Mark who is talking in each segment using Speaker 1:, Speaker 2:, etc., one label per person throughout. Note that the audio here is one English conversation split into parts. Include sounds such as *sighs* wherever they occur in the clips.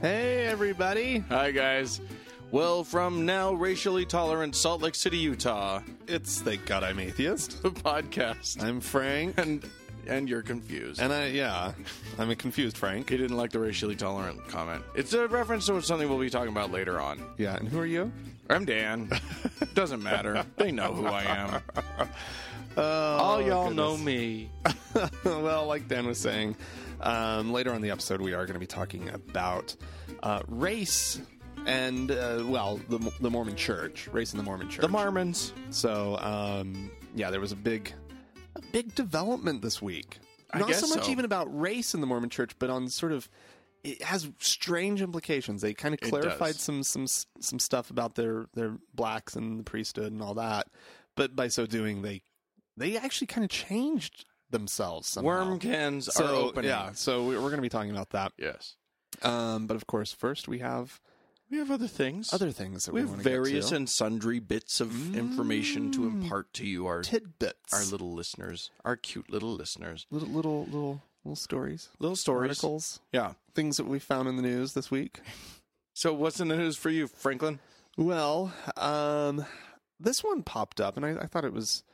Speaker 1: Hey, everybody.
Speaker 2: Hi, guys. Well, from now racially tolerant Salt Lake City, Utah,
Speaker 1: It's Thank God I'm Atheist.
Speaker 2: the podcast,
Speaker 1: I'm *laughs* Frank.
Speaker 2: and and you're confused.
Speaker 1: And I, yeah, I'm a confused Frank.
Speaker 2: he didn't like the racially tolerant comment. It's a reference to something we'll be talking about later on.
Speaker 1: Yeah, and who are you?
Speaker 2: I'm *laughs* Dan. Doesn't matter. They know who I am. All y'all know me.
Speaker 1: Oh, *laughs* well, like Dan was saying, um, later on in the episode, we are going to be talking about uh, race and, uh, well, the, the Mormon church, race in the Mormon church.
Speaker 2: The Mormons.
Speaker 1: So, um, yeah, there was a big, a big development this week.
Speaker 2: I
Speaker 1: Not
Speaker 2: guess
Speaker 1: so much
Speaker 2: so.
Speaker 1: even about race in the Mormon Church, but on sort of it has strange implications. They kind of clarified
Speaker 2: does.
Speaker 1: some some some stuff about their their blacks and the priesthood and all that. But by so doing, they they actually kind of changed themselves. Somehow.
Speaker 2: Worm cans
Speaker 1: so,
Speaker 2: are opening.
Speaker 1: Yeah, so we- we're going to be talking about that.
Speaker 2: Yes.
Speaker 1: Um, but of course, first we have
Speaker 2: We have other things.
Speaker 1: other things that we,
Speaker 2: We have
Speaker 1: want
Speaker 2: various
Speaker 1: to.
Speaker 2: and sundry bits of information to impart to you, our
Speaker 1: tidbits,
Speaker 2: our little listeners, our cute little listeners,
Speaker 1: little little little little stories,
Speaker 2: little stories.
Speaker 1: articles,
Speaker 2: Yeah.
Speaker 1: things that we found in the news this week.
Speaker 2: So what's in the news for you, Franklin?
Speaker 1: *laughs* Well, um, this one popped up, and I, I thought it was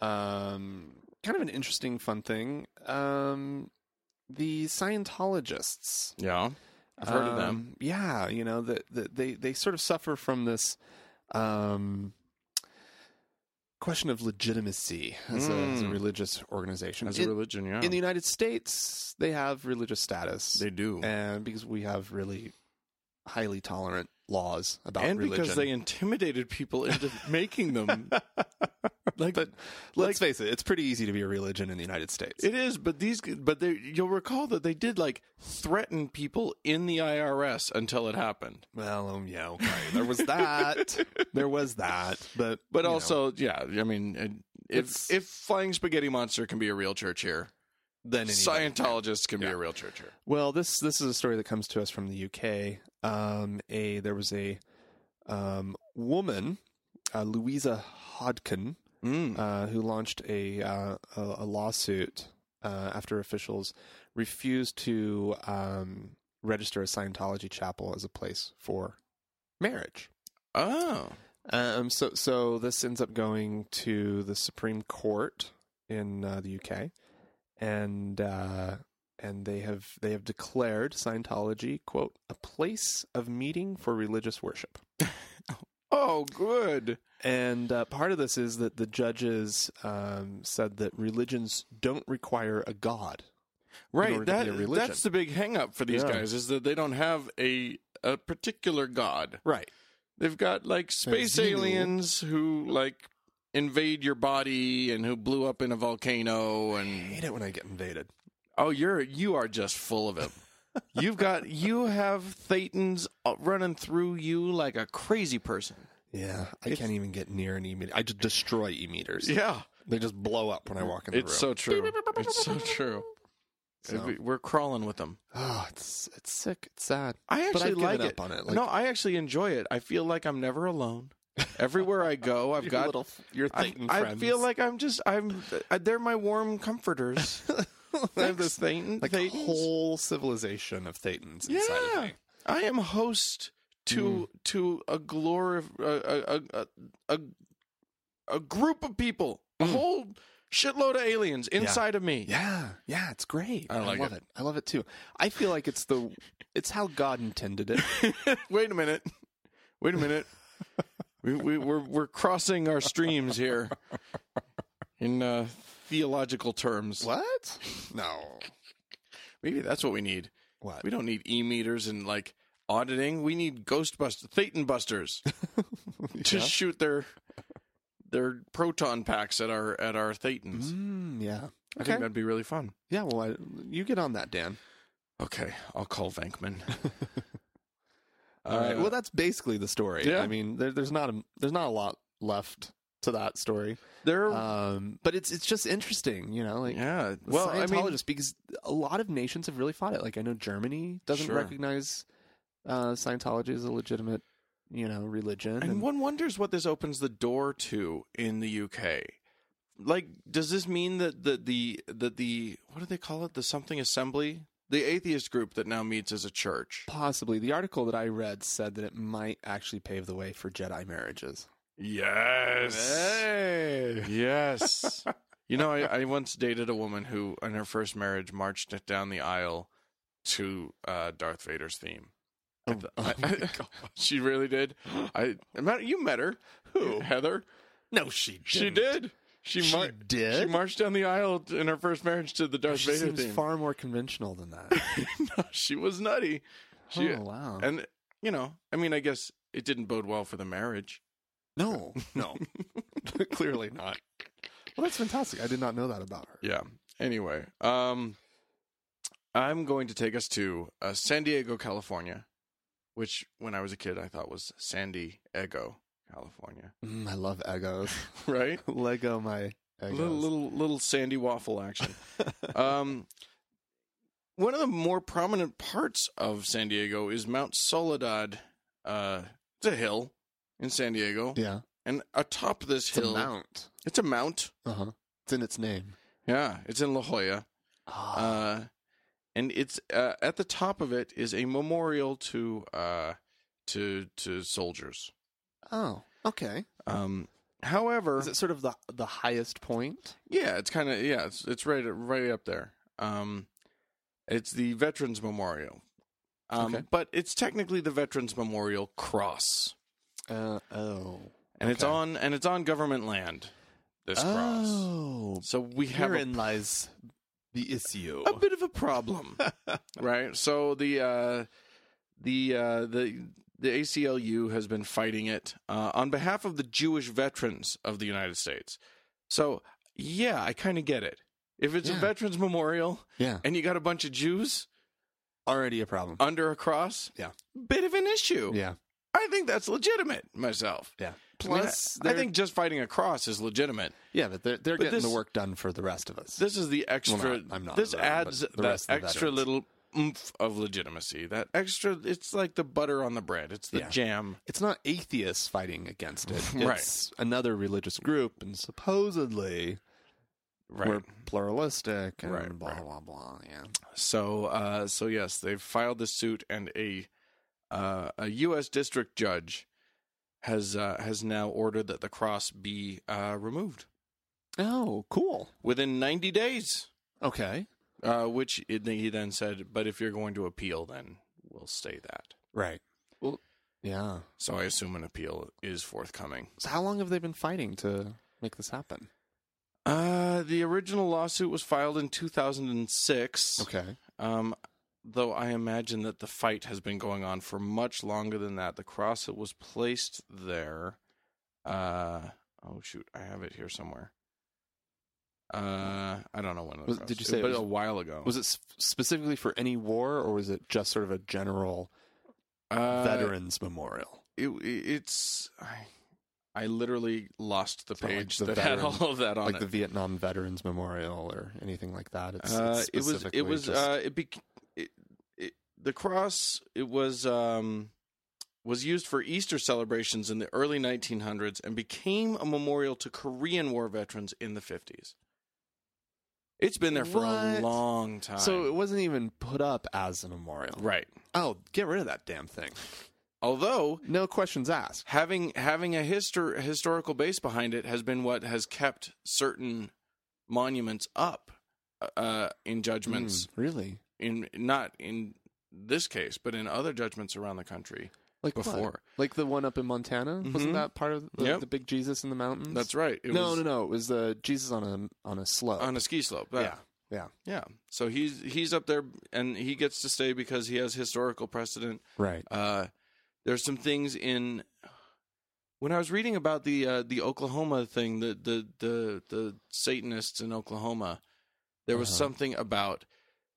Speaker 1: um, kind of an interesting, fun thing. Um, the Scientologists.
Speaker 2: Yeah, I've heard of them.
Speaker 1: Um, Yeah, you know that that they they sort of suffer from this um, question of legitimacy as, a, as a
Speaker 2: Mm.
Speaker 1: religious organization.
Speaker 2: As
Speaker 1: In-
Speaker 2: a religion, yeah,
Speaker 1: in the United States, they have religious status.
Speaker 2: Oh. they do,
Speaker 1: and because we have really highly tolerant laws about
Speaker 2: and
Speaker 1: religion.
Speaker 2: because they intimidated
Speaker 1: *laughs*
Speaker 2: people into making them. Like
Speaker 1: but let's face it, it's pretty easy to be a religion in the United States.
Speaker 2: it is, but these, but they, you'll recall that they did like threaten people in the IRS until it happened.
Speaker 1: well, um, yeah, okay. There was that.
Speaker 2: *laughs*
Speaker 1: there was that. But
Speaker 2: But
Speaker 1: you know,
Speaker 2: also, yeah, I mean, it-
Speaker 1: It's-
Speaker 2: if if Flying Spaghetti Monster can be a real church here,
Speaker 1: then anyway.
Speaker 2: Scientologists can
Speaker 1: Yeah.
Speaker 2: be a real church here.
Speaker 1: Well, this this is a story that comes to us from the UK. Um, a there was a um, woman, uh, Louisa Hodkin,
Speaker 2: Mm.
Speaker 1: uh, who launched a uh, a, a lawsuit uh, after officials refused to um, register a Scientology chapel as a place for marriage.
Speaker 2: oh,
Speaker 1: Um, so so this ends up going to the Supreme Court in uh, the UK, and uh, and they have they have declared Scientology quote a place of meeting for religious worship.
Speaker 2: oh, good.
Speaker 1: And uh, part of this is that the judges um, said that religions don't require a god. order
Speaker 2: right
Speaker 1: to be
Speaker 2: that,
Speaker 1: a religion.
Speaker 2: that's the big hang up for these
Speaker 1: Yeah.
Speaker 2: guys is that they don't have a a particular god
Speaker 1: Right.
Speaker 2: they've got like space
Speaker 1: Xenu.
Speaker 2: aliens who like invade your body and who blew up in a volcano
Speaker 1: I
Speaker 2: and
Speaker 1: hate it when I get invaded.
Speaker 2: oh you're you are just full
Speaker 1: *laughs*
Speaker 2: of it you've got you have thetans uh, running through you like a crazy person
Speaker 1: Yeah, I can't even get near an e meter. I just destroy e meters.
Speaker 2: yeah
Speaker 1: They just blow up when I walk in the
Speaker 2: it's
Speaker 1: room.
Speaker 2: so true it's so true
Speaker 1: So-
Speaker 2: we're crawling with them
Speaker 1: oh, it's it's sick. It's sad.
Speaker 2: I
Speaker 1: But
Speaker 2: actually
Speaker 1: I've
Speaker 2: like
Speaker 1: given
Speaker 2: it.
Speaker 1: up on it, like-
Speaker 2: no, I actually enjoy it. I feel like I'm never alone. Everywhere I
Speaker 1: *laughs*
Speaker 2: go, I've
Speaker 1: Your
Speaker 2: got
Speaker 1: little- your
Speaker 2: I-
Speaker 1: Thetan
Speaker 2: I,
Speaker 1: friends.
Speaker 2: feel like I'm just I'm. I, they're my
Speaker 1: *laughs*
Speaker 2: warm comforters. I have this Thetan,
Speaker 1: like a
Speaker 2: Thetans.
Speaker 1: whole civilization of Thetans inside of
Speaker 2: yeah.
Speaker 1: me. Hmm.
Speaker 2: I am host to to a glorif a a, a a a group of people,
Speaker 1: Hmm.
Speaker 2: a whole shitload of aliens inside of me.
Speaker 1: Yeah, yeah, it's great.
Speaker 2: I like
Speaker 1: love it.
Speaker 2: it.
Speaker 1: I love it too. I feel like it's the it's how God intended
Speaker 2: *laughs*
Speaker 1: it.
Speaker 2: Wait a minute. Wait a minute. we, we, we're, we're crossing our streams here in uh, theological terms.
Speaker 1: what? No.
Speaker 2: Maybe that's what we need.
Speaker 1: What?
Speaker 2: We don't need e meters and like auditing. We need Ghostbusters, Thetan Busters
Speaker 1: *laughs*
Speaker 2: to
Speaker 1: Yeah.
Speaker 2: shoot their their proton packs at our at our Thetans.
Speaker 1: Mm, yeah.
Speaker 2: I
Speaker 1: Okay.
Speaker 2: think that'd be really fun.
Speaker 1: Yeah. Well, I, you get on that, Dan.
Speaker 2: Okay, I'll call *laughs* Venkman.
Speaker 1: All right.
Speaker 2: Uh,
Speaker 1: Well, that's basically the story.
Speaker 2: yeah.
Speaker 1: I mean, there, there's not a there's not a lot left to that story.
Speaker 2: there.
Speaker 1: Um, but it's it's just interesting, you know, like
Speaker 2: yeah.
Speaker 1: the
Speaker 2: Well, I
Speaker 1: Scientologists,
Speaker 2: mean,
Speaker 1: because a lot of nations have really fought it. Like I know Germany doesn't
Speaker 2: Sure.
Speaker 1: recognize uh, Scientology as a legitimate, you know, religion.
Speaker 2: and one wonders what this opens the door to in the UK. Like, does this mean that the the that the what do they call it? The something assembly, the atheist group that now meets as a church.
Speaker 1: possibly the article that I read said that it might actually pave the way for Jedi marriages.
Speaker 2: Yes.
Speaker 1: *laughs*
Speaker 2: Yes. you know, I, I once dated a woman who, in her first marriage, marched down the aisle to uh, Darth Vader's theme. I
Speaker 1: Oh,
Speaker 2: th- I- *laughs* she really did. I you met her, who Heather?
Speaker 1: No, she
Speaker 2: She did. She,
Speaker 1: She
Speaker 2: mar-
Speaker 1: did? Oh,
Speaker 2: She marched down the aisle t- in her first marriage to the Darth
Speaker 1: She
Speaker 2: Vader
Speaker 1: seems
Speaker 2: theme.
Speaker 1: far more conventional than that.
Speaker 2: No, *laughs* she was nutty. She,
Speaker 1: oh wow!
Speaker 2: And you know, I mean, I guess it didn't bode well for the marriage.
Speaker 1: no,
Speaker 2: *laughs*
Speaker 1: no, clearly not. Well, that's fantastic. I did not know that about her.
Speaker 2: Yeah. Anyway, um, I'm going to take us to uh, San Diego, California, which when I was a kid I thought was Sandy Ego, California. *laughs*
Speaker 1: Mm, I love egos.
Speaker 2: Right?
Speaker 1: *laughs* Lego my egos.
Speaker 2: little, little little Sandy waffle
Speaker 1: *laughs*
Speaker 2: action. um, one of the more prominent parts of San Diego is Mount Soledad. Uh, it's a hill in San Diego,
Speaker 1: yeah,
Speaker 2: and atop this
Speaker 1: it's
Speaker 2: hill,
Speaker 1: a mount.
Speaker 2: it's a mount.
Speaker 1: Uh huh. It's in its name.
Speaker 2: Yeah, it's in La Jolla. uh, and it's uh, at the top of it is a memorial to uh, to to soldiers.
Speaker 1: oh, okay.
Speaker 2: Um, however,
Speaker 1: Is it sort of the the highest point?
Speaker 2: yeah, it's kind of yeah, it's it's right right up there. Um, it's the Veterans Memorial, um,
Speaker 1: Okay.
Speaker 2: but it's technically the Veterans Memorial Cross,
Speaker 1: Uh, oh,
Speaker 2: and it's
Speaker 1: Okay.
Speaker 2: on and it's on government land. This cross,
Speaker 1: oh.
Speaker 2: so we have a
Speaker 1: Herein lies the issue. *laughs*
Speaker 2: a bit of a problem, right? So the uh, the uh, the the ACLU has been fighting it uh, on behalf of the Jewish veterans of the United States. So yeah, I kind of get it. If it's a
Speaker 1: Yeah.
Speaker 2: veterans memorial
Speaker 1: Yeah,
Speaker 2: and you got a bunch of Jews
Speaker 1: already a problem.
Speaker 2: under a cross,
Speaker 1: Yeah.
Speaker 2: bit of an issue.
Speaker 1: yeah,
Speaker 2: I think that's legitimate myself.
Speaker 1: yeah.
Speaker 2: I mean,
Speaker 1: Plus,
Speaker 2: I, I
Speaker 1: they're-
Speaker 2: think just fighting a cross is legitimate.
Speaker 1: yeah, but they're they're
Speaker 2: but
Speaker 1: getting
Speaker 2: this-
Speaker 1: the work done for the rest of us.
Speaker 2: This is the extra.
Speaker 1: not- I'm not
Speaker 2: this
Speaker 1: a veteran,
Speaker 2: adds
Speaker 1: but the
Speaker 2: that
Speaker 1: rest of the
Speaker 2: extra
Speaker 1: veterans.
Speaker 2: little oomph of legitimacy. That extra. It's like the butter on the bread. It's the
Speaker 1: Yeah.
Speaker 2: jam.
Speaker 1: it's not atheists fighting against it.
Speaker 2: *laughs* Right.
Speaker 1: It's another religious group, and supposedly
Speaker 2: Right.
Speaker 1: we're pluralistic and
Speaker 2: Right,
Speaker 1: blah
Speaker 2: right.
Speaker 1: blah blah. Yeah.
Speaker 2: So. Uh, so yes, they've filed this suit, and a uh, a U.S. district judge has uh, has now ordered that the cross be uh, removed
Speaker 1: Oh, cool.
Speaker 2: within 90 days.
Speaker 1: Okay.
Speaker 2: Uh, which it, he then said, but if you're going to appeal, then we'll stay that.
Speaker 1: Right. Well, yeah.
Speaker 2: So I assume an appeal is forthcoming.
Speaker 1: So how long have they been fighting to make this happen?
Speaker 2: Uh, the original lawsuit was filed in 2006.
Speaker 1: Okay.
Speaker 2: Um, though I imagine that the fight has been going on for much longer than that. The cross that was placed there. Uh, oh shoot, I have it here somewhere. Uh, I don't know when. the
Speaker 1: Was-
Speaker 2: cross-
Speaker 1: did you say it
Speaker 2: But
Speaker 1: was-
Speaker 2: a while ago.
Speaker 1: Was it s- specifically for any war, or was it just sort of a general
Speaker 2: uh,
Speaker 1: veterans memorial?
Speaker 2: It, it's. I, I literally lost the
Speaker 1: not like
Speaker 2: page
Speaker 1: the
Speaker 2: that had
Speaker 1: veteran-
Speaker 2: all of that on
Speaker 1: like
Speaker 2: it.
Speaker 1: the Vietnam Veterans Memorial or anything like that. It's,
Speaker 2: Uh,
Speaker 1: it's
Speaker 2: it was
Speaker 1: specifically
Speaker 2: it was
Speaker 1: just-
Speaker 2: uh, it, bec it, it the cross it was um was used for Easter celebrations in the early 1900s and became a memorial to Korean War veterans in the 50s. It's been there for a
Speaker 1: What?
Speaker 2: long uh, time.
Speaker 1: so it wasn't even put up as a memorial.
Speaker 2: right.
Speaker 1: Oh, get rid of that damn thing.
Speaker 2: Although
Speaker 1: No questions asked.
Speaker 2: having having a histor- historical base behind it has been what has kept certain monuments up uh, in judgments
Speaker 1: Mm, really?
Speaker 2: in not in this case, but in other judgments around the country.
Speaker 1: Like what?
Speaker 2: Before.
Speaker 1: Like the one up in Montana?
Speaker 2: Mhm.
Speaker 1: Wasn't that part of the,
Speaker 2: Yep.
Speaker 1: the big Jesus in the mountains?
Speaker 2: That's right. It
Speaker 1: no,
Speaker 2: was
Speaker 1: no, no. It was the Jesus on a on a slope.
Speaker 2: On a ski slope.
Speaker 1: yeah. Yeah.
Speaker 2: Uh, Yeah. So he's he's up there and he gets to stay because he has historical precedent.
Speaker 1: Right.
Speaker 2: Uh, there's some things in when I was reading about the uh, the Oklahoma thing, the the the the Satanists in Oklahoma, there was
Speaker 1: Uh-huh.
Speaker 2: something about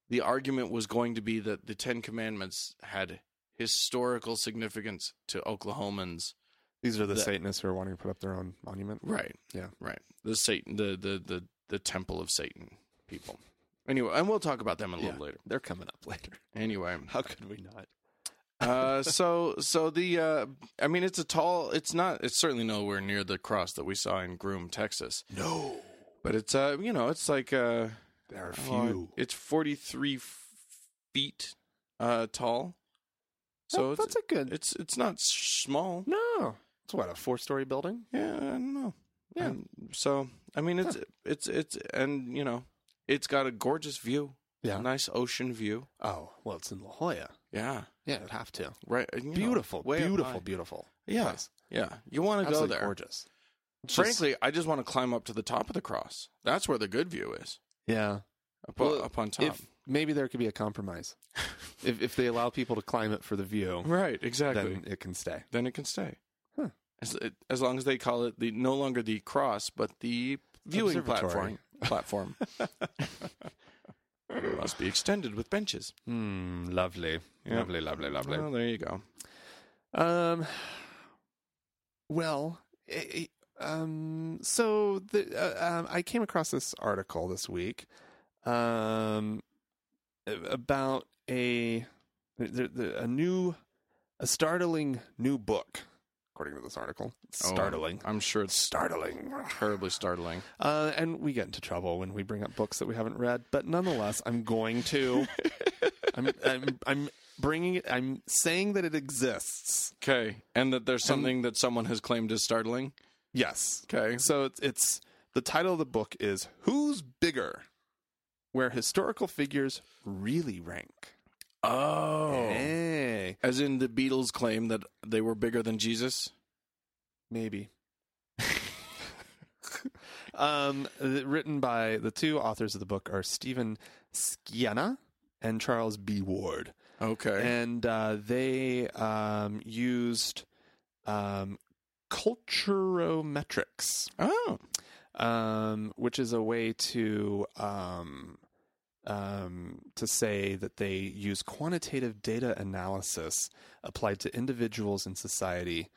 Speaker 2: the argument was going to be that the Ten Commandments had historical significance to Oklahomans.
Speaker 1: These are the,
Speaker 2: The-
Speaker 1: Satanists who are wanting to put up their own monument.
Speaker 2: Right.
Speaker 1: Yeah.
Speaker 2: Right. The Satan the the the, the temple of Satan people. Anyway, and we'll talk about them a little
Speaker 1: Yeah.
Speaker 2: later.
Speaker 1: They're coming up
Speaker 2: *laughs*
Speaker 1: later.
Speaker 2: Anyway.
Speaker 1: How could we not?
Speaker 2: Uh, *laughs* so so the uh, I mean it's a tall it's not it's certainly nowhere near the cross that we saw in Groom, Texas.
Speaker 1: No.
Speaker 2: But it's uh you know it's like uh
Speaker 1: There are
Speaker 2: well,
Speaker 1: few.
Speaker 2: it's forty three feet uh tall. So
Speaker 1: so
Speaker 2: it's,
Speaker 1: Oh, that's a good.
Speaker 2: it's it's not s- small.
Speaker 1: no. It's what, a four story building?
Speaker 2: Yeah, I don't know.
Speaker 1: Yeah.
Speaker 2: And so I mean it's it's it's and you know it's got a gorgeous view,
Speaker 1: Yeah.
Speaker 2: nice ocean view.
Speaker 1: Oh, well, it's in La Jolla.
Speaker 2: Yeah,
Speaker 1: Yeah, it'd have to.
Speaker 2: right. and, you know,
Speaker 1: beautiful,
Speaker 2: way up
Speaker 1: beautiful,
Speaker 2: high.
Speaker 1: beautiful.
Speaker 2: Yeah.
Speaker 1: place.
Speaker 2: Yeah, you want to go
Speaker 1: Absolutely
Speaker 2: there.
Speaker 1: gorgeous.
Speaker 2: Frankly, I just want to climb up to the top of the cross. That's where the good view is.
Speaker 1: yeah.
Speaker 2: Up,
Speaker 1: Well,
Speaker 2: up on top.
Speaker 1: If maybe there could be a compromise, *laughs* if if they allow people to climb it for the view,
Speaker 2: right, exactly.
Speaker 1: then
Speaker 2: Then,
Speaker 1: it can stay.
Speaker 2: it can stay.
Speaker 1: Huh.
Speaker 2: As, it, as long as they call it the no longer the cross, but the viewing platform.
Speaker 1: Observatory.
Speaker 2: Platform
Speaker 1: *laughs*
Speaker 2: It must be extended with benches.
Speaker 1: Mm, lovely,
Speaker 2: Yeah.
Speaker 1: lovely, lovely, lovely.
Speaker 2: Well, there you go.
Speaker 1: Um. Well, i i- um. So the uh, um, I came across this article this week, um, about a the, the, a new, a startling new book, according to this article.
Speaker 2: Oh,
Speaker 1: Startling.
Speaker 2: I'm sure it's
Speaker 1: startling.
Speaker 2: terribly startling.
Speaker 1: Uh, and we get into trouble when we bring up books that we haven't read, but nonetheless, I'm going
Speaker 2: *laughs*
Speaker 1: to. I'm, I'm I'm bringing it. I'm saying that it exists.
Speaker 2: Okay, and that there's something that someone has claimed is startling.
Speaker 1: Yes.
Speaker 2: Okay,
Speaker 1: So it's, it's the title of the book is "Who's Bigger," where historical figures really rank.
Speaker 2: oh,
Speaker 1: Hey,
Speaker 2: as in the Beatles claim that they were bigger than Jesus. *laughs*
Speaker 1: maybe. um, th- written by the two authors of the book are Stephen Skiana and Charles B. Ward.
Speaker 2: Okay,
Speaker 1: and uh, they um, used um, culturometrics,
Speaker 2: oh,
Speaker 1: um, which is a way to um, um, to say that they use quantitative data analysis applied to individuals in society.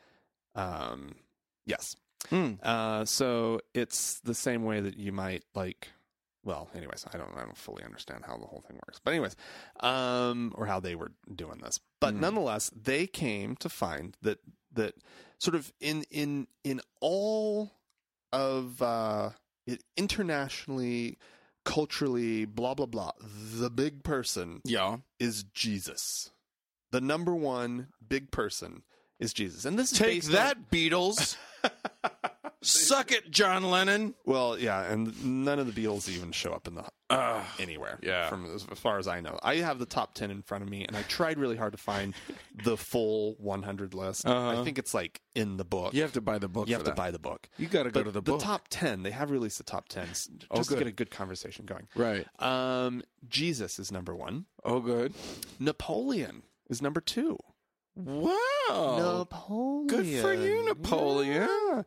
Speaker 1: Um, yes,
Speaker 2: Hmm.
Speaker 1: uh, so it's the same way that you might like. Well, anyways, I don't I don't fully understand how the whole thing works, but anyways, um, or how they were doing this, but nonetheless, they came to find that that sort of in in in all of uh, it internationally, culturally, blah blah blah, the big person
Speaker 2: yeah.
Speaker 1: is Jesus. The number one big person is Jesus, and this is
Speaker 2: Take
Speaker 1: based on-
Speaker 2: that, Beatles. *laughs* Suck it, John Lennon.
Speaker 1: Well, yeah, and none of the Beatles even show up in the
Speaker 2: Uh,
Speaker 1: anywhere.
Speaker 2: Yeah.
Speaker 1: from as, as far as I know, I have the top ten in front of me, and I tried really hard to
Speaker 2: *laughs*
Speaker 1: find the full 100 list.
Speaker 2: Uh-huh.
Speaker 1: I think it's like in the book.
Speaker 2: you have to buy the book.
Speaker 1: You
Speaker 2: for
Speaker 1: have to
Speaker 2: that.
Speaker 1: buy the book.
Speaker 2: You got to go
Speaker 1: But
Speaker 2: to the book.
Speaker 1: top ten, they have released the top ten s- just
Speaker 2: Oh,
Speaker 1: to
Speaker 2: good.
Speaker 1: get a good conversation going.
Speaker 2: Right.
Speaker 1: Um, Jesus is number one.
Speaker 2: Oh, good.
Speaker 1: Napoleon is number two.
Speaker 2: Wow.
Speaker 1: Napoleon,
Speaker 2: Oh. good for you, Napoleon.
Speaker 1: Yeah.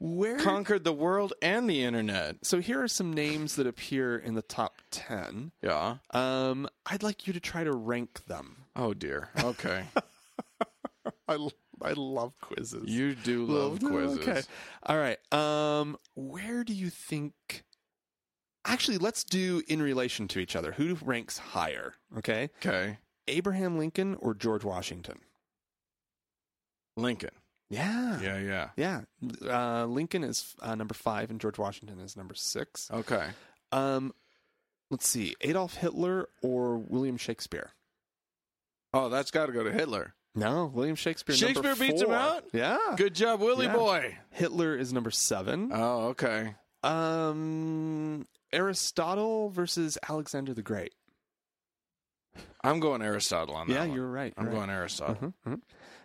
Speaker 1: Where
Speaker 2: Conquered the world and the internet.
Speaker 1: so here are some names that appear in the top 10
Speaker 2: Yeah.
Speaker 1: um i'd like you to try to rank them
Speaker 2: Oh dear.
Speaker 1: *laughs*
Speaker 2: Okay.
Speaker 1: i, l- I love quizzes
Speaker 2: you do love quizzes.
Speaker 1: okay all right um where do you think actually let's do in relation to each other who ranks higher okay
Speaker 2: Okay.
Speaker 1: abraham lincoln or george washington
Speaker 2: Lincoln.
Speaker 1: yeah
Speaker 2: Yeah.
Speaker 1: *laughs*
Speaker 2: Yeah.
Speaker 1: yeah uh, lincoln is uh, number five and george washington is number six
Speaker 2: Okay.
Speaker 1: um let's see adolf hitler or william shakespeare
Speaker 2: Oh, that's got to go to Hitler.
Speaker 1: No, William Shakespeare.
Speaker 2: Shakespeare
Speaker 1: number
Speaker 2: beats him
Speaker 1: four.
Speaker 2: out?
Speaker 1: Yeah.
Speaker 2: Good job, Willie
Speaker 1: Yeah.
Speaker 2: boy.
Speaker 1: Hitler is number seven.
Speaker 2: Oh, okay.
Speaker 1: Um, Aristotle versus Alexander the Great.
Speaker 2: I'm going Aristotle on that.
Speaker 1: yeah,
Speaker 2: one.
Speaker 1: you're right.
Speaker 2: I'm
Speaker 1: you're right.
Speaker 2: going Aristotle.
Speaker 1: Mhm, mhm.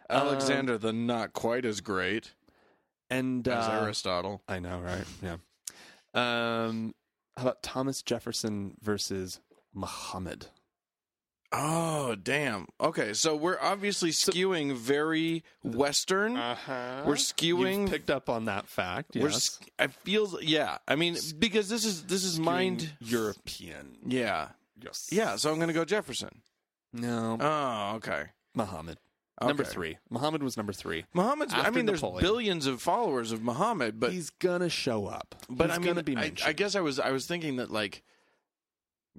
Speaker 2: Alexander the not quite as great
Speaker 1: and
Speaker 2: as
Speaker 1: uh,
Speaker 2: Aristotle.
Speaker 1: I know, right? Yeah. Um, How about Thomas Jefferson versus Muhammad?
Speaker 2: Oh, damn. Okay, so we're obviously skewing very Western.
Speaker 1: huh.
Speaker 2: We're skewing.
Speaker 1: Uh-huh. picked up on that fact. Uh,
Speaker 2: we're.
Speaker 1: yes.
Speaker 2: s- I feel. Yeah. I mean, because this is this is mind.
Speaker 1: European.
Speaker 2: Yeah.
Speaker 1: Yes.
Speaker 2: Yeah. So I'm gonna go Jefferson.
Speaker 1: No.
Speaker 2: Oh, okay.
Speaker 1: Muhammad. Number
Speaker 2: Okay.
Speaker 1: three. Muhammad was number three.
Speaker 2: Muhammad's. I
Speaker 1: After
Speaker 2: mean, there's
Speaker 1: Napoleon.
Speaker 2: billions of followers of Muhammad, but
Speaker 1: he's gonna show up.
Speaker 2: but
Speaker 1: he's
Speaker 2: I mean,
Speaker 1: gonna be
Speaker 2: I,
Speaker 1: mentioned.
Speaker 2: I guess I was I was thinking that like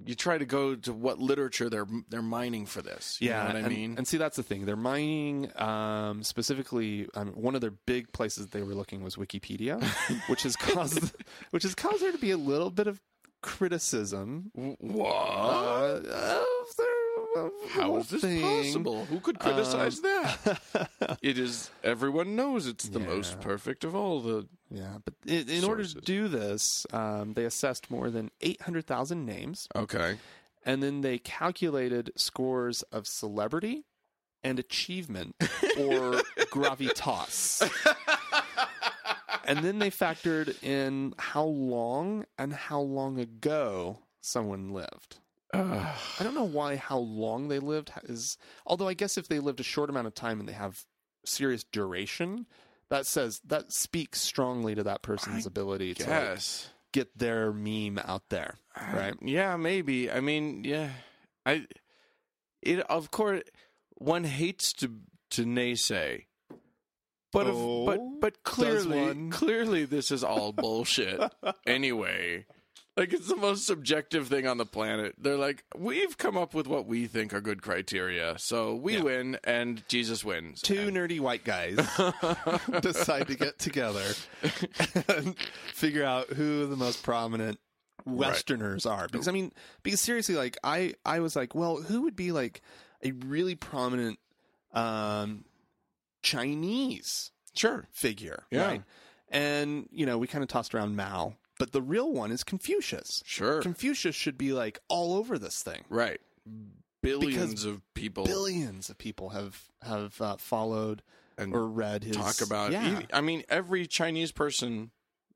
Speaker 2: you try to go to what literature they're they're mining for this. You
Speaker 1: yeah,
Speaker 2: know what I
Speaker 1: and,
Speaker 2: mean.
Speaker 1: and see that's the thing. They're mining um, specifically. Um, one of their big places they were looking was
Speaker 2: *laughs*
Speaker 1: Wikipedia, which has caused which has caused there to be a little bit of criticism.
Speaker 2: what?
Speaker 1: Uh, of their, of the
Speaker 2: Oh. How
Speaker 1: whole
Speaker 2: is this
Speaker 1: thing. Um,
Speaker 2: possible? Who could
Speaker 1: *laughs*
Speaker 2: criticize that? *laughs* it is. Everyone knows it's the most
Speaker 1: Yeah.
Speaker 2: perfect of all the.
Speaker 1: Yeah, but in, in order to
Speaker 2: Sources.
Speaker 1: do this, um, they assessed more than eight hundred thousand names.
Speaker 2: Okay.
Speaker 1: and then they calculated scores of celebrity and achievement or gravitas. and then they factored in how long and how long ago someone lived.
Speaker 2: Uh,
Speaker 1: I don't know why how long they lived is although I guess if they lived a short amount of time and they have serious duration that says that speaks strongly to that person's ability to like,
Speaker 2: yes.
Speaker 1: get their meme out there, right?
Speaker 2: Yeah, maybe. I mean, yeah. I it of course one hates to to naysay. But if-
Speaker 1: Oh,
Speaker 2: but but clearly
Speaker 1: one? *laughs*
Speaker 2: clearly this is all bullshit anyway. Like it's the most subjective thing on the planet. They're like, we've come up with what we think are good criteria, so we
Speaker 1: Yeah.
Speaker 2: win and Jesus wins.
Speaker 1: two
Speaker 2: And-
Speaker 1: nerdy white
Speaker 2: *laughs*
Speaker 1: guys decide to get together and figure out who the most prominent westerners are because i mean because seriously like i i was like well who would be like a really prominent um chinese
Speaker 2: sure.
Speaker 1: figure
Speaker 2: Yeah.
Speaker 1: right and you know we kind of tossed around mao but the real one is confucius
Speaker 2: Sure.
Speaker 1: confucius should be like all over this thing
Speaker 2: right. Billions of people
Speaker 1: billions of people have have uh, followed
Speaker 2: and
Speaker 1: or read his
Speaker 2: talk about.
Speaker 1: yeah,
Speaker 2: he- I mean, every Chinese person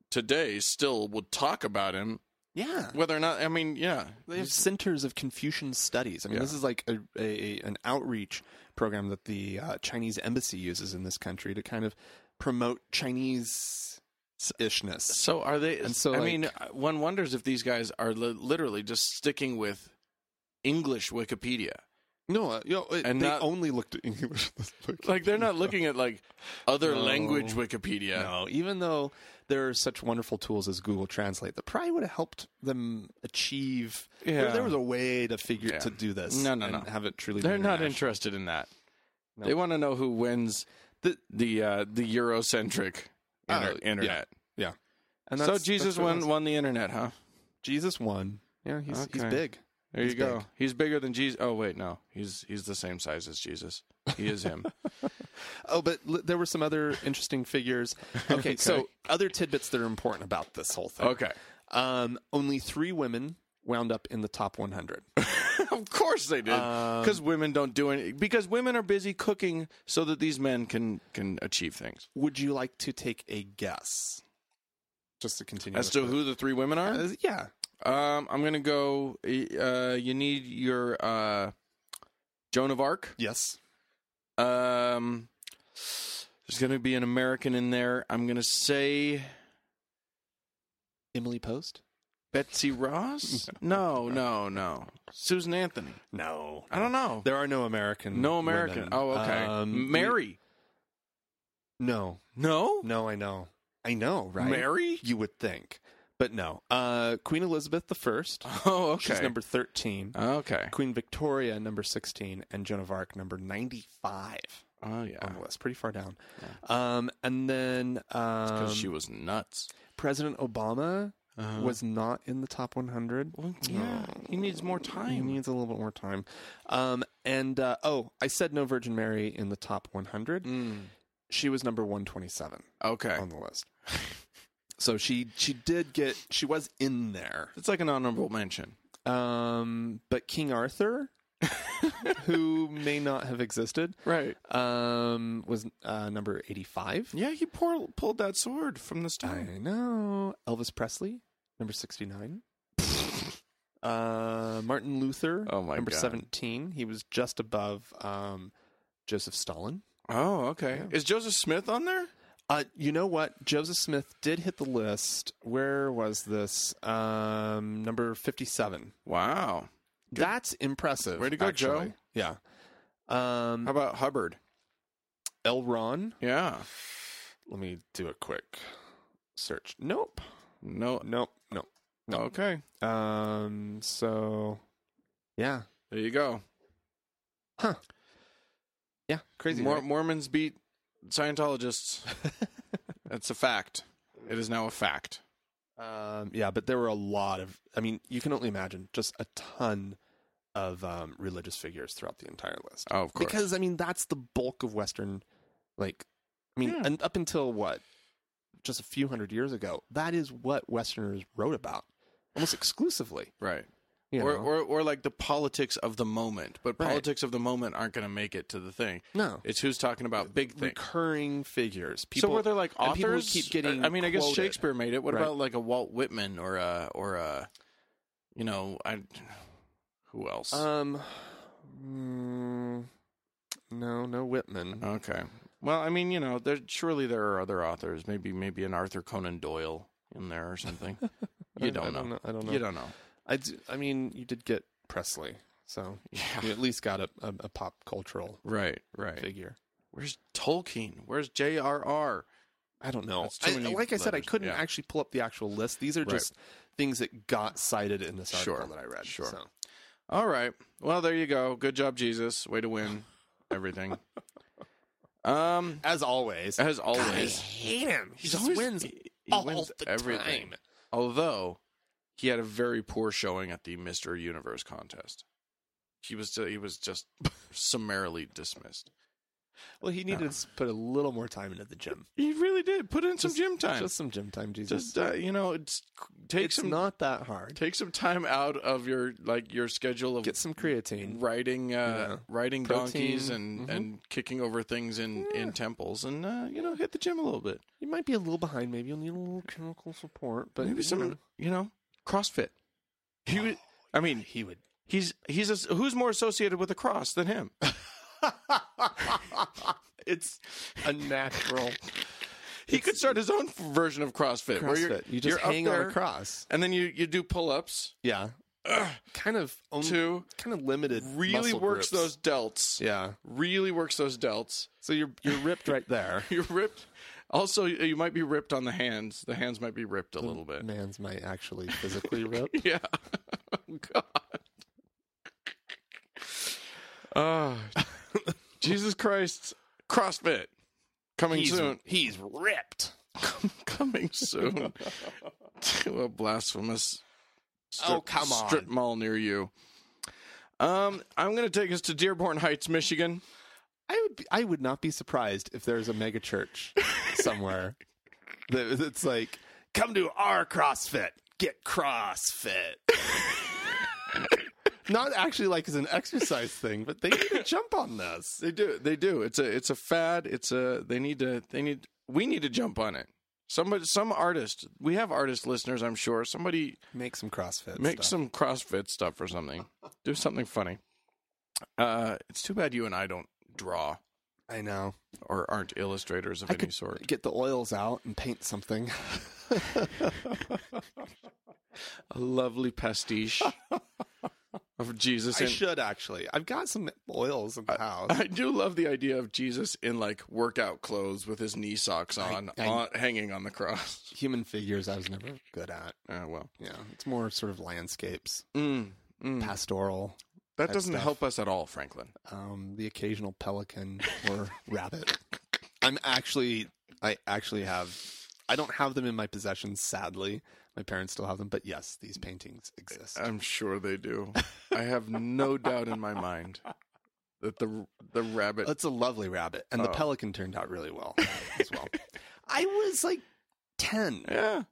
Speaker 2: today still would talk about him,
Speaker 1: yeah.
Speaker 2: whether or not. I mean, yeah,
Speaker 1: They have centers of Confucian studies. I mean,
Speaker 2: Yeah.
Speaker 1: this is like a, a, an outreach program that the uh, Chinese embassy uses in this country to kind of promote Chinese ishness.
Speaker 2: So are they?
Speaker 1: And so,
Speaker 2: I
Speaker 1: like-
Speaker 2: mean, one wonders if these guys are li- literally just sticking with English Wikipedia.
Speaker 1: No, uh, you know, it-
Speaker 2: And
Speaker 1: they
Speaker 2: not-
Speaker 1: only looked at English. *laughs*
Speaker 2: Like they're not looking at like other
Speaker 1: No.
Speaker 2: language Wikipedia.
Speaker 1: No, even though there are such wonderful tools as Google Translate that probably would have helped them achieve.
Speaker 2: Yeah.
Speaker 1: There, there was a way to figure
Speaker 2: Yeah.
Speaker 1: to do this.
Speaker 2: No, no,
Speaker 1: and
Speaker 2: no.
Speaker 1: Have it truly.
Speaker 2: They're
Speaker 1: been
Speaker 2: not
Speaker 1: international.
Speaker 2: interested in that.
Speaker 1: No.
Speaker 2: They want to know who wins the the uh, the Eurocentric inter-
Speaker 1: Oh, yeah.
Speaker 2: internet.
Speaker 1: And
Speaker 2: So
Speaker 1: that's-
Speaker 2: Jesus
Speaker 1: that's what it
Speaker 2: won
Speaker 1: was.
Speaker 2: won the internet, huh?
Speaker 1: Jesus won. Yeah, he's he's
Speaker 2: Okay.
Speaker 1: big.
Speaker 2: There
Speaker 1: He's
Speaker 2: you go.
Speaker 1: big.
Speaker 2: He's bigger than Jesus. Oh wait, no. He's he's the same size as Jesus. He is him.
Speaker 1: Oh, but l- there were some other *laughs* interesting
Speaker 2: *laughs*
Speaker 1: figures. Okay, so other tidbits that are important about this whole thing.
Speaker 2: okay.
Speaker 1: Um, only three women wound up in the top
Speaker 2: *laughs*
Speaker 1: 100.
Speaker 2: *laughs* of course they did. Because women don't do any. Because women are busy cooking so that these men can can achieve things.
Speaker 1: Would you like to take a guess? Just to continue.
Speaker 2: As
Speaker 1: with
Speaker 2: to
Speaker 1: the-
Speaker 2: who the three women are,
Speaker 1: Uh, yeah.
Speaker 2: um, I'm gonna go. Uh, you need your uh, Joan of Arc.
Speaker 1: Yes.
Speaker 2: Um, there's gonna be an American in there. I'm gonna say
Speaker 1: Emily Post?
Speaker 2: Betsy *laughs* Ross. no, no, no. Susan Anthony.
Speaker 1: No.
Speaker 2: I don't know.
Speaker 1: There are no American.
Speaker 2: Oh. No American.
Speaker 1: women.
Speaker 2: Oh, okay.
Speaker 1: Um,
Speaker 2: Mary.
Speaker 1: we- no.
Speaker 2: no.
Speaker 1: No, I know. I know, right?
Speaker 2: Mary.
Speaker 1: You would think. But no. Uh, Queen Elizabeth the First.
Speaker 2: *laughs* Oh, *laughs* okay. Uh.
Speaker 1: She's number 13.
Speaker 2: Okay.
Speaker 1: Queen Victoria, number 16, and Joan of Arc, number 95
Speaker 2: Oh yeah.
Speaker 1: on the list. Pretty far down. Um, and then um,
Speaker 2: because she was nuts.
Speaker 1: President Obama was not in the top 100.
Speaker 2: yeah, he needs more
Speaker 1: He
Speaker 2: time.
Speaker 1: needs a little bit more time. Um, and uh, oh, I said no Virgin Mary in the top 100. She was number 127
Speaker 2: Mm. okay,
Speaker 1: on the list. so she she did get she was in there.
Speaker 2: it's like an honorable mention.
Speaker 1: Um, but King Arthur,
Speaker 2: *laughs*
Speaker 1: who may not have existed,
Speaker 2: Right.
Speaker 1: um, was uh, number 85.
Speaker 2: Yeah, he pour, pulled that sword from the
Speaker 1: I
Speaker 2: stone.
Speaker 1: know. Elvis Presley, number 69. Uh, Martin Luther,
Speaker 2: Oh my
Speaker 1: number
Speaker 2: God.
Speaker 1: 17. He was just above um, Joseph Stalin.
Speaker 2: Oh, okay. Is Joseph Smith on there?
Speaker 1: Uh, you know what? Joseph Smith did hit the list. Where was this? Um, number 57.
Speaker 2: Wow.
Speaker 1: That's impressive.
Speaker 2: Way to go,
Speaker 1: actually.
Speaker 2: Joe.
Speaker 1: Yeah. Um,
Speaker 2: How about Hubbard?
Speaker 1: L. Ron.
Speaker 2: Yeah.
Speaker 1: Let me do a quick search. Nope.
Speaker 2: No.
Speaker 1: Nope. Nope.
Speaker 2: Okay.
Speaker 1: Um, so, yeah.
Speaker 2: There you go.
Speaker 1: Yeah. Crazy.
Speaker 2: Mor-
Speaker 1: right?
Speaker 2: Mormons beat
Speaker 1: *laughs*
Speaker 2: Scientologists. That's a fact. It is now a fact.
Speaker 1: Um, yeah, but there were a lot of, I mean, you can only imagine just a ton of um, religious figures throughout the entire list.
Speaker 2: Oh, of course.
Speaker 1: Because, I mean, that's the bulk of Western, like, I mean,
Speaker 2: Yeah.
Speaker 1: and up until what? Just a few hundred years ago, that is what Westerners wrote about almost exclusively.
Speaker 2: right.
Speaker 1: You
Speaker 2: Or,
Speaker 1: know?
Speaker 2: or or like the politics of the moment, but
Speaker 1: Right.
Speaker 2: politics of the moment aren't going to make it to the thing.
Speaker 1: No.
Speaker 2: It's who's talking about big things.
Speaker 1: recurring figures.
Speaker 2: so were there like
Speaker 1: and people who
Speaker 2: authors?
Speaker 1: keep getting
Speaker 2: I mean, I guess
Speaker 1: quoted.
Speaker 2: Shakespeare made it. What
Speaker 1: Right.
Speaker 2: about like a Walt Whitman or a or a you know, I who else?
Speaker 1: Um, mm, no, no Whitman.
Speaker 2: okay. Well, I mean, you know, there surely there are other authors. Maybe maybe an Arthur Conan Doyle in there or *laughs* something.
Speaker 1: I-
Speaker 2: You don't,
Speaker 1: I
Speaker 2: know.
Speaker 1: don't know. I don't know.
Speaker 2: You don't know.
Speaker 1: I, d- I mean, you did get Presley, so
Speaker 2: Yeah.
Speaker 1: you at least got a, a, a pop cultural
Speaker 2: Right, right.
Speaker 1: figure.
Speaker 2: Where's Tolkien? Where's J.R.R.?
Speaker 1: I don't know.
Speaker 2: That's
Speaker 1: I,
Speaker 2: too many
Speaker 1: like I said, I
Speaker 2: letters.
Speaker 1: couldn't
Speaker 2: Yeah.
Speaker 1: actually pull up the actual list. These are
Speaker 2: Right.
Speaker 1: just things that got cited in this article
Speaker 2: Sure.
Speaker 1: that I read.
Speaker 2: Sure.
Speaker 1: So.
Speaker 2: All right. Well, there you go. Good job, Jesus. Way to win
Speaker 1: *laughs*
Speaker 2: everything. um,
Speaker 1: As always,
Speaker 2: as
Speaker 1: I
Speaker 2: always,
Speaker 1: hate him. He
Speaker 2: He's
Speaker 1: just
Speaker 2: always-
Speaker 1: wins
Speaker 2: he- he
Speaker 1: all
Speaker 2: wins
Speaker 1: the
Speaker 2: everything.
Speaker 1: time.
Speaker 2: although he had a very poor showing at the Mister Universe contest, he was ju- he was just *laughs* summarily dismissed.
Speaker 1: Well, he needed to put a little more time into the gym.
Speaker 2: He really did put in some gym time.
Speaker 1: Just
Speaker 2: Just,
Speaker 1: some gym time, Jesus.
Speaker 2: uh, you know, it's, take
Speaker 1: it's
Speaker 2: some
Speaker 1: not that hard.
Speaker 2: take some time out of your like your schedule of
Speaker 1: Get some creatine.
Speaker 2: riding uh,
Speaker 1: Yeah.
Speaker 2: riding
Speaker 1: Protein.
Speaker 2: donkeys and
Speaker 1: Mhm.
Speaker 2: and kicking over things in in temples and uh, you know hit the gym a little bit.
Speaker 1: You might be a little behind. Maybe you'll need a little chemical support, but
Speaker 2: Maybe
Speaker 1: you
Speaker 2: some
Speaker 1: know.
Speaker 2: you know CrossFit. He would, I mean he would. He's he's a, who's more associated with the cross
Speaker 1: *laughs*
Speaker 2: than him. *laughs*
Speaker 1: it's a natural
Speaker 2: He could start his own version of CrossFit. where you're-
Speaker 1: CrossFit. You just
Speaker 2: you're up
Speaker 1: hang on
Speaker 2: there,
Speaker 1: a cross.
Speaker 2: and then you you do pull ups.
Speaker 1: Yeah. kind of only,
Speaker 2: Two.
Speaker 1: kind of limited.
Speaker 2: Really
Speaker 1: muscle
Speaker 2: works
Speaker 1: groups.
Speaker 2: those delts.
Speaker 1: Yeah.
Speaker 2: Really works those delts. *laughs*
Speaker 1: So you're you're ripped right there.
Speaker 2: You're ripped. Also, you might be ripped on the hands. The hands might be ripped a little bit.
Speaker 1: *laughs* Man's might actually physically
Speaker 2: *laughs*
Speaker 1: rip.
Speaker 2: Yeah. Oh, God. Ah, Jesus Christ. CrossFit. Coming soon.
Speaker 1: he's ripped.
Speaker 2: Coming soon *laughs* to a blasphemous strip,
Speaker 1: Oh, come on.
Speaker 2: strip mall near you. Um, I'm going to take us to Dearborn Heights, Michigan.
Speaker 1: I would be, I would not be surprised if there's a mega
Speaker 2: *laughs*
Speaker 1: church somewhere that that's like come to our CrossFit, get
Speaker 2: *laughs*
Speaker 1: CrossFit. not actually like as an exercise thing, but they need to jump on this.
Speaker 2: They do. They do. It's a it's a fad. It's a they need to they need we need to jump on it. Somebody some artist. We have artist listeners, I'm sure. Somebody
Speaker 1: Make some CrossFit.
Speaker 2: make some CrossFit stuff or *laughs* something. do something funny. Uh it's too bad you and I don't draw
Speaker 1: I know.
Speaker 2: or aren't illustrators of
Speaker 1: I
Speaker 2: any
Speaker 1: could
Speaker 2: *laughs* sort.
Speaker 1: get the oils out and paint something.
Speaker 2: A lovely *laughs* pastiche of Jesus
Speaker 1: I
Speaker 2: in
Speaker 1: should actually. I've got some oils in the house.
Speaker 2: *laughs* I do love the idea of Jesus in like workout clothes with his knee socks on,
Speaker 1: I-
Speaker 2: on hanging on the cross.
Speaker 1: *laughs*
Speaker 2: *laughs*
Speaker 1: Human figures I was never good at.
Speaker 2: Oh well.
Speaker 1: Yeah. It's more sort of landscapes,
Speaker 2: Mm, mm.
Speaker 1: pastoral.
Speaker 2: That
Speaker 1: type
Speaker 2: doesn't
Speaker 1: stuff.
Speaker 2: help us at all, Franklin.
Speaker 1: um, the occasional pelican or *laughs* rabbit. I'm actually, I actually have, I don't have them in my possession, sadly. My parents still have them, but yes, these paintings exist.
Speaker 2: I'm sure they do. I have *laughs* no doubt in my mind that the the rabbit.
Speaker 1: It's a lovely rabbit, and the
Speaker 2: Oh.
Speaker 1: pelican turned out really *laughs* well as well. I was like 10,
Speaker 2: yeah,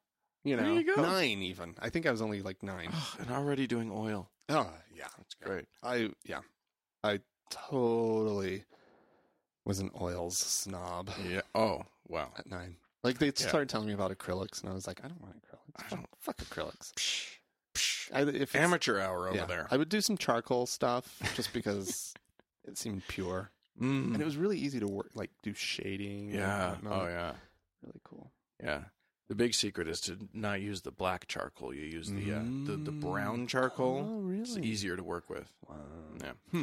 Speaker 1: you
Speaker 2: there
Speaker 1: know,
Speaker 2: you go.
Speaker 1: nine even. I think I was only like nine.
Speaker 2: Ugh, and already doing oil.
Speaker 1: oh, yeah.
Speaker 2: That's great.
Speaker 1: I, yeah. I totally was an oils snob.
Speaker 2: Yeah. Oh wow.
Speaker 1: at nine. Like they
Speaker 2: Yeah.
Speaker 1: started telling me about acrylics, and I was like, I don't want acrylics.
Speaker 2: I
Speaker 1: Fuck, fuck acrylics. I, if it's-
Speaker 2: Amateur hour over
Speaker 1: yeah.
Speaker 2: there.
Speaker 1: I would do some charcoal stuff just
Speaker 2: *laughs*
Speaker 1: because it seemed pure,
Speaker 2: Mm.
Speaker 1: and it was really easy to work, like do shading. and
Speaker 2: yeah.
Speaker 1: whatnot.
Speaker 2: Oh yeah.
Speaker 1: really cool.
Speaker 2: Yeah. The big secret is to not use the black charcoal. You use the uh, the, the brown charcoal.
Speaker 1: Mm. Oh, really? Hmm.
Speaker 2: It's easier to work with. Yeah.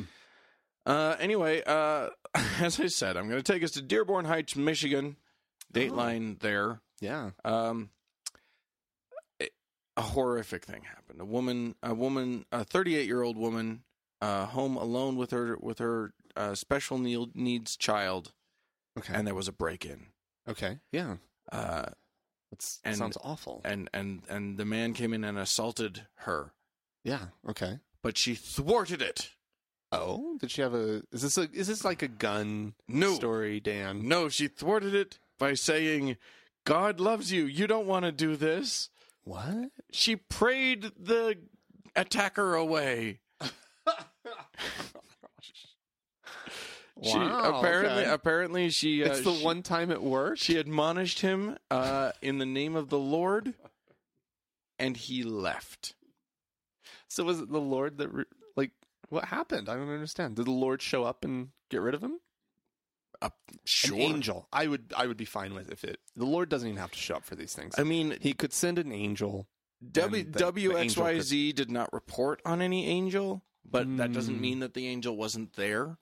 Speaker 2: Uh, anyway, uh, *laughs* as I said, I'm going to take us to Dearborn Heights, Michigan.
Speaker 1: Oh.
Speaker 2: Dateline there.
Speaker 1: Yeah.
Speaker 2: Um, it- a horrific thing happened. A woman, a woman, a 38 year old woman, uh, home alone with her with her uh, special neel- needs child,
Speaker 1: Okay.
Speaker 2: and there was a break in.
Speaker 1: okay. Yeah.
Speaker 2: Uh,
Speaker 1: That's,
Speaker 2: And-
Speaker 1: sounds awful.
Speaker 2: and and and the man came in and assaulted her,
Speaker 1: yeah. Okay.
Speaker 2: but she thwarted it.
Speaker 1: Oh, did she have a? Is this a? Is this like a gun
Speaker 2: No.
Speaker 1: story, Dan?
Speaker 2: No, she thwarted it by saying, "God loves you. You don't want to do this."
Speaker 1: What?
Speaker 2: She prayed the attacker away. she
Speaker 1: Wow,
Speaker 2: apparently
Speaker 1: okay.
Speaker 2: apparently she uh,
Speaker 1: it's the
Speaker 2: she,
Speaker 1: one time it worked.
Speaker 2: she admonished him uh, in the name of the Lord, and he left.
Speaker 1: so was it the Lord that re- like what happened? I don't understand. Did the Lord show up and get rid of him?
Speaker 2: Sure.
Speaker 1: An angel. I would. I would be fine with if it. The Lord doesn't even have to show up for these things.
Speaker 2: I mean,
Speaker 1: he could send an angel.
Speaker 2: W
Speaker 1: and the- the angel could-
Speaker 2: WXYZ did not report on any angel, but that doesn't
Speaker 1: Mm.
Speaker 2: mean that the angel wasn't there.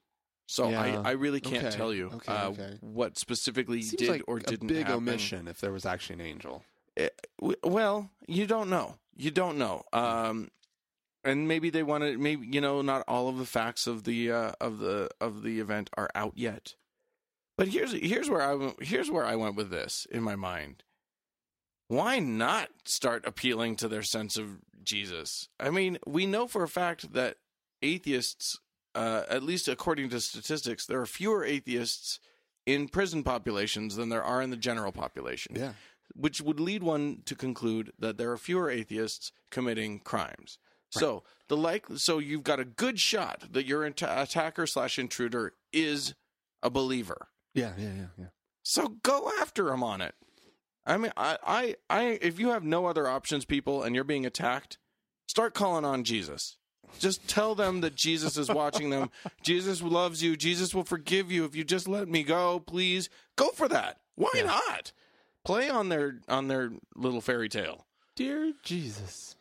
Speaker 2: So
Speaker 1: Yeah.
Speaker 2: I, I really can't
Speaker 1: Okay.
Speaker 2: tell you
Speaker 1: Okay,
Speaker 2: uh,
Speaker 1: okay.
Speaker 2: what specifically
Speaker 1: Seems
Speaker 2: did
Speaker 1: like
Speaker 2: or
Speaker 1: a
Speaker 2: didn't
Speaker 1: big
Speaker 2: happen.
Speaker 1: omission if there was actually an angel.
Speaker 2: Eh, w- well, you don't know. You don't know. Um, and maybe they want to. Maybe you know, not all of the facts of the uh, of the of the event are out yet. But here's here's where I went- here's where I went with this in my mind. Why not start appealing to their sense of Jesus? I mean, we know for a fact that atheists, uh, at least according to statistics, there are fewer atheists in prison populations than there are in the general population which would lead one to conclude that there are fewer atheists committing crimes. So the like, so you've got a good shot that your int- attacker slash intruder is a believer.
Speaker 1: Yeah. Yeah. Yeah. Yeah.
Speaker 2: So go after him on it. I mean, I, I, I, if you have no other options, people, and you're being attacked, start calling on Jesus. Just tell them that Jesus is
Speaker 1: *laughs*
Speaker 2: watching them. Jesus loves you. Jesus will forgive you if you just let me go. Please go for that. Why not? Play on their on their little fairy tale.
Speaker 1: Dear Jesus,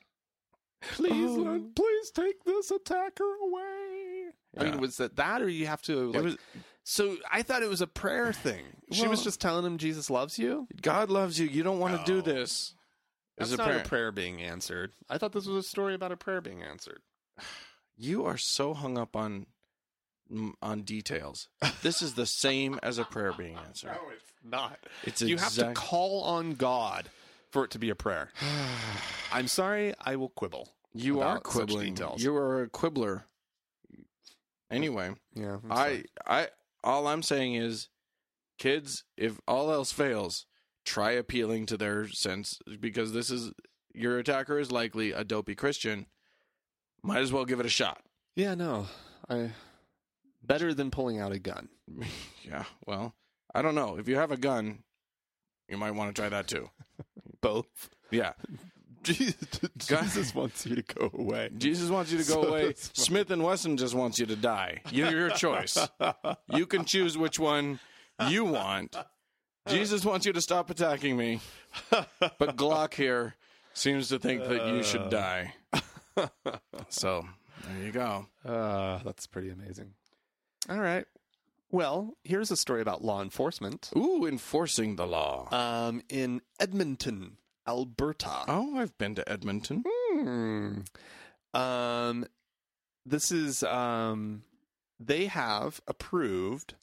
Speaker 2: Please, Lord,
Speaker 1: please take this attacker away. I
Speaker 2: Yeah.
Speaker 1: mean, was that that, or you have to?
Speaker 2: It
Speaker 1: Like,
Speaker 2: was-
Speaker 1: so I thought it was a prayer thing. she was
Speaker 2: Well-
Speaker 1: just telling him Jesus loves you.
Speaker 2: God loves you. You don't want to do
Speaker 1: Oh.
Speaker 2: this.
Speaker 1: That's
Speaker 2: Is it
Speaker 1: not
Speaker 2: prayer-
Speaker 1: a prayer being answered. I thought this was a story about a prayer being answered.
Speaker 2: You are so hung up on mm, on details. This is the same as a prayer being answered.
Speaker 1: it's not.
Speaker 2: It's
Speaker 1: you have
Speaker 2: exact-
Speaker 1: to call on God for it to be a prayer. *sighs* I'm sorry, I will quibble.
Speaker 2: You are
Speaker 1: about such
Speaker 2: quibbling.
Speaker 1: details.
Speaker 2: You are a quibbler. Anyway,
Speaker 1: Yeah, I'm
Speaker 2: I,
Speaker 1: sorry.
Speaker 2: I, all I'm saying is, kids, if all else fails, try appealing to their sense because this is your attacker is likely a dopey Christian. Might as well give it a shot.
Speaker 1: yeah, no, I better than pulling out a gun.
Speaker 2: Yeah. Well, I don't know. If you have a gun, you might want to try that too.
Speaker 1: Both.
Speaker 2: Yeah.
Speaker 1: *laughs* Jesus, Jesus wants you to go away.
Speaker 2: Jesus wants you to go
Speaker 1: So
Speaker 2: away.
Speaker 1: that's fine.
Speaker 2: Smith and Wesson just wants you to die. You, your choice. You can choose which one you want. Jesus wants you to stop attacking me, but Glock here seems to think that you should die. So there you go.
Speaker 1: Uh, that's pretty amazing. All right. Well, here's a story about law enforcement.
Speaker 2: Ooh, enforcing the law.
Speaker 1: Um, in Edmonton, Alberta.
Speaker 2: oh, I've been to Edmonton.
Speaker 1: Hmm. Um, this is um, they have approved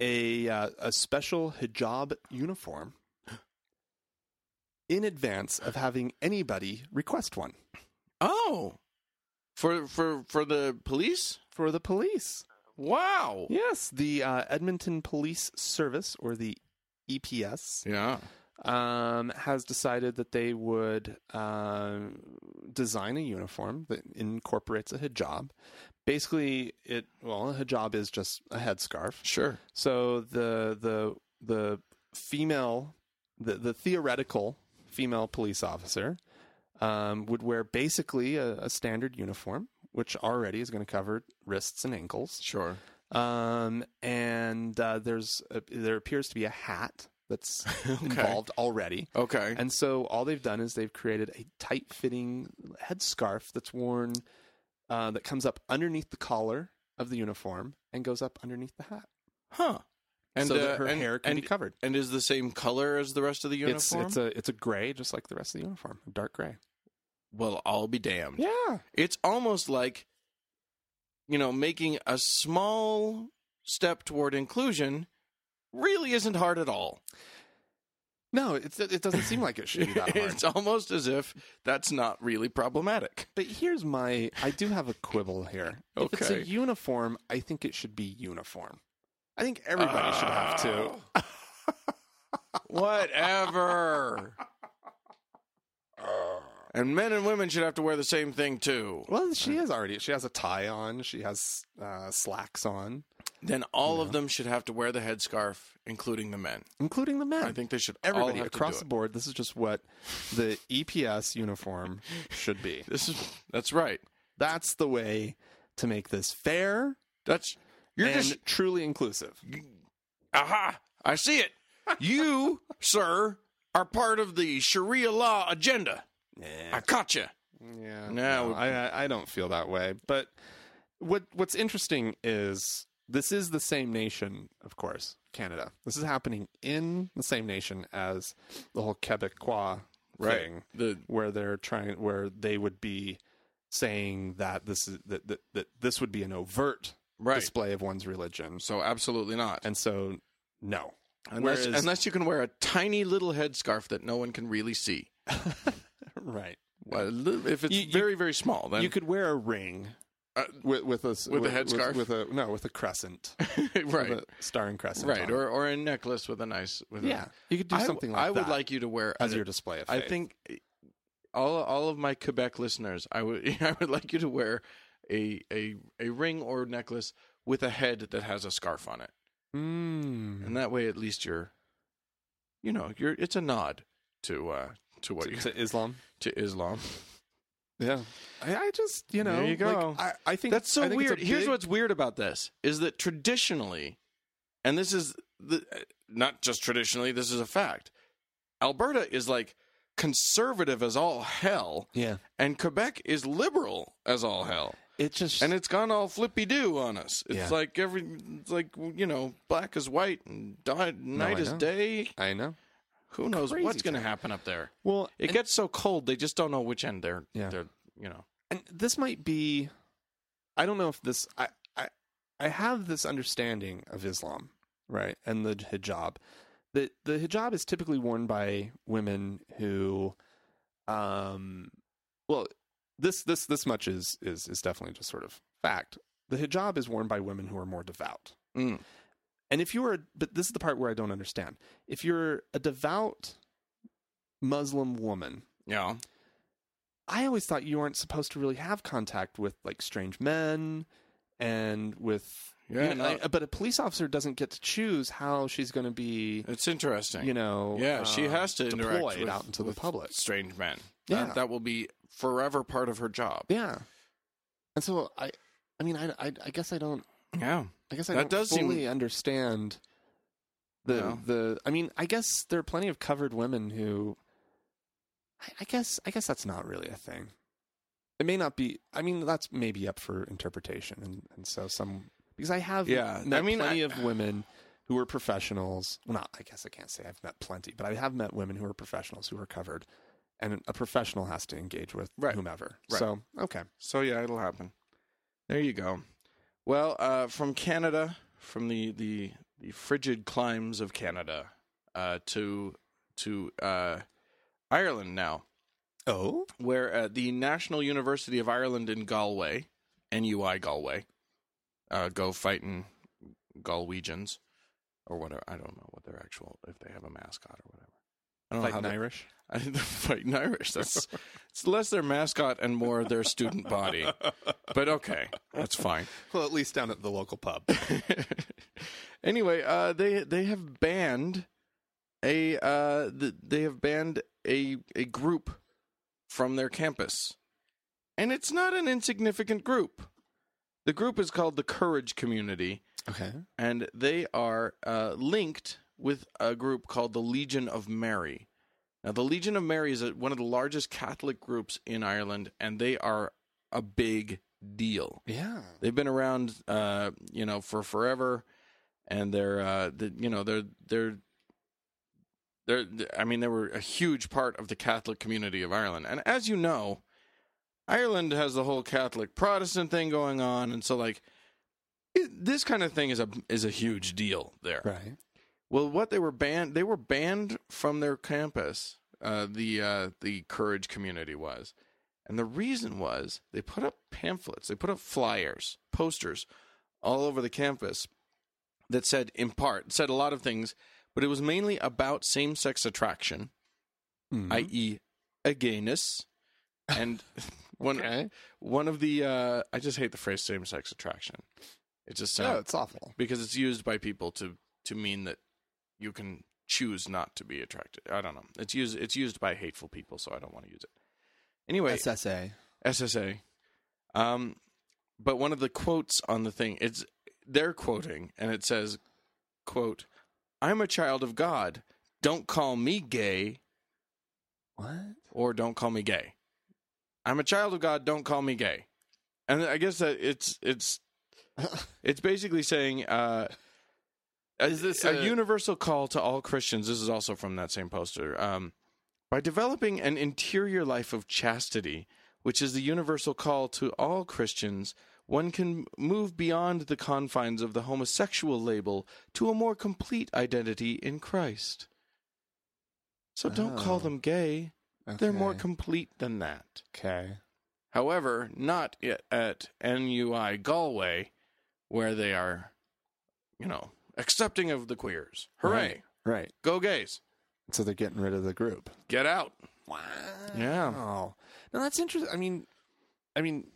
Speaker 1: a uh, a special hijab uniform in advance of having anybody request one
Speaker 2: Oh, for for for the police.
Speaker 1: for the police.
Speaker 2: Wow.
Speaker 1: Yes, the uh, Edmonton Police Service or the EPS
Speaker 2: Yeah.
Speaker 1: um, has decided that they would um, design a uniform that incorporates a hijab. Basically, it well, a hijab is just a headscarf.
Speaker 2: Sure.
Speaker 1: So the the the female, the the theoretical female police officer um, would wear basically a, a standard uniform, which already is going to cover wrists and ankles.
Speaker 2: Sure.
Speaker 1: Um, and uh, there's a, there appears to be a hat that's involved already.
Speaker 2: Okay.
Speaker 1: And so all they've done is they've created a tight fitting headscarf that's worn uh, that comes up underneath the collar of the uniform and goes up underneath the hat.
Speaker 2: huh. And
Speaker 1: so
Speaker 2: uh,
Speaker 1: that her
Speaker 2: and-
Speaker 1: hair can
Speaker 2: and,
Speaker 1: be covered.
Speaker 2: And is the same color as the rest of the
Speaker 1: It's
Speaker 2: uniform?
Speaker 1: it's a it's a gray just like the rest of the uniform, a dark gray.
Speaker 2: well, I'll be damned.
Speaker 1: Yeah.
Speaker 2: It's almost like, you know, making a small step toward inclusion really isn't hard at all.
Speaker 1: No, it's, it doesn't seem like it should be
Speaker 2: *laughs*
Speaker 1: that hard.
Speaker 2: it's almost as if that's not really
Speaker 1: *laughs*
Speaker 2: problematic.
Speaker 1: But here's my I do have a quibble here. If it's a
Speaker 2: Okay.
Speaker 1: uniform, I think it should be uniform. I think everybody should have to.
Speaker 2: Ah. Whatever. and men and women should have to wear the same thing too.
Speaker 1: Well, she is already. She has a tie on. She has uh, slacks on,
Speaker 2: Then all of them should have to wear the headscarf, including the men.
Speaker 1: including the men.
Speaker 2: I think they should all
Speaker 1: everybody
Speaker 2: have
Speaker 1: across
Speaker 2: to
Speaker 1: the
Speaker 2: do
Speaker 1: board. This is just what the EPS uniform should be.
Speaker 2: it. This is that's right.
Speaker 1: That's the way to make this fair
Speaker 2: That's you're
Speaker 1: and
Speaker 2: just
Speaker 1: truly inclusive.
Speaker 2: aha. I
Speaker 1: *laughs*
Speaker 2: see it. You, sir, are part of the Sharia law agenda. I caught you.
Speaker 1: Yeah.
Speaker 2: No.
Speaker 1: No, I I I don't feel that way. But what what's interesting is this is the same nation, of course, Canada. This is happening in the same nation as the whole Quebecois
Speaker 2: Right.
Speaker 1: thing,
Speaker 2: The-
Speaker 1: where they're trying, where they would be saying that this is that that, that this would be an overt
Speaker 2: Right.
Speaker 1: display of one's religion,
Speaker 2: So absolutely not.
Speaker 1: and so no.
Speaker 2: unless,
Speaker 1: Whereas-
Speaker 2: unless you can wear a tiny little headscarf that no one can really see.
Speaker 1: right,
Speaker 2: Well, li- if it's
Speaker 1: You- you-
Speaker 2: very very small, then
Speaker 1: you could wear a ring
Speaker 2: uh,
Speaker 1: with with a s-
Speaker 2: With a headscarf?
Speaker 1: with, a no with a crescent,
Speaker 2: *laughs* right,
Speaker 1: with a star and crescent,
Speaker 2: right,
Speaker 1: on it.
Speaker 2: or or a necklace with a nice with a-
Speaker 1: Yeah, you could do
Speaker 2: I w-
Speaker 1: something like
Speaker 2: I would
Speaker 1: that
Speaker 2: like you to wear
Speaker 1: as
Speaker 2: a-
Speaker 1: your display of
Speaker 2: I
Speaker 1: faith.
Speaker 2: think eh, all all of my Quebec listeners, I would *laughs* I would like you to wear a a a ring or necklace with a head that has a scarf on it,
Speaker 1: Mm.
Speaker 2: and that way at least you're, you know, you're it's a nod to uh to what you
Speaker 1: to Islam.
Speaker 2: to Islam.
Speaker 1: Yeah, I, I just you know
Speaker 2: There you go.
Speaker 1: like, I, I think
Speaker 2: That's so
Speaker 1: I think it's a
Speaker 2: weird. Here's
Speaker 1: big-
Speaker 2: what's weird about this is that traditionally, and this is the, uh, not just traditionally, this is a fact. Alberta is like conservative as all hell,
Speaker 1: yeah.
Speaker 2: and Quebec is liberal as all hell,
Speaker 1: It just
Speaker 2: and it's gone all flippy do on us. It's
Speaker 1: Yeah.
Speaker 2: like every, it's like you know, black is white and di- night
Speaker 1: I
Speaker 2: is
Speaker 1: know.
Speaker 2: day.
Speaker 1: I know.
Speaker 2: Who knows
Speaker 1: Crazy
Speaker 2: what's going to
Speaker 1: town.
Speaker 2: happen up there?
Speaker 1: Well,
Speaker 2: It gets so cold, they just don't know which end they're.
Speaker 1: Yeah.
Speaker 2: They're you know.
Speaker 1: and this might be i don't know if this I, I i have this understanding of islam right and the hijab that the hijab is typically worn by women who um well this this this much is is is definitely just sort of fact the hijab is worn by women who are more devout
Speaker 2: Mm.
Speaker 1: and if you're a, but this is the part where i don't understand if you're a devout muslim woman
Speaker 2: Yeah.
Speaker 1: I always thought you weren't supposed to really have contact with like strange men and with you know,
Speaker 2: Yeah, no.
Speaker 1: like, but a police officer doesn't get to choose how she's going to be
Speaker 2: It's interesting.
Speaker 1: you know
Speaker 2: yeah, she
Speaker 1: um,
Speaker 2: has to interact
Speaker 1: deployed
Speaker 2: with,
Speaker 1: out into the
Speaker 2: with
Speaker 1: public
Speaker 2: strange men.
Speaker 1: Yeah.
Speaker 2: that, that will be forever part of her job.
Speaker 1: yeah and so I I mean I, I, I guess I don't
Speaker 2: Yeah,
Speaker 1: I guess I
Speaker 2: That
Speaker 1: don't
Speaker 2: does seem-
Speaker 1: fully understand the
Speaker 2: No.
Speaker 1: the I mean I guess there are plenty of covered women who I, I guess I guess that's not really a thing. It may not be I mean that's maybe up for interpretation and, and so some because I have
Speaker 2: Yeah,
Speaker 1: met
Speaker 2: I mean,
Speaker 1: plenty
Speaker 2: I-
Speaker 1: of women who were professionals. Well not I guess I can't say I've met plenty, but I have met women who are professionals who are covered and a professional has to engage with
Speaker 2: Right.
Speaker 1: whomever.
Speaker 2: Right.
Speaker 1: So okay.
Speaker 2: So yeah, it'll happen. There you go. Well, uh, from Canada, from the the, the frigid climes of Canada, uh, to to uh, Ireland now,
Speaker 1: Oh?
Speaker 2: where uh, the National University of Ireland in Galway, NUI Galway, uh, go fighting Galwegians or whatever. I don't know what their actual if they have a mascot or whatever. I don't
Speaker 1: Like
Speaker 2: know
Speaker 1: an
Speaker 2: how they-
Speaker 1: Irish?
Speaker 2: *laughs* I think they're fighting Irish. That's it's less their mascot and more their student body. But okay, that's fine.
Speaker 1: Well at least down at the local pub.
Speaker 2: *laughs* anyway, uh, they they have banned a uh, th- they have banned a a group from their campus. And it's not an insignificant group. The group is called the Courage Community,
Speaker 1: Okay.
Speaker 2: and they are uh, linked with a group called the Legion of Mary. Now, the Legion of Mary is a, one of the largest Catholic groups in Ireland, and they are a big deal.
Speaker 1: Yeah.
Speaker 2: They've been around, uh, you know, for forever, and they're, uh, the, you know, they're they're they're. I mean, they were a huge part of the Catholic community of Ireland, and as you know, Ireland has the whole Catholic Protestant thing going on, and so like it, this kind of thing is a is a huge deal there.
Speaker 1: Right.
Speaker 2: Well, what they were banned, they were banned from their campus. Uh, the uh, the courage community was, and the reason was they put up pamphlets, they put up flyers, posters, all over the campus that said in part said a lot of things, but it was mainly about same sex attraction, i.e., a gayness, and one
Speaker 1: Okay.
Speaker 2: one of the uh, I just hate the phrase same sex attraction. It just sounds
Speaker 1: Oh, it's awful.
Speaker 2: because it's used by people to to mean that you can choose not to be attracted. I don't know. It's used it's used by hateful people, so I don't want to use it. Anyway,
Speaker 1: SSA.
Speaker 2: SSA. Um, but one of the quotes on the thing, it's they're quoting, and it says, "quote I'm a child of God. Don't call me gay,
Speaker 1: What?
Speaker 2: or don't call me gay. I'm a child of God. Don't call me gay." And I guess that it's it's it's basically saying uh,
Speaker 1: Is this
Speaker 2: a,
Speaker 1: a-
Speaker 2: universal call to all Christians? This is also from that same poster. Um, by developing an interior life of chastity, which is the universal call to all Christians, one can move beyond the confines of the homosexual label to a more complete identity in Christ. So don't call
Speaker 1: Oh.
Speaker 2: them gay. They're more
Speaker 1: Okay.
Speaker 2: complete than that.
Speaker 1: okay.
Speaker 2: However, not yet at NUI Galway, where they are, you know, accepting of the queers. Hooray!
Speaker 1: Right. right.
Speaker 2: Go gays!
Speaker 1: So they're getting rid of the group.
Speaker 2: Get out!
Speaker 1: Wow.
Speaker 2: Yeah.
Speaker 1: No, that's interesting. I mean, I mean,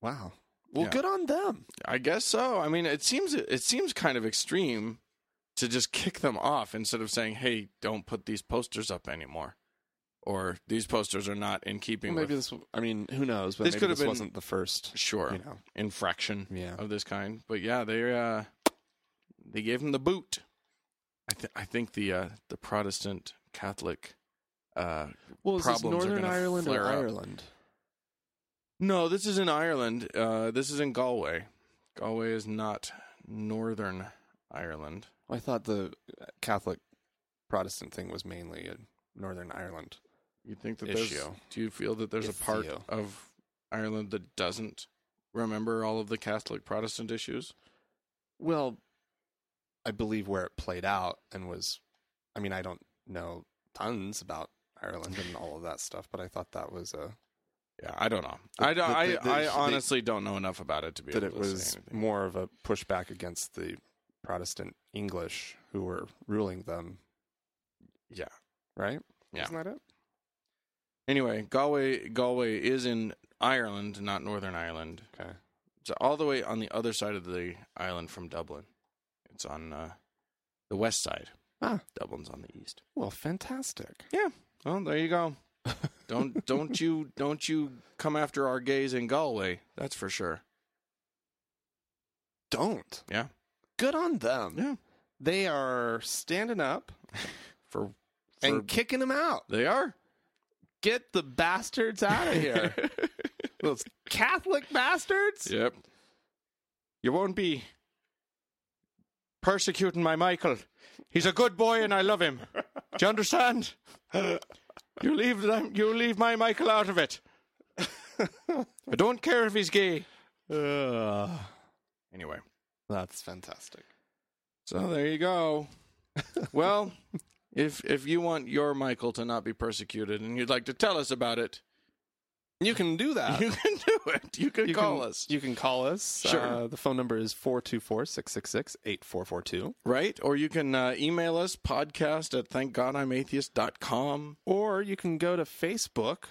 Speaker 1: wow. Well,
Speaker 2: Yeah.
Speaker 1: good on them.
Speaker 2: I guess so. I mean, it seems it seems kind of extreme to just kick them off instead of saying, "Hey, don't put these posters up anymore," or "These posters are not in keeping
Speaker 1: Well, maybe
Speaker 2: with
Speaker 1: this. I mean, who knows? But
Speaker 2: This
Speaker 1: maybe
Speaker 2: could have
Speaker 1: this
Speaker 2: been-
Speaker 1: wasn't the first.
Speaker 2: sure
Speaker 1: You know.
Speaker 2: infraction
Speaker 1: Yeah.
Speaker 2: of this kind." But yeah, they uh, they gave him the boot. I, th- I think the uh, the Protestant Catholic. Uh,
Speaker 1: Well,
Speaker 2: is this Problems are Northern gonna Ireland or flare up.
Speaker 1: Ireland?
Speaker 2: no, this is in Ireland. Uh, this is in Galway. Galway is not Northern Ireland.
Speaker 1: I thought the uh, Catholic Protestant thing was mainly in Northern Ireland.
Speaker 2: You think that there's,
Speaker 1: issue.
Speaker 2: do you feel that there's a part
Speaker 1: Issue.
Speaker 2: of Ireland that doesn't remember all of the Catholic Protestant issues?
Speaker 1: Well, I believe where it played out and was. I mean, I don't know tons about Ireland and all of that stuff, but I thought that was a
Speaker 2: Yeah, I don't know. I don't,
Speaker 1: the-
Speaker 2: I,
Speaker 1: the- the-
Speaker 2: I
Speaker 1: the-
Speaker 2: honestly don't know enough about it to be
Speaker 1: that it
Speaker 2: able to
Speaker 1: was
Speaker 2: say anything.
Speaker 1: more of a pushback against the Protestant English who were ruling them.
Speaker 2: Yeah.
Speaker 1: Right?
Speaker 2: Yeah.
Speaker 1: Isn't that it?
Speaker 2: Anyway, Galway Galway is in Ireland, not Northern Ireland.
Speaker 1: Okay.
Speaker 2: It's all the way on the other side of the island from Dublin. It's on uh, the west side.
Speaker 1: Ah,
Speaker 2: Dublin's on the east.
Speaker 1: well, fantastic.
Speaker 2: Yeah. Well, there you go. *laughs* Don't don't you don't you come after our gays in Galway? That's for sure.
Speaker 1: Don't.
Speaker 2: Yeah.
Speaker 1: Good on them.
Speaker 2: Yeah.
Speaker 1: They are standing
Speaker 2: *laughs*
Speaker 1: up
Speaker 2: For, for
Speaker 1: and kicking them out.
Speaker 2: they are.
Speaker 1: Get the bastards out of
Speaker 2: *laughs*
Speaker 1: here. Those Catholic bastards.
Speaker 2: Yep. You won't be persecuting my Michael. He's a good boy and I love him. Do you understand? You leave them, you leave my Michael out of it. I don't care if he's gay.
Speaker 1: Ugh.
Speaker 2: Anyway.
Speaker 1: that's fantastic.
Speaker 2: So there you go. well, if if you want your Michael to not be persecuted and you'd like to tell us about it,
Speaker 1: You can do that.
Speaker 2: *laughs* you can do it. You can
Speaker 1: You
Speaker 2: call
Speaker 1: can-
Speaker 2: us,
Speaker 1: You can call us.
Speaker 2: Sure.
Speaker 1: Uh, the phone number is 424 666 8442.
Speaker 2: right? Or you can uh, email us podcast at thankgodimatheist.com.
Speaker 1: Or you can go to Facebook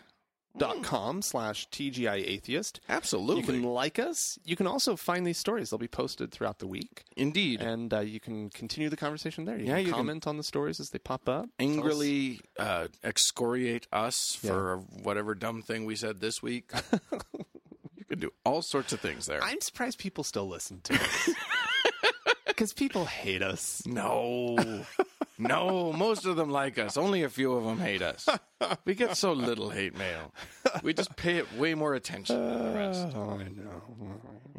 Speaker 1: dot com slash TGI Atheist.
Speaker 2: Hmm. Absolutely.
Speaker 1: You can like us. You can also find these stories. They'll be posted throughout the week.
Speaker 2: Indeed.
Speaker 1: And uh, you can continue the conversation there. You
Speaker 2: Yeah,
Speaker 1: can
Speaker 2: you can-
Speaker 1: comment on the stories as they pop up. Tell us-
Speaker 2: Angrily uh, excoriate us
Speaker 1: Yeah.
Speaker 2: for whatever dumb thing we said
Speaker 1: *laughs*
Speaker 2: this week. you can do all sorts of things there.
Speaker 1: I'm surprised people still listen to us.
Speaker 2: *laughs*
Speaker 1: *laughs* Because people hate us. *laughs*
Speaker 2: No. no, most of them like us. Only a few of them hate us. We get so little hate mail. We just pay it way more attention than the rest.
Speaker 1: *laughs* Oh, I know.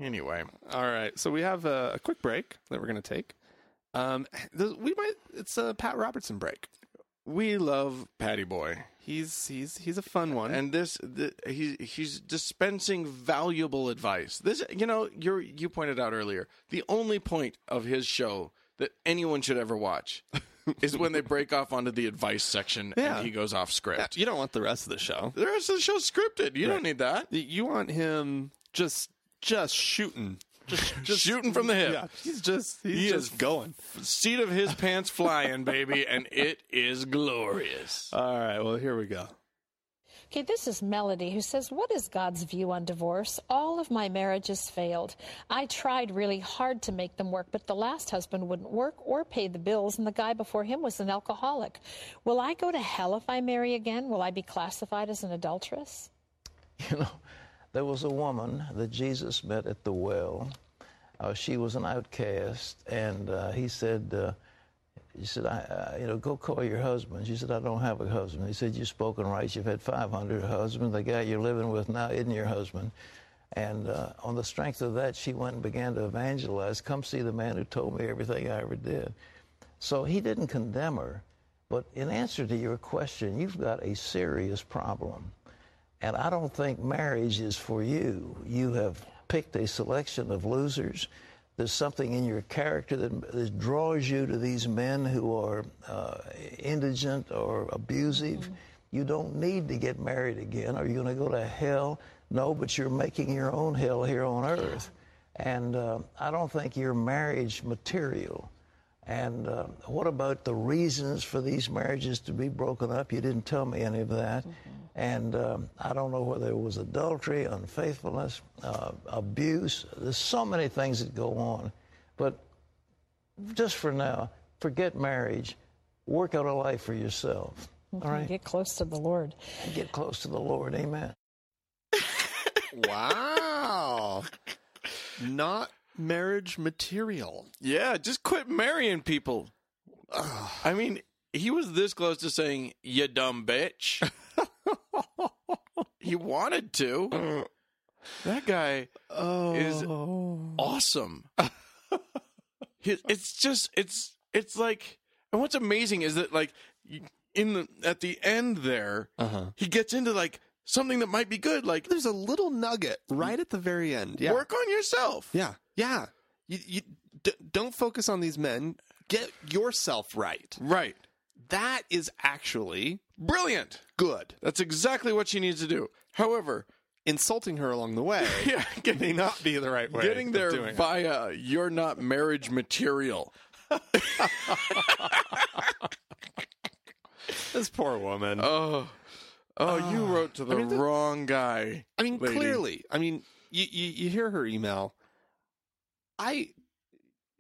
Speaker 2: Anyway,
Speaker 1: All right, so we have a, a quick break that we're going to take. Um, th- we might it's a Pat Robertson break.
Speaker 2: we love Patty Boy.
Speaker 1: He's he's he's a fun one.
Speaker 2: And this, the, he's he's dispensing valuable advice. This, you know, you you pointed out earlier, the only point of his show that anyone should ever watch
Speaker 1: *laughs*
Speaker 2: is when they break off onto the advice section
Speaker 1: Yeah.
Speaker 2: and he goes off script.
Speaker 1: uh, you don't want the rest of the show.
Speaker 2: The rest of the show's scripted. You don't need that.
Speaker 1: Y- You want him just just shooting, *laughs* just, just
Speaker 2: Shooting from the hip.
Speaker 1: Yeah, he's just he's
Speaker 2: He
Speaker 1: just
Speaker 2: is-
Speaker 1: going.
Speaker 2: seat of his pants flying, baby, and it is glorious.
Speaker 1: All right, well here we go.
Speaker 3: Okay, this is Melody who says, What is God's view on divorce? All of my marriages failed. I tried really hard to make them work, but the last husband wouldn't work or pay the bills, and the guy before him was an alcoholic. Will I go to hell if I marry again? Will I be classified as an adulteress?
Speaker 4: *laughs* You know, there was a woman that Jesus met at the well. Uh, she was an outcast, and uh, he said, uh, he said, I, I, you know, go call your husband. She said, I don't have a husband. He said, you've spoken right. You've had 500 husbands. The guy you're living with now isn't your husband. And uh, on the strength of that, she went and began to evangelize. Come see the man who told me everything I ever did. So he didn't condemn her. But in answer to your question, you've got a serious problem. And I don't think marriage is for you. You have picked a selection of losers. There's something in your character that, that draws you to these men who are uh, indigent or abusive. You don't need to get married again. Are you going to go to hell? No, but you're making your own hell here on earth. And uh, I don't think you're marriage material. And uh, what about the reasons for these marriages to be broken up? You didn't tell me any of that. And um, I don't know whether it was adultery, unfaithfulness, uh, abuse. There's so many things that go on. But just for now, forget marriage. Work out a life for yourself. All right?
Speaker 3: Get close to the Lord.
Speaker 4: Get close to the Lord. Amen.
Speaker 1: Wow, not marriage material.
Speaker 2: Yeah, just quit marrying people. I mean, he was this close to saying, "You
Speaker 1: *laughs*
Speaker 2: dumb bitch." he wanted to. That guy is
Speaker 1: Oh.
Speaker 2: awesome. His- it's just it's it's like, and what's amazing is that like in the at the end there,
Speaker 1: Uh-huh.
Speaker 2: he gets into like something that might be good, like
Speaker 1: There's a little nugget right at the very end. Yeah,
Speaker 2: work on yourself.
Speaker 1: yeah, yeah. You, you d- don't focus on these men. Get yourself right.
Speaker 2: Right.
Speaker 1: That is actually
Speaker 2: Brilliant.
Speaker 1: good.
Speaker 2: That's exactly what she needs to do. However,
Speaker 1: Insulting her along the *laughs* way
Speaker 2: yeah,
Speaker 1: may
Speaker 2: getting
Speaker 1: not be the right way.
Speaker 2: getting
Speaker 1: of
Speaker 2: there
Speaker 1: doing it.
Speaker 2: via you're not marriage material.
Speaker 1: This poor woman.
Speaker 2: Oh, oh, you wrote to the
Speaker 1: Ah, mean, the-
Speaker 2: wrong guy.
Speaker 1: I mean,
Speaker 2: lady.
Speaker 1: clearly. I mean, you, you you hear her email. I,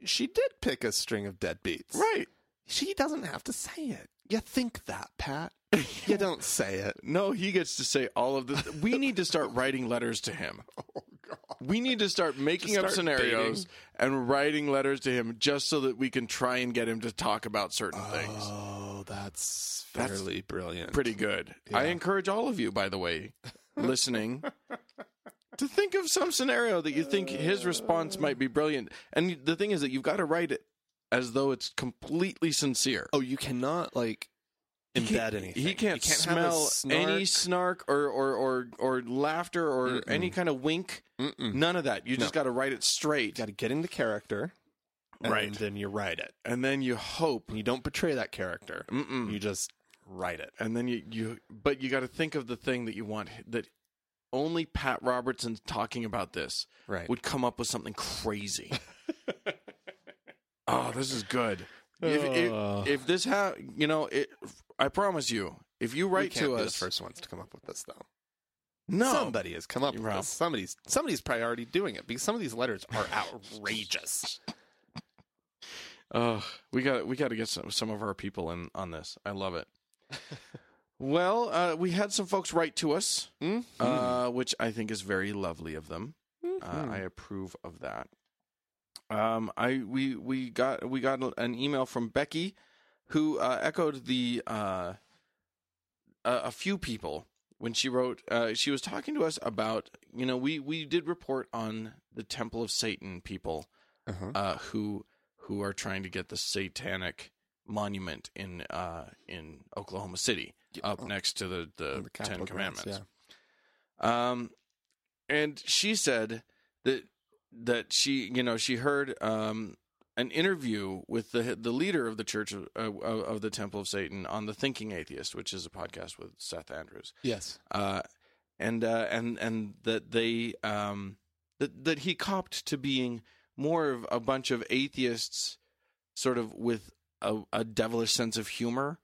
Speaker 1: she did pick a string of deadbeats.
Speaker 2: right?
Speaker 1: She doesn't have to say it. You think that, *laughs* Pat? you don't say it.
Speaker 2: No, he gets to say all of this. We need to start writing letters
Speaker 1: *laughs*
Speaker 2: to him. We need to start making
Speaker 1: Just
Speaker 2: up
Speaker 1: Oh, start
Speaker 2: scenarios and writing letters to him just so that we can try and get him to talk about certain things.
Speaker 1: Oh, that's
Speaker 2: That's
Speaker 1: fairly brilliant.
Speaker 2: Pretty good. I encourage all of you, by the way, listening,
Speaker 1: *laughs*
Speaker 2: to think of some scenario that you think his response might be brilliant. And the thing is that you've got to write it as though it's completely sincere.
Speaker 1: Oh, you cannot like embed
Speaker 2: He can't-
Speaker 1: anything.
Speaker 2: He can't,
Speaker 1: You can't have a
Speaker 2: smell any
Speaker 1: snark.
Speaker 2: snark or or or, or laughter or any kind of wink. None of that. You just got to write it straight,
Speaker 1: You got to get into character, and
Speaker 2: Right.
Speaker 1: Then you write it.
Speaker 2: and then you hope,
Speaker 1: You don't betray that character.
Speaker 2: Mm-mm.
Speaker 1: You just write it.
Speaker 2: and then you you. But you got to think of the thing that you want that only Pat Robertson talking about this
Speaker 1: Right.
Speaker 2: would come up with
Speaker 1: *laughs*
Speaker 2: something crazy. oh, this is good. If,
Speaker 1: Oh.
Speaker 2: if, if this ha, you know, it, I promise you, if you write
Speaker 1: we can't
Speaker 2: to
Speaker 1: be
Speaker 2: us,
Speaker 1: the first ones to come up with this though.
Speaker 2: No.
Speaker 1: Somebody has come up with
Speaker 2: Rob.
Speaker 1: this. Somebody's somebody's probably already doing it because some of these letters are outrageous.
Speaker 2: Uh, we got we got to get some some of our people in on this. I
Speaker 1: *laughs*
Speaker 2: love it. well, uh, we had some folks write to us,
Speaker 1: Mm-hmm.
Speaker 2: uh, which I think is very lovely of them. Uh,
Speaker 1: Mm-hmm.
Speaker 2: I approve of that. Um, I we we got we got an email from Becky, who uh, echoed the uh, a, a few people when she wrote. Uh, she was talking to us about you know we we did report on the Temple of Satan people
Speaker 1: Uh-huh.
Speaker 2: uh, who who are trying to get the satanic monument in uh, in Oklahoma City up next to the *laughs* the,
Speaker 1: oh. The
Speaker 2: Ten
Speaker 1: Capitol grounds,
Speaker 2: Commandments. Um, and she said that that she you know she heard um an interview with the the leader of the church of, uh, of of the Temple of Satan on the Thinking Atheist, which is a podcast with Seth Andrews.
Speaker 1: Yes.
Speaker 2: Uh, and uh, and and that they um, that that he copped to being more of a bunch of atheists, sort of with a, a devilish sense of humor,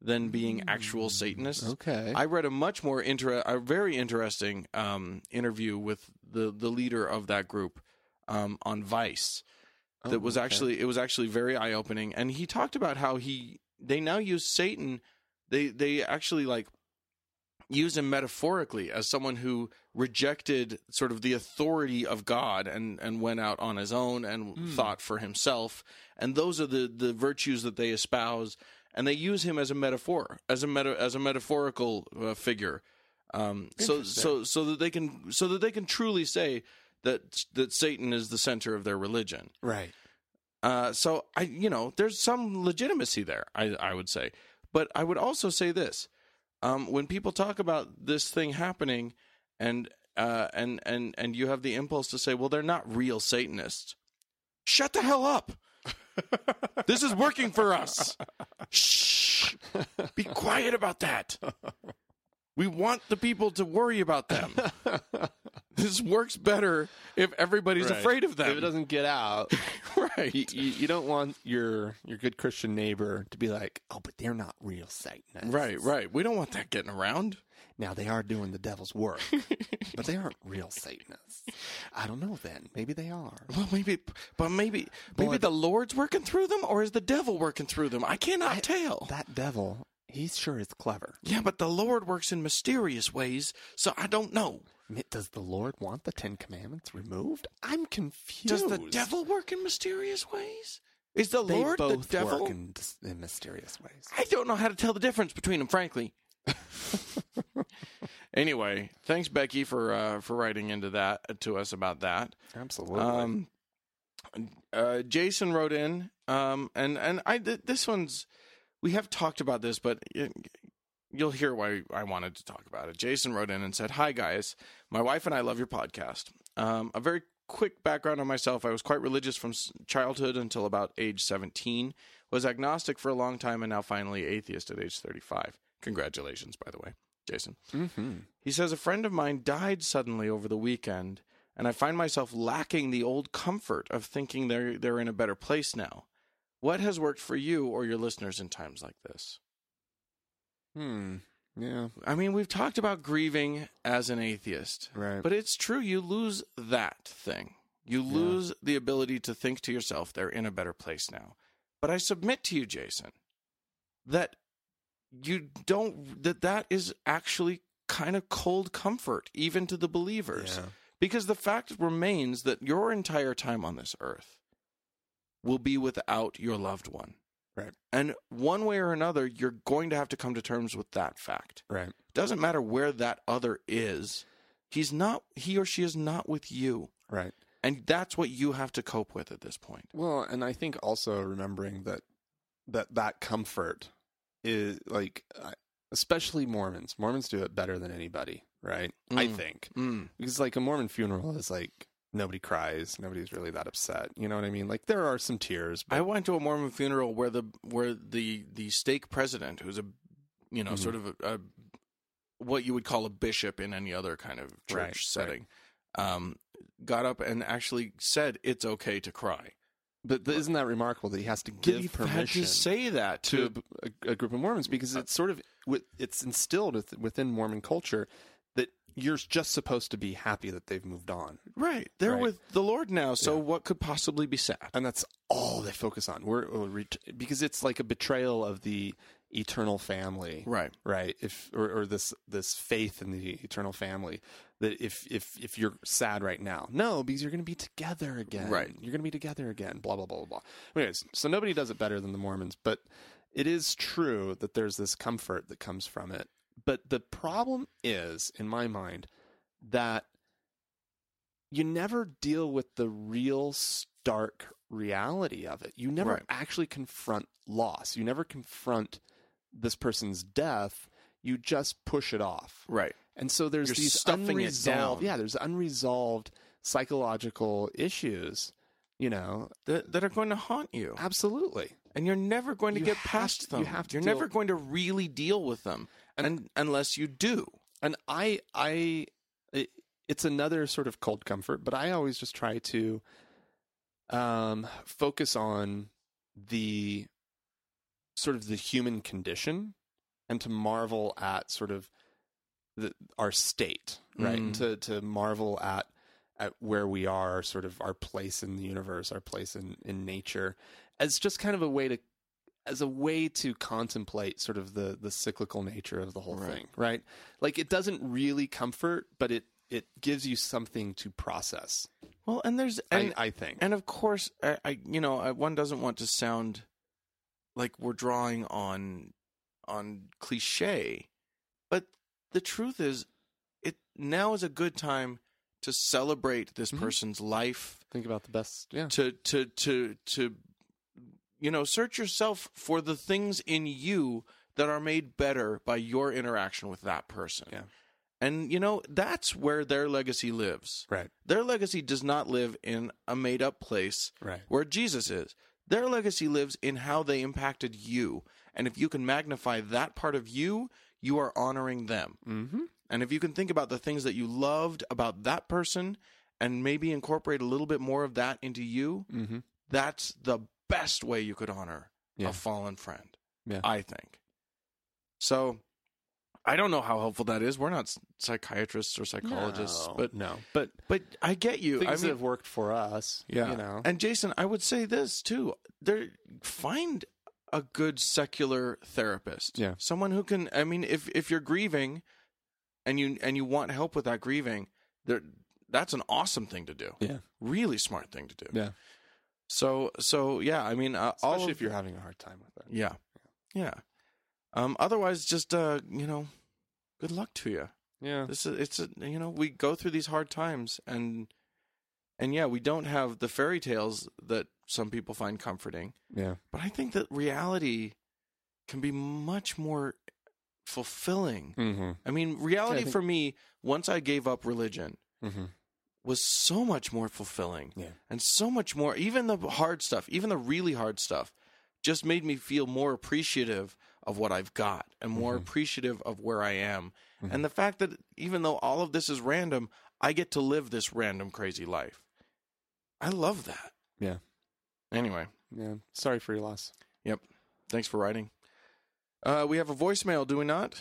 Speaker 2: than being actual Satanists.
Speaker 1: Okay.
Speaker 2: I read a much more inter a very interesting um, interview with the the leader of that group um, on Vice. That
Speaker 1: Oh,
Speaker 2: was
Speaker 1: okay.
Speaker 2: actually it was actually very eye opening, and he talked about how he they now use Satan. They they actually like use him metaphorically as someone who rejected sort of the authority of God and and went out on his own and
Speaker 1: Hmm.
Speaker 2: thought for himself and those are the the virtues that they espouse and they use him as a metaphor as a meta as a metaphorical uh, figure um so so so that they can so that they can truly say that that Satan is the center of their religion
Speaker 1: Right.
Speaker 2: uh, so I, you know, there's some legitimacy there. I, I would say, but I would also say this: um, when people talk about this thing happening, and uh, and and and you have the impulse to say, "Well, they're not real Satanists," shut the
Speaker 1: *laughs*
Speaker 2: hell up. this is working for us. Shh. Be quiet about that. We want the people to worry
Speaker 1: *laughs*
Speaker 2: about them. this works better if everybody's afraid of them.
Speaker 1: If it doesn't get
Speaker 2: *laughs*
Speaker 1: out,
Speaker 2: right.
Speaker 1: you, you, you don't want your your good Christian neighbor to be like, oh, but they're not real Satanists.
Speaker 2: Right, right. We don't want that getting around.
Speaker 1: Now they are doing the devil's
Speaker 2: *laughs*
Speaker 1: work, but they aren't real Satanists. I don't know. Then maybe they are.
Speaker 2: Well, maybe, but maybe, maybe
Speaker 1: Boy,
Speaker 2: the Lord's working through them, or is the devil working through them? I cannot tell.
Speaker 1: That devil, he sure is clever.
Speaker 2: yeah, but the Lord works in mysterious ways, so I don't know.
Speaker 1: Mi- Does the Lord want the Ten Commandments removed? I'm confused.
Speaker 2: Does the devil work in mysterious ways? Is the
Speaker 1: They
Speaker 2: Lord
Speaker 1: both
Speaker 2: the devil?
Speaker 1: work in, dis- in mysterious ways.
Speaker 2: I don't know how to tell the difference between
Speaker 1: *laughs*
Speaker 2: them, frankly. anyway, thanks Becky for uh, for writing into that to us about that.
Speaker 1: Absolutely.
Speaker 2: Um, uh, Jason wrote in, um, and and I th- this one's we have talked about this, but y- you'll hear why I wanted to talk about it. Jason wrote in and said, "Hi guys, my wife and I love your podcast. Um, a very quick background on myself: I was quite religious from s- childhood until about age seventeen. Was agnostic for a long time, and now finally atheist at age thirty-five. Congratulations, by the way, Jason."
Speaker 1: Mm-hmm.
Speaker 2: He says a friend of mine died suddenly over the weekend, and I find myself lacking the old comfort of thinking they're they're in a better place now. What has worked for you or your listeners in times like this?
Speaker 1: hmm. Yeah.
Speaker 2: I mean, we've talked about grieving as an atheist,
Speaker 1: Right.
Speaker 2: But it's true, you lose that thing. You lose the ability to think to yourself, they're in a better place now. But I submit to you, Jason, that you don't that that is actually kind of cold comfort even to the believers
Speaker 1: Yeah.
Speaker 2: because the fact remains that your entire time on this earth will be without your loved one
Speaker 1: Right.
Speaker 2: and one way or another you're going to have to come to terms with that fact
Speaker 1: Right.
Speaker 2: doesn't matter where that other is he's not he or she is not with you
Speaker 1: Right.
Speaker 2: and that's what you have to cope with at this point
Speaker 1: Well, and I think also remembering that that that comfort is like I- especially Mormons. Mormons do it better than anybody, right? I
Speaker 2: Mm.
Speaker 1: think. Because like a Mormon funeral is like nobody cries, nobody's really that upset. You know what I mean? Like there are some tears, but
Speaker 2: I went to a Mormon funeral where the where the the stake president, who's a you know
Speaker 1: Mhm.
Speaker 2: sort of a, a what you would call a bishop in any other kind of church
Speaker 1: Right, right.
Speaker 2: setting, um, got up and actually said it's okay to cry.
Speaker 1: but th- isn't that remarkable that he has to give
Speaker 2: He had
Speaker 1: permission
Speaker 2: to say that to,
Speaker 1: to a, a group of Mormons because it's sort of wi- it's instilled with- within Mormon culture that you're just supposed to be happy that they've moved on.
Speaker 2: Right. They're
Speaker 1: Right.
Speaker 2: with the Lord now. So what could possibly be sad?
Speaker 1: and that's all they focus on. We're, we're ret- because it's like a betrayal of the eternal family,
Speaker 2: Right.
Speaker 1: Right. If or, or this this faith in the eternal family that if if if you're sad right now, no, because you're going to be together again.
Speaker 2: Right.
Speaker 1: You're going to be together again. Blah blah blah blah blah. Anyways, so nobody does it better than the Mormons, but it is true that there's this comfort that comes from it. But the problem is, in my mind, that you never deal with the real stark reality of it. You never
Speaker 2: Right.
Speaker 1: actually confront loss. You never confront this person's death. You just push it off.
Speaker 2: Right.
Speaker 1: And so there's
Speaker 2: You're
Speaker 1: these
Speaker 2: stuffing it
Speaker 1: unresolved,
Speaker 2: down.
Speaker 1: yeah, there's unresolved psychological issues. You know,
Speaker 2: That, that are going to haunt you.
Speaker 1: absolutely.
Speaker 2: And you're never going to
Speaker 1: You
Speaker 2: get
Speaker 1: have
Speaker 2: past
Speaker 1: to-
Speaker 2: them.
Speaker 1: you have to
Speaker 2: are
Speaker 1: deal-
Speaker 2: never going to really deal with them. And, unless you do.
Speaker 1: and i i it, it's another sort of cold comfort but i always just try to um focus on the sort of the human condition and to marvel at sort of the, our state right
Speaker 2: Mm.
Speaker 1: to to marvel at at where we are sort of our place in the universe our place in in nature as just kind of a way to as a way to contemplate sort of the the cyclical nature of the whole
Speaker 2: Right.
Speaker 1: thing right like it doesn't really comfort but it it gives you something to process
Speaker 2: Well, and there's and,
Speaker 1: I, I think
Speaker 2: and of course, I, I you know I, one doesn't want to sound like we're drawing on on cliche, but the truth is, it now is a good time to celebrate this
Speaker 1: Mhm.
Speaker 2: person's life,
Speaker 1: think about the best yeah
Speaker 2: to to to to you know search yourself for the things in you that are made better by your interaction with that person
Speaker 1: Yeah.
Speaker 2: and you know that's where their legacy lives
Speaker 1: right
Speaker 2: their legacy does not live in a made up place
Speaker 1: Right.
Speaker 2: where jesus is their legacy lives in how they impacted you and if you can magnify that part of you you are honoring them
Speaker 1: mm-hmm
Speaker 2: and if you can think about the things that you loved about that person and maybe incorporate a little bit more of that into you,
Speaker 1: mm-hmm
Speaker 2: that's the best way you could honor
Speaker 1: Yeah.
Speaker 2: a fallen friend,
Speaker 1: yeah
Speaker 2: I think. So I don't know how helpful that is. We're not s- psychiatrists or psychologists, but
Speaker 1: no but
Speaker 2: but I get you.
Speaker 1: things
Speaker 2: I
Speaker 1: that
Speaker 2: mean-
Speaker 1: have worked for us
Speaker 2: yeah.
Speaker 1: you know
Speaker 2: And Jason, I would say this too. There find a good secular therapist.
Speaker 1: Yeah.
Speaker 2: Someone who can I mean if if you're grieving and you and you want help with that grieving, there that's an awesome thing to do.
Speaker 1: yeah
Speaker 2: Really smart thing to do.
Speaker 1: yeah
Speaker 2: So so yeah, I mean uh, all
Speaker 1: especially
Speaker 2: of-
Speaker 1: if you're having a hard time with it
Speaker 2: Yeah. Yeah. Um otherwise just uh you know good luck to you
Speaker 1: yeah
Speaker 2: this is it's a, you know we go through these hard times and and yeah we don't have the fairy tales that some people find comforting
Speaker 1: yeah
Speaker 2: but i think that reality can be much more fulfilling
Speaker 1: mm-hmm
Speaker 2: i mean reality
Speaker 1: think-
Speaker 2: for me once i gave up religion
Speaker 1: mm-hmm
Speaker 2: was so much more fulfilling
Speaker 1: Yeah.
Speaker 2: and so much more even the hard stuff even the really hard stuff just made me feel more appreciative of what i've got and more
Speaker 1: Mm-hmm.
Speaker 2: appreciative of where i am and the fact that even though all of this is random i get to live this random crazy life i love that
Speaker 1: yeah
Speaker 2: anyway
Speaker 1: yeah sorry for your loss
Speaker 2: yep thanks for writing uh, we have a voicemail do we not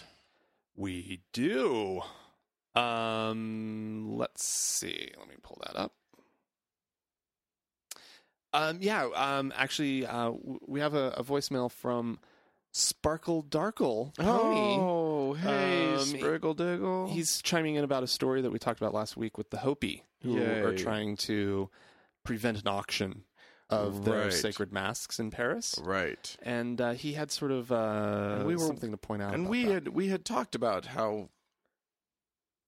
Speaker 1: We do. Um, let's see. Let me pull that up. Um, yeah. Um, actually, uh, w- we have a, a voicemail from Sparkle Darkle Pony.
Speaker 2: oh hey
Speaker 1: Um,
Speaker 2: Spriggle diggle
Speaker 1: He's chiming in about a story that we talked about last week with the Hopi, who
Speaker 2: Yay.
Speaker 1: are trying to prevent an auction of their
Speaker 2: Right.
Speaker 1: sacred masks in Paris.
Speaker 2: right
Speaker 1: And uh, he had sort of uh,
Speaker 2: And we were-
Speaker 1: something to point out.
Speaker 2: and
Speaker 1: about
Speaker 2: we
Speaker 1: that.
Speaker 2: had we had talked about how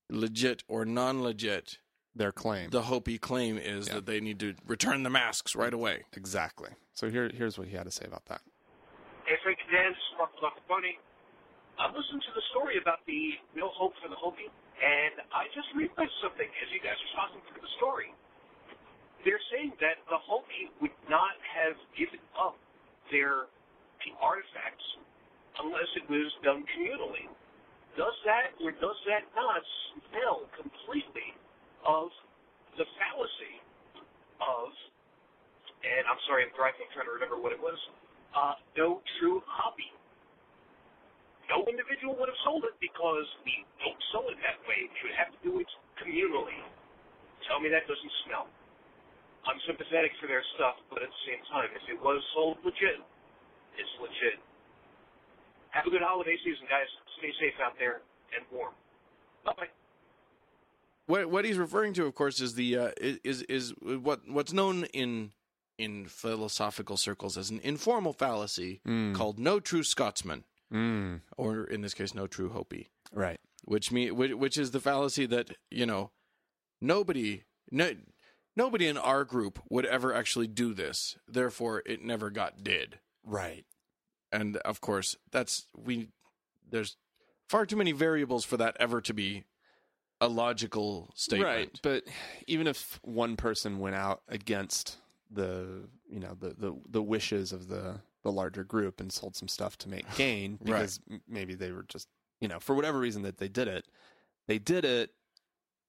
Speaker 2: legit or non-legit
Speaker 1: their claim.
Speaker 2: the Hopi claim is
Speaker 1: Yeah.
Speaker 2: that they need to return the masks right away.
Speaker 1: Exactly. So here, here's what he had to say about that.
Speaker 5: Hey, Frank and Dan, Sparkle Duck Bunny. I listened to the story about the no hope for the Hopi, and I just realized something as you guys were talking through the story. They're saying that the Hopi would not have given up their p- artifacts unless it was done communally. Does that or does that not smell completely of the fallacy of and I'm sorry, I'm driving, trying to remember what it was. Uh, no true hobby. No one individual would have sold it because we don't sell it that way. We would have to do it communally. Tell me that doesn't smell. I'm sympathetic for their stuff, but at the same time, if it was sold legit, it's legit. Have a good holiday season, guys. Stay safe out there and warm. Bye bye.
Speaker 2: What what he's referring to, of course, is the uh, i- is is what what's known in in philosophical circles as an informal fallacy
Speaker 1: Hmm.
Speaker 2: called "no true Scotsman,"
Speaker 1: Mm.
Speaker 2: or in this case, "no true Hopi."
Speaker 1: Right.
Speaker 2: which mean which, which is the fallacy that you know nobody no nobody in our group would ever actually do this therefore it never got did
Speaker 1: Right.
Speaker 2: and of course that's we there's far too many variables for that ever to be a logical statement
Speaker 1: Right. But even if one person went out against the you know the the, the wishes of the the larger group and sold some stuff to make gain
Speaker 2: *sighs* Right.
Speaker 1: because m maybe they were just you know for whatever reason that they did it, they did it.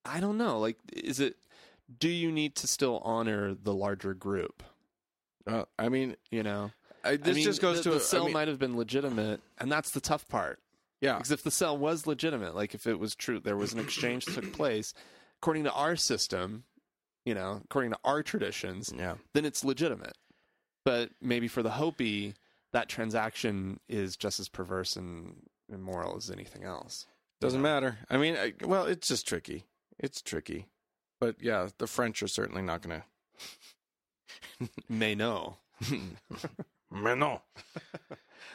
Speaker 1: I don't know. Like, is it? Do you need to still honor the larger group?
Speaker 2: Uh, i mean
Speaker 1: You know,
Speaker 2: I, this
Speaker 1: I mean,
Speaker 2: just goes
Speaker 1: the,
Speaker 2: to
Speaker 1: the
Speaker 2: I
Speaker 1: cell
Speaker 2: mean,
Speaker 1: might have been legitimate, and that's the tough part.
Speaker 2: yeah
Speaker 1: Because if the sale was legitimate, like if it was true, there was an exchange
Speaker 2: *clears throat*
Speaker 1: that took place, according to our system, you know, according to our traditions,
Speaker 2: yeah
Speaker 1: then it's legitimate. But maybe for the Hopi, that transaction is just as perverse and immoral as anything else.
Speaker 2: Doesn't matter. I mean, I, well, it's just tricky. It's tricky. But yeah, the French are certainly not going
Speaker 1: May know.
Speaker 2: to. no.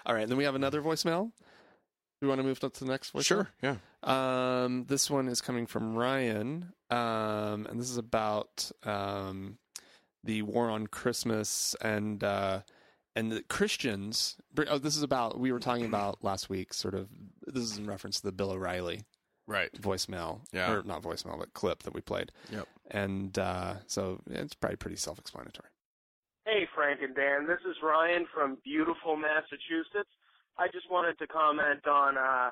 Speaker 1: All right, then we have another voicemail. Do you want to move on to the next voicemail?
Speaker 2: Sure. Yeah.
Speaker 1: Um, this one is coming from Ryan, um, and this is about um, the war on Christmas and uh, and the Christians. Oh, this is about we were talking about last week. Sort of, this is in reference to the Bill O'Reilly
Speaker 2: Right.
Speaker 1: voicemail,
Speaker 2: Yeah.
Speaker 1: or not voicemail, but clip that we played.
Speaker 2: Yep.
Speaker 1: And uh, so it's probably pretty self-explanatory.
Speaker 6: Hey, Frank and Dan. This is Ryan from beautiful Massachusetts. I just wanted to comment on uh,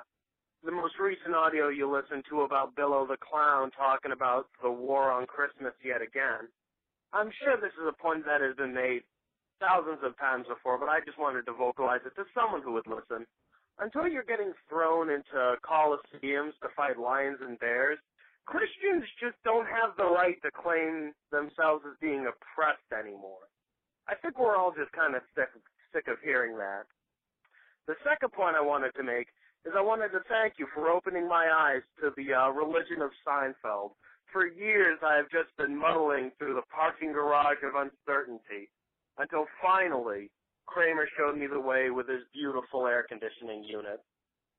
Speaker 6: the most recent audio you listened to about Billow the Clown talking about the war on Christmas yet again. I'm sure this is a point that has been made thousands of times before, but I just wanted to vocalize it to someone who would listen. Until you're getting thrown into coliseums to fight lions and bears, Christians just don't have the right to claim themselves as being oppressed anymore. I think we're all just kind of sick, sick of hearing that. The second point I wanted to make is I wanted to thank you for opening my eyes to the uh, religion of Seinfeld. For years, I have just been muddling through the parking garage of uncertainty until finally Kramer showed me the way with his beautiful air conditioning unit.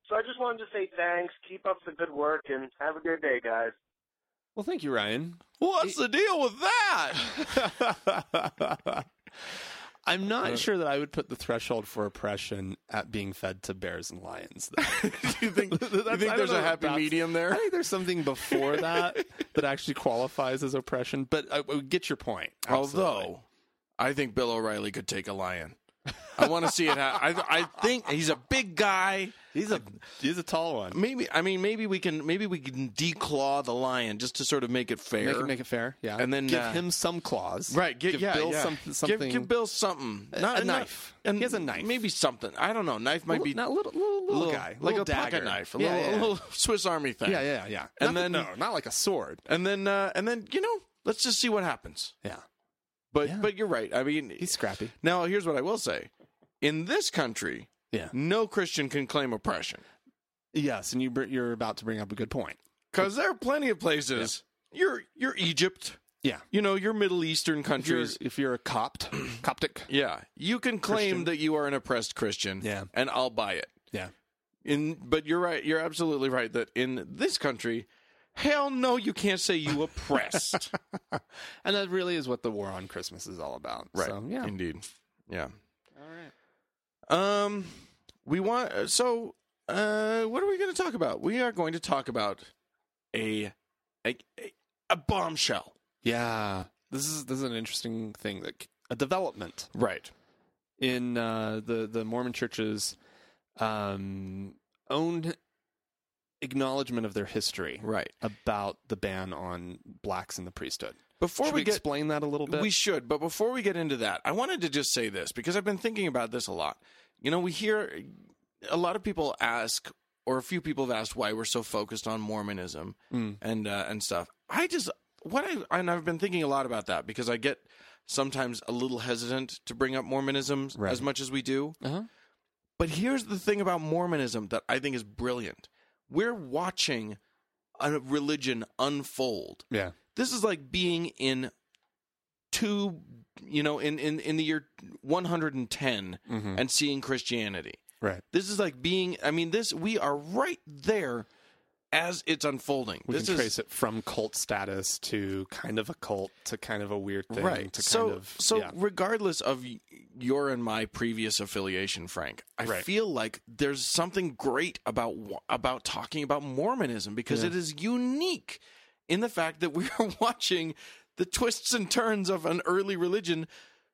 Speaker 6: So I just wanted to say thanks, keep up the good work, and have a good day, guys.
Speaker 1: Well, thank you, Ryan.
Speaker 2: What's the deal with that?
Speaker 1: *laughs*
Speaker 2: Uh.
Speaker 1: I'm not sure that I would put the threshold for oppression at being fed to bears and lions. Though.
Speaker 2: *laughs* you think, you
Speaker 1: *laughs* That's-
Speaker 2: think
Speaker 1: I don't
Speaker 2: there's
Speaker 1: know
Speaker 2: a
Speaker 1: if
Speaker 2: happy
Speaker 1: that's-
Speaker 2: medium there?
Speaker 1: I think there's something before that *laughs* that actually qualifies as oppression. But I, I get your point. Absolutely.
Speaker 2: Although, I think Bill O'Reilly could take a lion. I want to see it. Ha- I, I think he's a big guy.
Speaker 1: he's a he's a tall one.
Speaker 2: Maybe I mean maybe we can maybe we can declaw the lion just to sort of make it fair.
Speaker 1: Make it, make it fair, yeah.
Speaker 2: And then,
Speaker 1: give
Speaker 2: uh,
Speaker 1: him some claws,
Speaker 2: Right, gi-
Speaker 1: give
Speaker 2: yeah,
Speaker 1: Bill
Speaker 2: yeah.
Speaker 1: some-
Speaker 2: Give-
Speaker 1: something.
Speaker 2: Give, Bill something,
Speaker 1: A-
Speaker 2: not
Speaker 1: a
Speaker 2: a
Speaker 1: knife.
Speaker 2: knife.
Speaker 1: He has a knife.
Speaker 2: maybe something. I don't know. Knife might
Speaker 1: Little-
Speaker 2: be
Speaker 1: not little, little, little, guy,
Speaker 2: like
Speaker 1: little
Speaker 2: a pocket
Speaker 1: dagger.
Speaker 2: knife, a,
Speaker 1: yeah,
Speaker 2: little,
Speaker 1: yeah,
Speaker 2: a little Swiss Army thing.
Speaker 1: yeah, yeah, yeah.
Speaker 2: And
Speaker 1: Nothing-
Speaker 2: then-
Speaker 1: no, not like a sword.
Speaker 2: And then, uh, and then you know, let's just see what happens.
Speaker 1: Yeah,
Speaker 2: But
Speaker 1: Yeah.
Speaker 2: but you're right. I mean,
Speaker 1: he's scrappy.
Speaker 2: now here's what I will say: in this country,
Speaker 1: Yeah.
Speaker 2: no Christian can claim oppression
Speaker 1: Yes, and you br- you're about to bring up a good point.
Speaker 2: because there are plenty of places. You're you're Egypt.
Speaker 1: Yeah.
Speaker 2: You know, you're Middle Eastern
Speaker 1: If you're,
Speaker 2: countries.
Speaker 1: if you're a Copt, Coptic,
Speaker 2: yeah, you can claim
Speaker 1: Christian.
Speaker 2: that you are an oppressed Christian.
Speaker 1: Yeah.
Speaker 2: and I'll buy it.
Speaker 1: yeah,
Speaker 2: In but you're right. You're absolutely right that in this country, hell no, you can't say you oppressed.
Speaker 1: *laughs* and that really is what the war on Christmas is all about. So, yeah,
Speaker 2: Indeed. Yeah. All right. Um, we want uh, so. Uh, what are we going to talk about? We are going to talk about a a a- a bombshell.
Speaker 1: Yeah, this is this is an interesting thing that c- a development
Speaker 2: Right.
Speaker 1: in uh, the the Mormon Church's um, own acknowledgement of their history
Speaker 2: Right.
Speaker 1: about the ban on blacks in the priesthood.
Speaker 2: Before
Speaker 1: Should
Speaker 2: we,
Speaker 1: we,
Speaker 2: get
Speaker 1: explain that a little bit,
Speaker 2: We should, but before we get into that, I wanted to just say this because I've been thinking about this a lot. You know, we hear a lot of people ask or a few people have asked why we're so focused on Mormonism
Speaker 1: Mm.
Speaker 2: and uh, and stuff. I just what I and I've been thinking a lot about that because I get sometimes a little hesitant to bring up Mormonism
Speaker 1: Right. Uh-huh.
Speaker 2: as much as we do. But here's the thing about Mormonism that I think is brilliant. We're watching a religion unfold.
Speaker 1: Yeah.
Speaker 2: This is like being in two, you know, in, in, in the year 110
Speaker 1: Mm-hmm.
Speaker 2: and seeing Christianity.
Speaker 1: Right.
Speaker 2: This is like being, I mean, this, we are right there as it's unfolding.
Speaker 1: We
Speaker 2: this
Speaker 1: can
Speaker 2: is,
Speaker 1: trace it from cult status to kind of a cult to kind of a weird thing.
Speaker 2: right
Speaker 1: To
Speaker 2: so
Speaker 1: kind of,
Speaker 2: so
Speaker 1: yeah.
Speaker 2: regardless of y- your and my previous affiliation frank i
Speaker 1: Right.
Speaker 2: feel like there's something great about wa- about talking about mormonism because it is unique in the fact that *laughs* we're watching the twists and turns of an early religion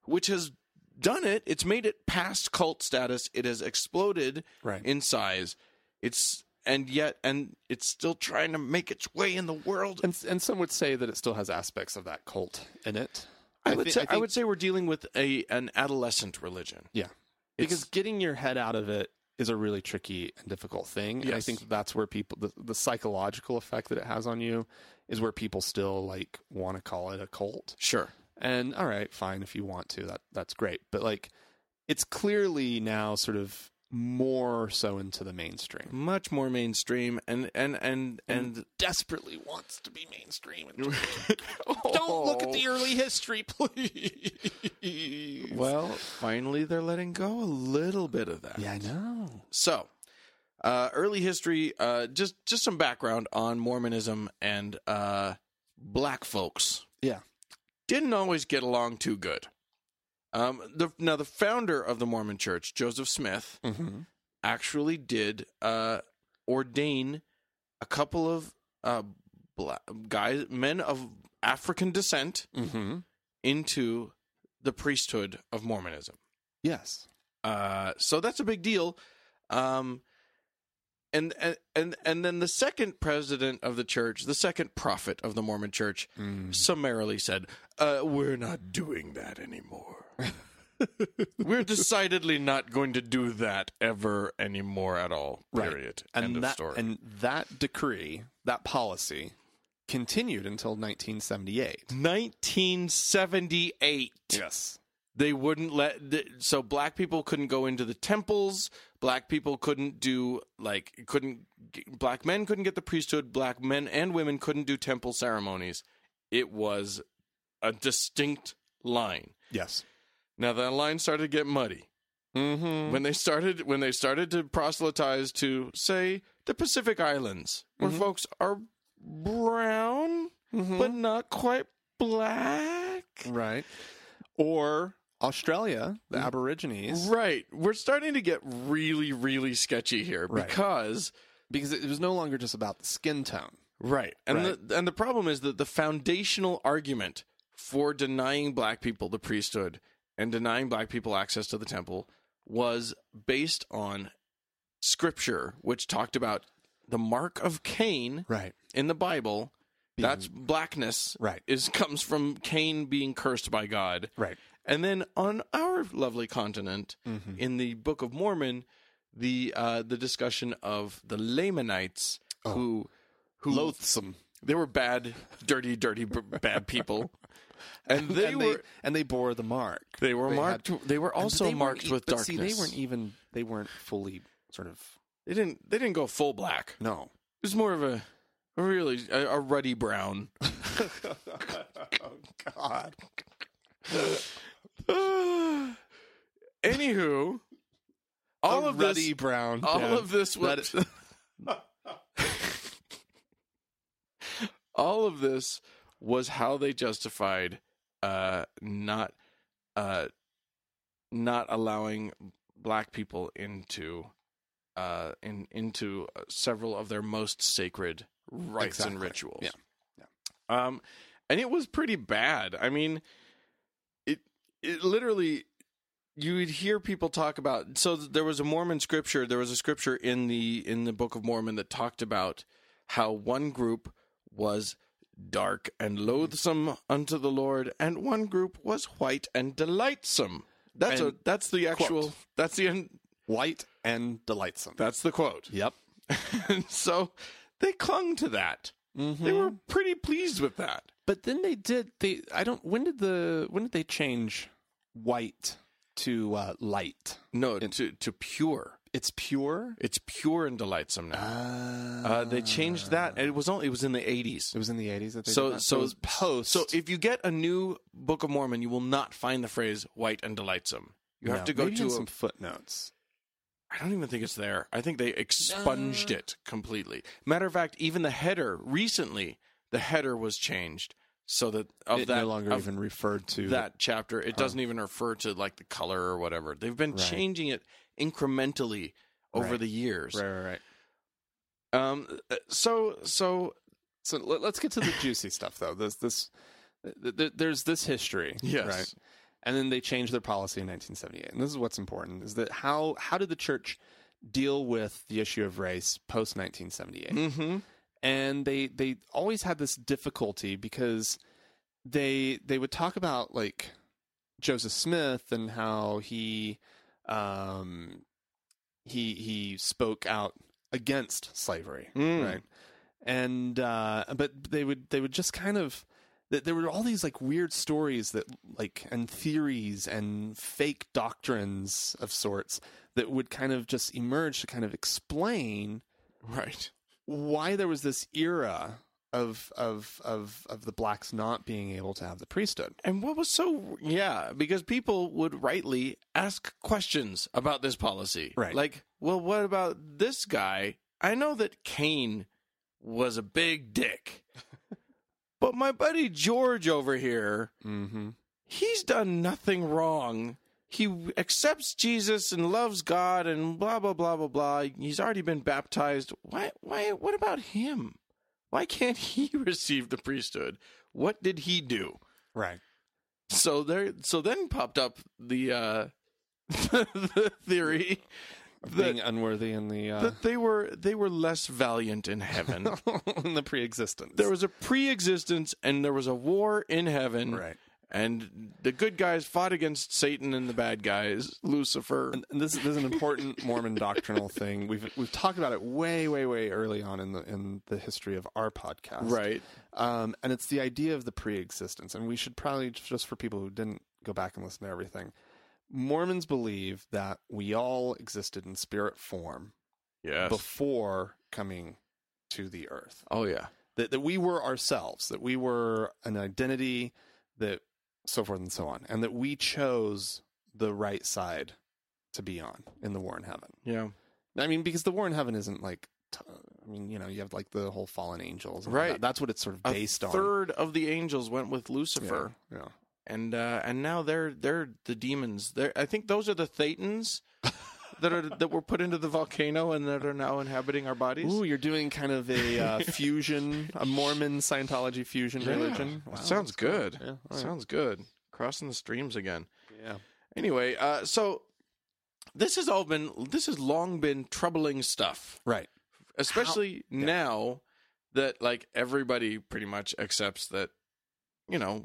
Speaker 2: which has done it it's made it past cult status it has exploded
Speaker 1: Right.
Speaker 2: in size it's and yet and it's still trying to make its way in the world
Speaker 1: and and some would say that it still has aspects of that cult in it.
Speaker 2: I would
Speaker 1: thi-
Speaker 2: say I,
Speaker 1: think-
Speaker 2: would say we're dealing with a an adolescent religion.
Speaker 1: Yeah. Because getting your head out of it is a really tricky and difficult thing. And I
Speaker 2: Yes.
Speaker 1: think that's where people, the, the psychological effect that it has on you is where people still like want to call it a cult.
Speaker 2: Sure.
Speaker 1: And all right, fine. If you want to, that that's great. But like, it's clearly now sort of more so into the mainstream.
Speaker 2: Much more mainstream and and and and
Speaker 1: desperately wants to be mainstream.
Speaker 2: *laughs*
Speaker 1: Don't look at the early history, please.
Speaker 2: well, finally they're letting go a little bit of that.
Speaker 1: yeah, I know.
Speaker 2: So, uh, early history, uh, just just some background on Mormonism and uh, black folks.
Speaker 1: Yeah.
Speaker 2: didn't always get along too good. Um, the, now, the founder of the Mormon Church, Joseph Smith, actually did uh, ordain a couple of uh, black guys, men of African descent,
Speaker 1: Mm-hmm.
Speaker 2: into the priesthood of Mormonism.
Speaker 1: Yes.
Speaker 2: Uh, so that's a big deal. Um, and and- and and then the second president of the church, the second prophet of the Mormon Church,
Speaker 1: Mm.
Speaker 2: summarily said, uh, "We're not doing
Speaker 1: *laughs*
Speaker 2: that anymore. We're decidedly not going to do that ever anymore at all.
Speaker 1: Right.
Speaker 2: Period.
Speaker 1: And
Speaker 2: End
Speaker 1: that,
Speaker 2: of story.
Speaker 1: And that decree, that policy, continued until 1978.
Speaker 2: 1978.
Speaker 1: Yes.
Speaker 2: they wouldn't let th so black people couldn't go into the temples black people couldn't do like couldn't g- black men couldn't get the priesthood black men and women couldn't do temple ceremonies it was a distinct line
Speaker 1: Yes.
Speaker 2: now that line started to get muddy
Speaker 1: Mm-hmm.
Speaker 2: when they started when they started to proselytize to say the pacific islands where folks are brown but not quite black
Speaker 1: Right. Or Australia, the Aborigines,
Speaker 2: Mm. Right. We're starting to get really, really sketchy here
Speaker 1: Right.
Speaker 2: because
Speaker 1: because it was no longer just about the skin tone.
Speaker 2: right. And
Speaker 1: Right.
Speaker 2: the and the problem is that the foundational argument for denying black people the priesthood and denying black people access to the temple was based on scripture which talked about the mark of Cain
Speaker 1: Right.
Speaker 2: in the Bible. That's blackness
Speaker 1: Right.
Speaker 2: is comes from Cain being cursed by God.
Speaker 1: Right. Mm-hmm.
Speaker 2: And then on our lovely continent, in the Book of Mormon, the uh, the discussion of the Lamanites,
Speaker 1: Oh.
Speaker 2: who who
Speaker 1: Loathsome.
Speaker 2: they were bad, dirty, dirty, b- bad people, and they
Speaker 1: and
Speaker 2: were
Speaker 1: they, and they bore the mark.
Speaker 2: they were
Speaker 1: had-
Speaker 2: marked. they were
Speaker 1: and
Speaker 2: also
Speaker 1: they weren't
Speaker 2: marked
Speaker 1: e-
Speaker 2: with
Speaker 1: but
Speaker 2: darkness.
Speaker 1: See, they weren't even. They weren't fully sort of.
Speaker 2: They didn't. They didn't go full black. It
Speaker 1: No.
Speaker 2: was more of a a really a, a
Speaker 1: *sighs*
Speaker 2: ruddy brown.
Speaker 1: oh God.
Speaker 2: Anywho, all of this
Speaker 1: ruddy brown.
Speaker 2: all
Speaker 1: Dan.
Speaker 2: of this was all of this was how they justified uh not uh not allowing black people into uh in into several of their most sacred rites and
Speaker 1: Exactly.
Speaker 2: rituals
Speaker 1: Yeah.
Speaker 2: um and it was pretty bad i mean it it literally you would hear people talk about so there was a mormon scripture there was a scripture in the in the book of mormon that talked about how one group was dark and loathsome unto the lord and one group was white and delightsome that's a
Speaker 1: And-
Speaker 2: that's the actual that's the end
Speaker 1: White and delightsome.
Speaker 2: that's the quote
Speaker 1: Yep.
Speaker 2: *laughs* And so they clung to that.
Speaker 1: Mm-hmm.
Speaker 2: They were pretty pleased with that.
Speaker 1: But then they did they I don't when did the when did they change white to uh, light?
Speaker 2: No, to to pure.
Speaker 1: It's pure.
Speaker 2: It's pure and delightsome now. Uh, they changed that, and it was only it was in the eighties.
Speaker 1: It was in the eighties that they did
Speaker 2: So
Speaker 1: that?
Speaker 2: so
Speaker 1: it was post.
Speaker 2: So if you get a new Book of Mormon, you will not find the phrase "white and delightsome." You have
Speaker 1: No,
Speaker 2: to go
Speaker 1: maybe
Speaker 2: to
Speaker 1: in
Speaker 2: a,
Speaker 1: some footnotes.
Speaker 2: I don't even think it's there. I think they expunged it completely. Matter of fact, even the header recently, the header was changed so that of
Speaker 1: it
Speaker 2: that
Speaker 1: no longer
Speaker 2: of
Speaker 1: even referred to
Speaker 2: that chapter, it doesn't even refer to like the color or whatever. They've been
Speaker 1: Oh. Right.
Speaker 2: changing it incrementally over
Speaker 1: Right.
Speaker 2: the years.
Speaker 1: Right, right, right.
Speaker 2: Um, so so
Speaker 1: So let, us get to the juicy stuff though. This this th- th- there's this history,
Speaker 2: Yes.
Speaker 1: right? And then they changed their policy in 1978. And this is what's important is that how how did the church deal with the issue of race post 1978?
Speaker 2: mhm.
Speaker 1: and they they always had this difficulty because they they would talk about like Joseph Smith and how he um he he spoke out against slavery
Speaker 2: Mm.
Speaker 1: right and uh but they would they would just kind of that there were all these like weird stories that like and theories and fake doctrines of sorts that would kind of just emerge to kind of explain
Speaker 2: right.
Speaker 1: why there was this era of of of of the blacks not being able to have the priesthood.
Speaker 2: And what was so yeah, because people would rightly ask questions about this policy.
Speaker 1: Right.
Speaker 2: Like, well, what about this guy? I know that Cain was a
Speaker 1: *laughs*
Speaker 2: big dick. but my buddy George over here,
Speaker 1: Mm-hmm.
Speaker 2: he's done nothing wrong. He accepts Jesus and loves God and blah blah blah blah blah. He's already been baptized. Why why what about him? Why can't *laughs* he receive the priesthood? What did he do?
Speaker 1: Right.
Speaker 2: So there so then popped up the uh *laughs* the theory
Speaker 1: Being unworthy in the uh,
Speaker 2: that they were they were less valiant
Speaker 1: *laughs*
Speaker 2: in heaven.
Speaker 1: in the pre-existence.
Speaker 2: there was a pre-existence and there was a war in heaven.
Speaker 1: Right.
Speaker 2: And the good guys fought against Satan and the bad guys, Lucifer.
Speaker 1: and and this, this is an important Mormon doctrinal thing. We've we've talked about it way way way early on in the in the history of our podcast.
Speaker 2: Right.
Speaker 1: Um, and it's the idea of the pre-existence. And we should probably just for people who didn't go back and listen to everything. Mormons believe that we all existed in spirit form
Speaker 2: Yes.
Speaker 1: before coming to the earth.
Speaker 2: oh yeah.
Speaker 1: That, that we were ourselves, that we were an identity, that so forth and so on, and that we chose the right side to be on in the war in heaven.
Speaker 2: Yeah.
Speaker 1: I mean, because the war in heaven isn't like, t- I mean, you know, you have like the whole fallen angels, and all
Speaker 2: Right.
Speaker 1: that. That's what it's sort of based
Speaker 2: a
Speaker 1: on.
Speaker 2: third of the angels went with Lucifer,
Speaker 1: Yeah, yeah.
Speaker 2: and uh, and now they're they're the demons. They're, I think those are the *laughs* Thetans that are that were put into the volcano and that are now inhabiting our bodies.
Speaker 1: Ooh, you're doing kind of a
Speaker 2: *laughs*
Speaker 1: uh, fusion, a Mormon Scientology fusion
Speaker 2: Yeah.
Speaker 1: religion. Wow,
Speaker 2: That sounds
Speaker 1: that's cool.
Speaker 2: good.
Speaker 1: Yeah, all right.
Speaker 2: Sounds good. Crossing the streams again.
Speaker 1: yeah.
Speaker 2: Anyway, uh, so this has all been this has long been troubling stuff.
Speaker 1: Right.
Speaker 2: especially now that like everybody pretty much accepts that you know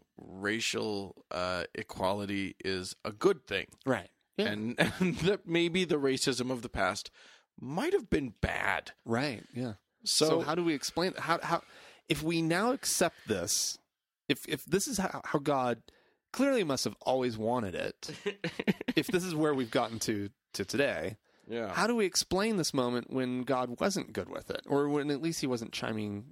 Speaker 2: racial uh, equality is a good thing
Speaker 1: Right. Yeah.
Speaker 2: and, *laughs* and that maybe the racism of the past might have been bad
Speaker 1: Right. Yeah.
Speaker 2: so,
Speaker 1: so how do we explain how how if we now accept this if if this is how, how god clearly must have always wanted
Speaker 2: *laughs*
Speaker 1: it if this is where we've gotten to to today
Speaker 2: yeah
Speaker 1: how do we explain this moment when god wasn't good with it or when at least he wasn't chiming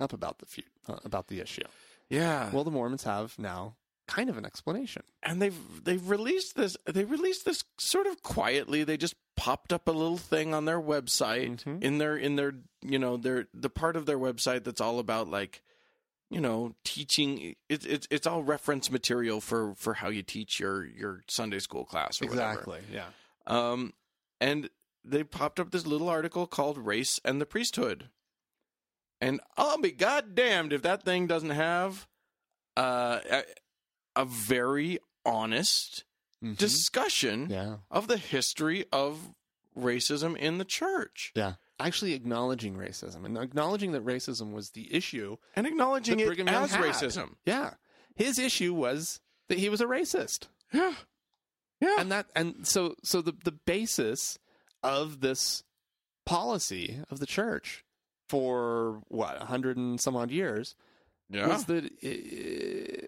Speaker 1: up about the feud, uh, about the issue
Speaker 2: yeah
Speaker 1: well the mormons have now kind of an explanation
Speaker 2: and they've they've released this they released this sort of quietly they just popped up a little thing on their website
Speaker 1: Mhm.
Speaker 2: in their in their you know their the part of their website that's all about like you know teaching it's it's it's all reference material for for how you teach your your Sunday school class or whatever
Speaker 1: yeah
Speaker 2: um and they popped up this little article called race and the priesthood and I'll be goddamned if that thing doesn't have uh, a, a very honest
Speaker 1: Mhm.
Speaker 2: discussion
Speaker 1: yeah
Speaker 2: of the history of racism in the church
Speaker 1: Mm-hmm. yeah actually acknowledging racism and acknowledging that racism was the issue
Speaker 2: and acknowledging
Speaker 1: that
Speaker 2: it
Speaker 1: Brigham Young
Speaker 2: as
Speaker 1: had.
Speaker 2: racism.
Speaker 1: Yeah. His issue was that he was a racist.
Speaker 2: Yeah. Yeah.
Speaker 1: And that and so so the the basis of this policy of the church for what a hundred and some odd years
Speaker 2: Yeah.
Speaker 1: was that uh,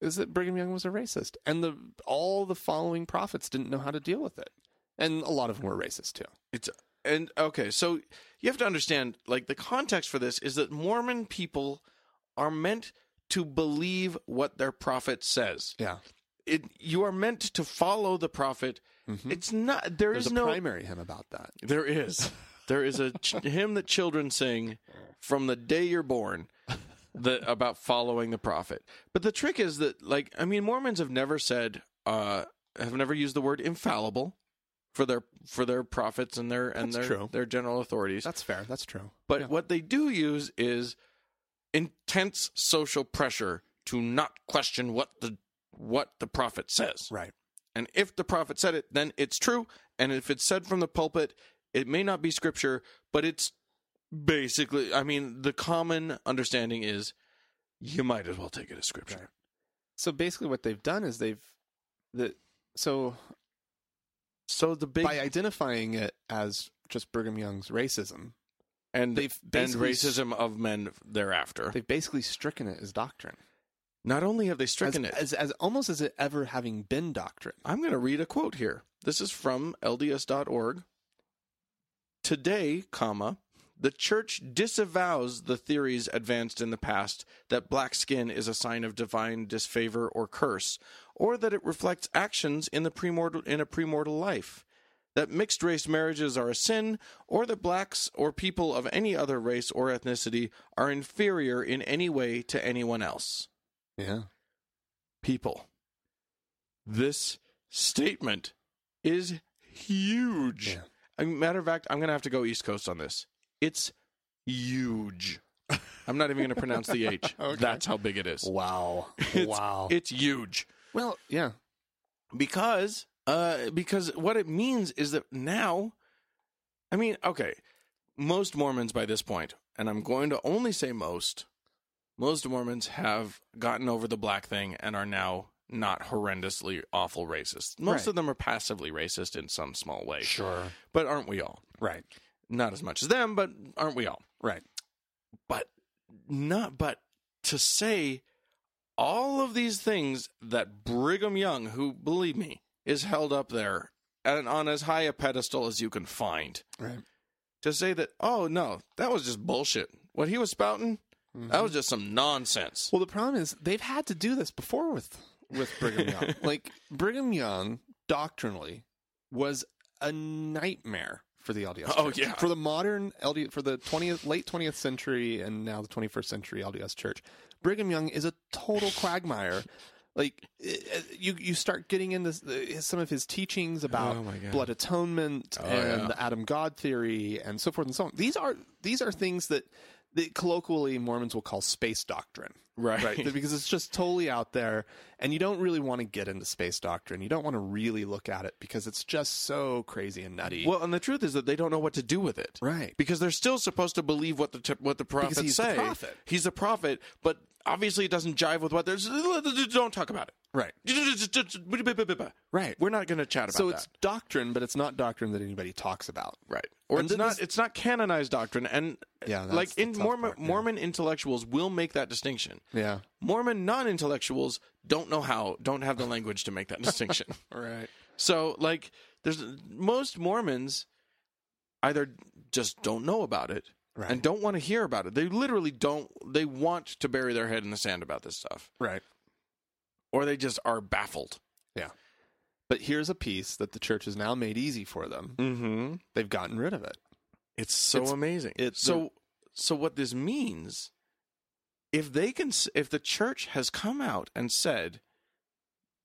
Speaker 1: is that Brigham Young was a racist, and the all the following prophets didn't know how to deal with it, and a lot of them were racist too.
Speaker 2: It's and okay, so you have to understand like the context for this is that Mormon people are meant to believe what their prophet says.
Speaker 1: Yeah,
Speaker 2: It you are meant to follow the prophet. It's not there
Speaker 1: Mm-hmm. there's
Speaker 2: is
Speaker 1: a
Speaker 2: no
Speaker 1: primary hymn about that.
Speaker 2: there is there is a ch- hymn that children sing from the day
Speaker 1: *laughs*
Speaker 2: you're born that about following the prophet. But the trick is that like I mean Mormons have never said uh have never used the word infallible for their for their prophets and their and
Speaker 1: That's
Speaker 2: their
Speaker 1: true.
Speaker 2: their general
Speaker 1: *laughs*
Speaker 2: authorities.
Speaker 1: That's fair. That's true.
Speaker 2: But what they do use is intense social pressure to not question what the what the prophet says.
Speaker 1: Right.
Speaker 2: And if the prophet said it, then it's true. And if it's said from the pulpit, it may not be scripture, but it's basically I mean, the common understanding is you might as well take it as scripture.
Speaker 1: Right. So basically, what they've done is they've the so
Speaker 2: So the big
Speaker 1: by identifying it as just Brigham Young's racism,
Speaker 2: and
Speaker 1: they've
Speaker 2: and
Speaker 1: basically-
Speaker 2: racism of men thereafter.
Speaker 1: they've basically stricken it as doctrine,
Speaker 2: Not only have
Speaker 1: as,
Speaker 2: they stricken it,
Speaker 1: as as almost as it ever having been doctrine.
Speaker 2: I'm going to read a quote here. This is from lds.org. Today, comma, the church disavows the theories advanced in the past that black skin is a sign of divine disfavor or curse, or that it reflects actions in the premortal in a premortal life, that mixed race marriages are a sin, or that blacks or people of any other race or ethnicity are inferior in any way to anyone else
Speaker 1: Yeah.
Speaker 2: people. This statement is huge.
Speaker 1: Yeah.
Speaker 2: I mean, matter of fact, I'm going to have to go East Coast on this. It's
Speaker 1: *laughs*
Speaker 2: huge. I'm not even going to pronounce the H.
Speaker 1: Okay.
Speaker 2: That's how big it is.
Speaker 1: *laughs* Wow.
Speaker 2: It's- It's huge
Speaker 1: well, yeah.
Speaker 2: because uh because what it means is that now i mean okay most mormons by this point and i'm going to only say most most mormons have gotten over the black thing and are now not horrendously awful racist most
Speaker 1: Right.
Speaker 2: of them are passively racist in some small way
Speaker 1: Sure.
Speaker 2: but aren't we all
Speaker 1: Right.
Speaker 2: not as much as them but aren't we all
Speaker 1: Right.
Speaker 2: but not but to say all of these things that Brigham Young, who believe me, is held up there and on as high a pedestal as you can find,
Speaker 1: Right.
Speaker 2: to say that oh no, that was just bullshit. What he was spouting, that was just some nonsense.
Speaker 1: Well, the problem is they've had to do this before with with Brigham
Speaker 2: *laughs*
Speaker 1: Young. like Brigham Young doctrinally was a nightmare for the LDS.
Speaker 2: Oh,
Speaker 1: church.
Speaker 2: yeah.
Speaker 1: for the modern LDS, for the twentieth, late twentieth century, and now the twenty first century LDS church. Brigham Young is a
Speaker 2: *laughs*
Speaker 1: total quagmire. Like eh, eh, you, you start getting into s- eh, some of his teachings about
Speaker 2: Oh, my God.
Speaker 1: blood atonement
Speaker 2: Oh,
Speaker 1: and
Speaker 2: yeah.
Speaker 1: the Adam God theory and so forth and so on. These are these are things that, that colloquially Mormons will call space doctrine
Speaker 2: Right.
Speaker 1: right because it's just totally out there and you don't really want to get into space doctrine you don't want to really look at it because it's just so crazy and nutty
Speaker 2: Well, and the truth is that they don't know what to do with it,
Speaker 1: Right.
Speaker 2: Because they're still supposed to believe what the t- what the prophets
Speaker 1: he's the
Speaker 2: say.
Speaker 1: prophet.
Speaker 2: He's the prophet, but obviously it doesn't jive with what there's. Don't talk about it.
Speaker 1: right Right.
Speaker 2: We're not going to chat about
Speaker 1: so
Speaker 2: that.
Speaker 1: it's doctrine but it's not doctrine that anybody talks about
Speaker 2: right. Or
Speaker 1: And
Speaker 2: it's
Speaker 1: then
Speaker 2: not
Speaker 1: this-
Speaker 2: it's not canonized doctrine and
Speaker 1: Yeah, that's
Speaker 2: like
Speaker 1: the
Speaker 2: in
Speaker 1: tough
Speaker 2: Mormon
Speaker 1: part, yeah.
Speaker 2: Mormon intellectuals will make that distinction.
Speaker 1: yeah
Speaker 2: Mormon non-intellectuals don't know how, don't have the language to make that *laughs* distinction.
Speaker 1: right
Speaker 2: So like there's most Mormons either just don't know about it
Speaker 1: Right.
Speaker 2: and don't want to hear about it. They literally don't they want to bury their head in the sand about this stuff
Speaker 1: right
Speaker 2: or they just are baffled.
Speaker 1: yeah but here's a piece that the church has now made easy for them
Speaker 2: Mhm.
Speaker 1: they've gotten rid of it
Speaker 2: It's so
Speaker 1: It's-
Speaker 2: amazing.
Speaker 1: it's
Speaker 2: so so what this means if they can s- if the church has come out and said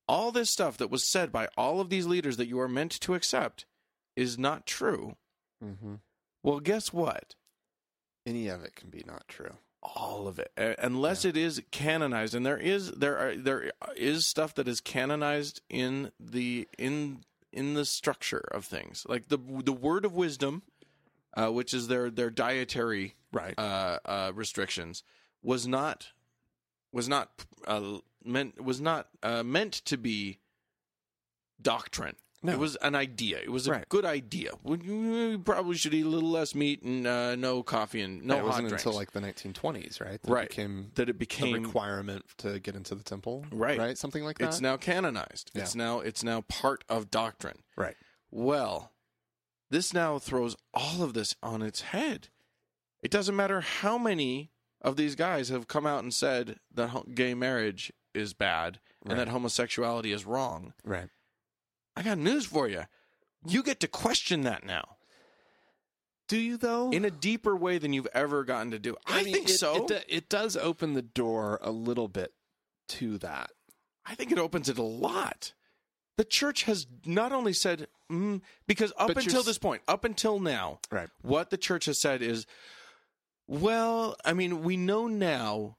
Speaker 2: all this stuff that was said by all of these leaders that you are meant to accept is not true.
Speaker 1: mm-hmm.
Speaker 2: Well, guess what?
Speaker 1: any of it can be not true
Speaker 2: All of it, Uh, unless it is canonized, and there is there are there is stuff that is canonized in the in in the structure of things, like the the word of wisdom, uh, which is their their dietary
Speaker 1: right
Speaker 2: uh, uh, restrictions was not was not uh, meant was not uh, meant to be doctrine.
Speaker 1: No.
Speaker 2: It was an idea. It was a
Speaker 1: Right.
Speaker 2: good idea. We, we probably should eat a little less meat and uh, no coffee and no
Speaker 1: it
Speaker 2: hot
Speaker 1: wasn't
Speaker 2: drinks.
Speaker 1: until like the 1920s, right? That
Speaker 2: Right.
Speaker 1: Became
Speaker 2: That it
Speaker 1: a
Speaker 2: became-
Speaker 1: requirement to get into the temple,
Speaker 2: right,
Speaker 1: Right, something like that.
Speaker 2: It's now canonized. It's now it's now part of doctrine.
Speaker 1: right.
Speaker 2: Well, this now throws all of this on its head. It doesn't matter how many of these guys have come out and said that ho- gay marriage is bad
Speaker 1: Right.
Speaker 2: and that homosexuality is wrong.
Speaker 1: Right.
Speaker 2: I got news for you. You get to question that now
Speaker 1: Do you though?
Speaker 2: in a deeper way than you've ever gotten to do. I,
Speaker 1: Oh. mean,
Speaker 2: think
Speaker 1: it-
Speaker 2: so.
Speaker 1: It, do- it does open the door a little bit to that.
Speaker 2: I think it opens it a lot. The church has not only said, mm, because up
Speaker 1: But you're
Speaker 2: until
Speaker 1: s-
Speaker 2: this point, up until now,
Speaker 1: Right.
Speaker 2: what the church has said is, well, I mean, we know now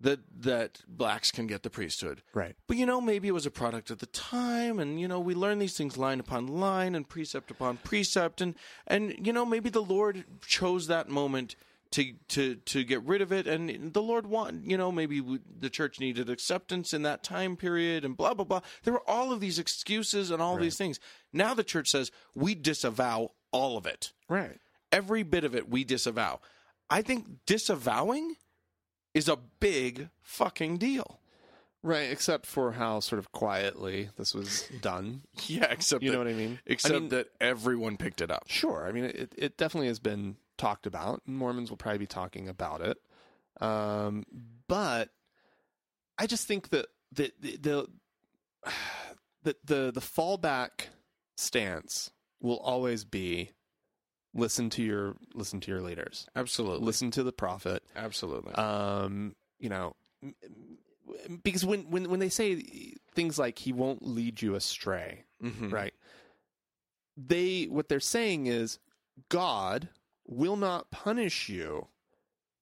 Speaker 2: that that blacks can get the priesthood.
Speaker 1: Right.
Speaker 2: But you know, maybe it was a product of the time, and you know, we learn these things line upon line and precept upon precept, and and you know, maybe the Lord chose that moment to to to get rid of it, and the Lord want you know, maybe we, the church needed acceptance in that time period, and blah blah blah. There were all of these excuses and all these things. Now the church says we disavow all of it,
Speaker 1: Right.
Speaker 2: every bit of it. We disavow. I think disavowing is a big fucking deal. *laughs*
Speaker 1: Right. Except for how sort of quietly this was
Speaker 2: *laughs*
Speaker 1: done.
Speaker 2: Yeah, except
Speaker 1: You know
Speaker 2: that-
Speaker 1: what I mean?
Speaker 2: Except
Speaker 1: I mean-
Speaker 2: that everyone picked it up.
Speaker 1: Sure. I mean, it, it definitely has been talked about. and Mormons will probably be talking about it. Um, but I just think that the the, the *sighs* that the the fallback stance will always be listen to your listen to your leaders,
Speaker 2: Absolutely,
Speaker 1: listen to the prophet,
Speaker 2: absolutely.
Speaker 1: um, you know, m- m- because when, when, when they say things like he won't lead you astray,
Speaker 2: Mhm.
Speaker 1: right? They what they're saying is God will not punish you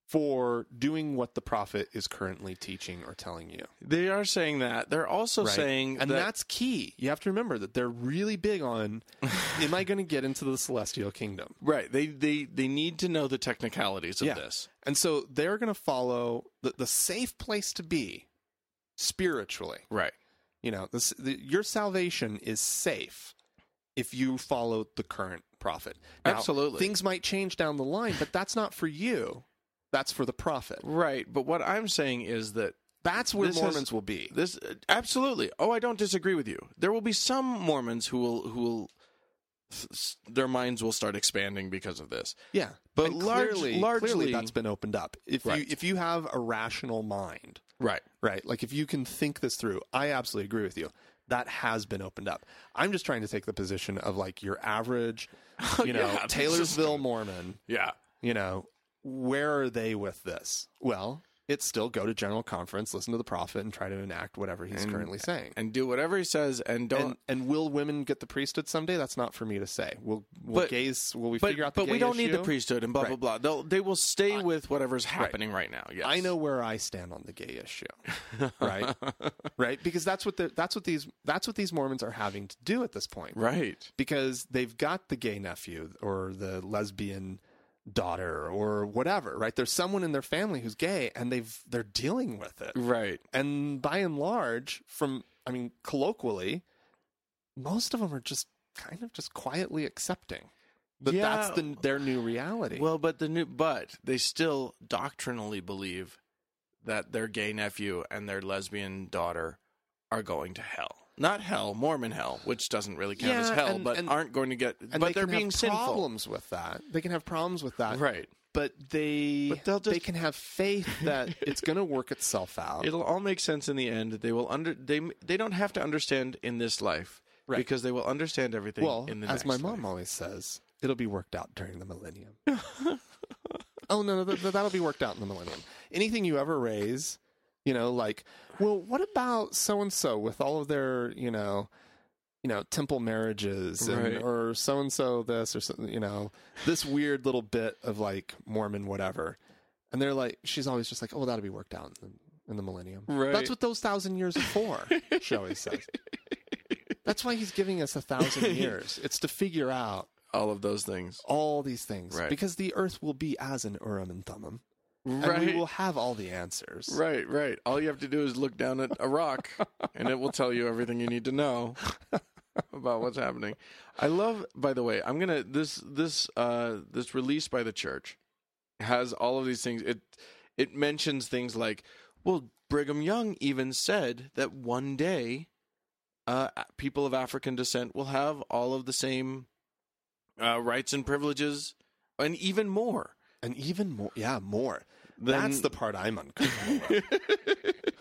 Speaker 1: for doing what the prophet is currently teaching or telling you.
Speaker 2: they are saying that. They're also
Speaker 1: right?
Speaker 2: saying,
Speaker 1: and
Speaker 2: that,
Speaker 1: that's key. You have to remember that they're really big
Speaker 2: *laughs*
Speaker 1: on am I going to get into the celestial kingdom?
Speaker 2: right. They they they need to know the technicalities of
Speaker 1: Yeah.
Speaker 2: this.
Speaker 1: And so they're going to follow the, the safe place to be spiritually.
Speaker 2: Right.
Speaker 1: You know, this, the, your salvation is safe if you follow the current prophet.
Speaker 2: Absolutely.
Speaker 1: Things might change down the line, but that's not for you. That's for the prophet.
Speaker 2: Right. But what I'm saying is that
Speaker 1: That's where
Speaker 2: This has-
Speaker 1: Mormons will be.
Speaker 2: this uh, absolutely. Oh, I don't disagree with you. There will be some Mormons who will who will their minds will start expanding because of this.
Speaker 1: yeah.
Speaker 2: but
Speaker 1: And
Speaker 2: large-
Speaker 1: clearly,
Speaker 2: largely-
Speaker 1: clearly that's been opened up. If you
Speaker 2: Right.
Speaker 1: if you have a rational mind,
Speaker 2: Right.
Speaker 1: right? Like if you can think this through, I absolutely agree with you. That has been opened up. I'm just trying to take the position of like your
Speaker 2: *laughs*
Speaker 1: average, you know,
Speaker 2: Oh, yeah, this
Speaker 1: Taylorsville Mormon.
Speaker 2: Yeah.
Speaker 1: you know, where are they with this? Well, it's still go to general conference, listen to the prophet, and try to enact whatever he's currently saying.
Speaker 2: And do whatever he says, and don't
Speaker 1: And, and will women get the priesthood someday? That's not for me to say. Will will
Speaker 2: But-
Speaker 1: gays? Will we
Speaker 2: but,
Speaker 1: figure out? The
Speaker 2: but we
Speaker 1: gay
Speaker 2: don't need the
Speaker 1: issue?
Speaker 2: priesthood and blah
Speaker 1: Right.
Speaker 2: blah blah. They'll, they will stay with whatever's happening right, now. Yes,
Speaker 1: I know where I stand on the gay issue,
Speaker 2: *laughs*
Speaker 1: right? right, because that's what the, that's what these that's what these Mormons are having to do at this point,
Speaker 2: Right.
Speaker 1: because they've got the gay nephew or the lesbian daughter or whatever, right? There's someone in their family who's gay, and they've they're dealing with it,
Speaker 2: Right.
Speaker 1: and by and large, from I mean colloquially, most of them are just kind of just quietly accepting that
Speaker 2: Yeah.
Speaker 1: that's the, their new reality.
Speaker 2: Well, but the new but they still doctrinally believe that their gay nephew and their lesbian daughter are going to hell. Not hell, Mormon hell, which doesn't really count as
Speaker 1: Yeah,
Speaker 2: hell,
Speaker 1: and-
Speaker 2: but
Speaker 1: and-
Speaker 2: aren't going to get.
Speaker 1: and
Speaker 2: but
Speaker 1: they
Speaker 2: are
Speaker 1: can have
Speaker 2: being sinful,
Speaker 1: problems with that. They can have problems with that,
Speaker 2: right?
Speaker 1: But they
Speaker 2: But they'll just-
Speaker 1: they can have faith
Speaker 2: *laughs*
Speaker 1: that it's going to work itself out.
Speaker 2: It'll all make sense in the end. They will under they they don't have to understand in this life
Speaker 1: Right.
Speaker 2: because they will understand everything.
Speaker 1: well,
Speaker 2: in the
Speaker 1: as
Speaker 2: next
Speaker 1: my mom
Speaker 2: life.
Speaker 1: always says, it'll be worked out during the millennium. *laughs* oh no, no th- th- that'll be worked out in the millennium. Anything you ever raise, you know, like, well, what about so and so with all of their, you know, you know, temple marriages, and,
Speaker 2: Right.
Speaker 1: or so and so this, or something, you know, this weird little bit of like Mormon whatever, and they're like, she's always just like, oh, that'll be worked out in the, in the millennium.
Speaker 2: Right.
Speaker 1: That's what those thousand years are
Speaker 2: *laughs*
Speaker 1: for. she always says. That's why he's giving us a
Speaker 2: *laughs*
Speaker 1: thousand years. It's to figure out
Speaker 2: all of those things.
Speaker 1: all these things
Speaker 2: Right.
Speaker 1: because the earth will be as an Urim and Thummim, and we will have all the answers.
Speaker 2: Right, right. All you have to do is look down at a rock, and it will tell you everything you need to know. about what's happening. I love, by the way, I'm gonna this this uh this release by the church has all of these things. It it mentions things like, well, Brigham Young even said that one day, uh, people of African descent will have all of the same uh, rights and privileges, and even more.
Speaker 1: and even more. Yeah, more.
Speaker 2: Then-
Speaker 1: That's the part I'm uncomfortable with.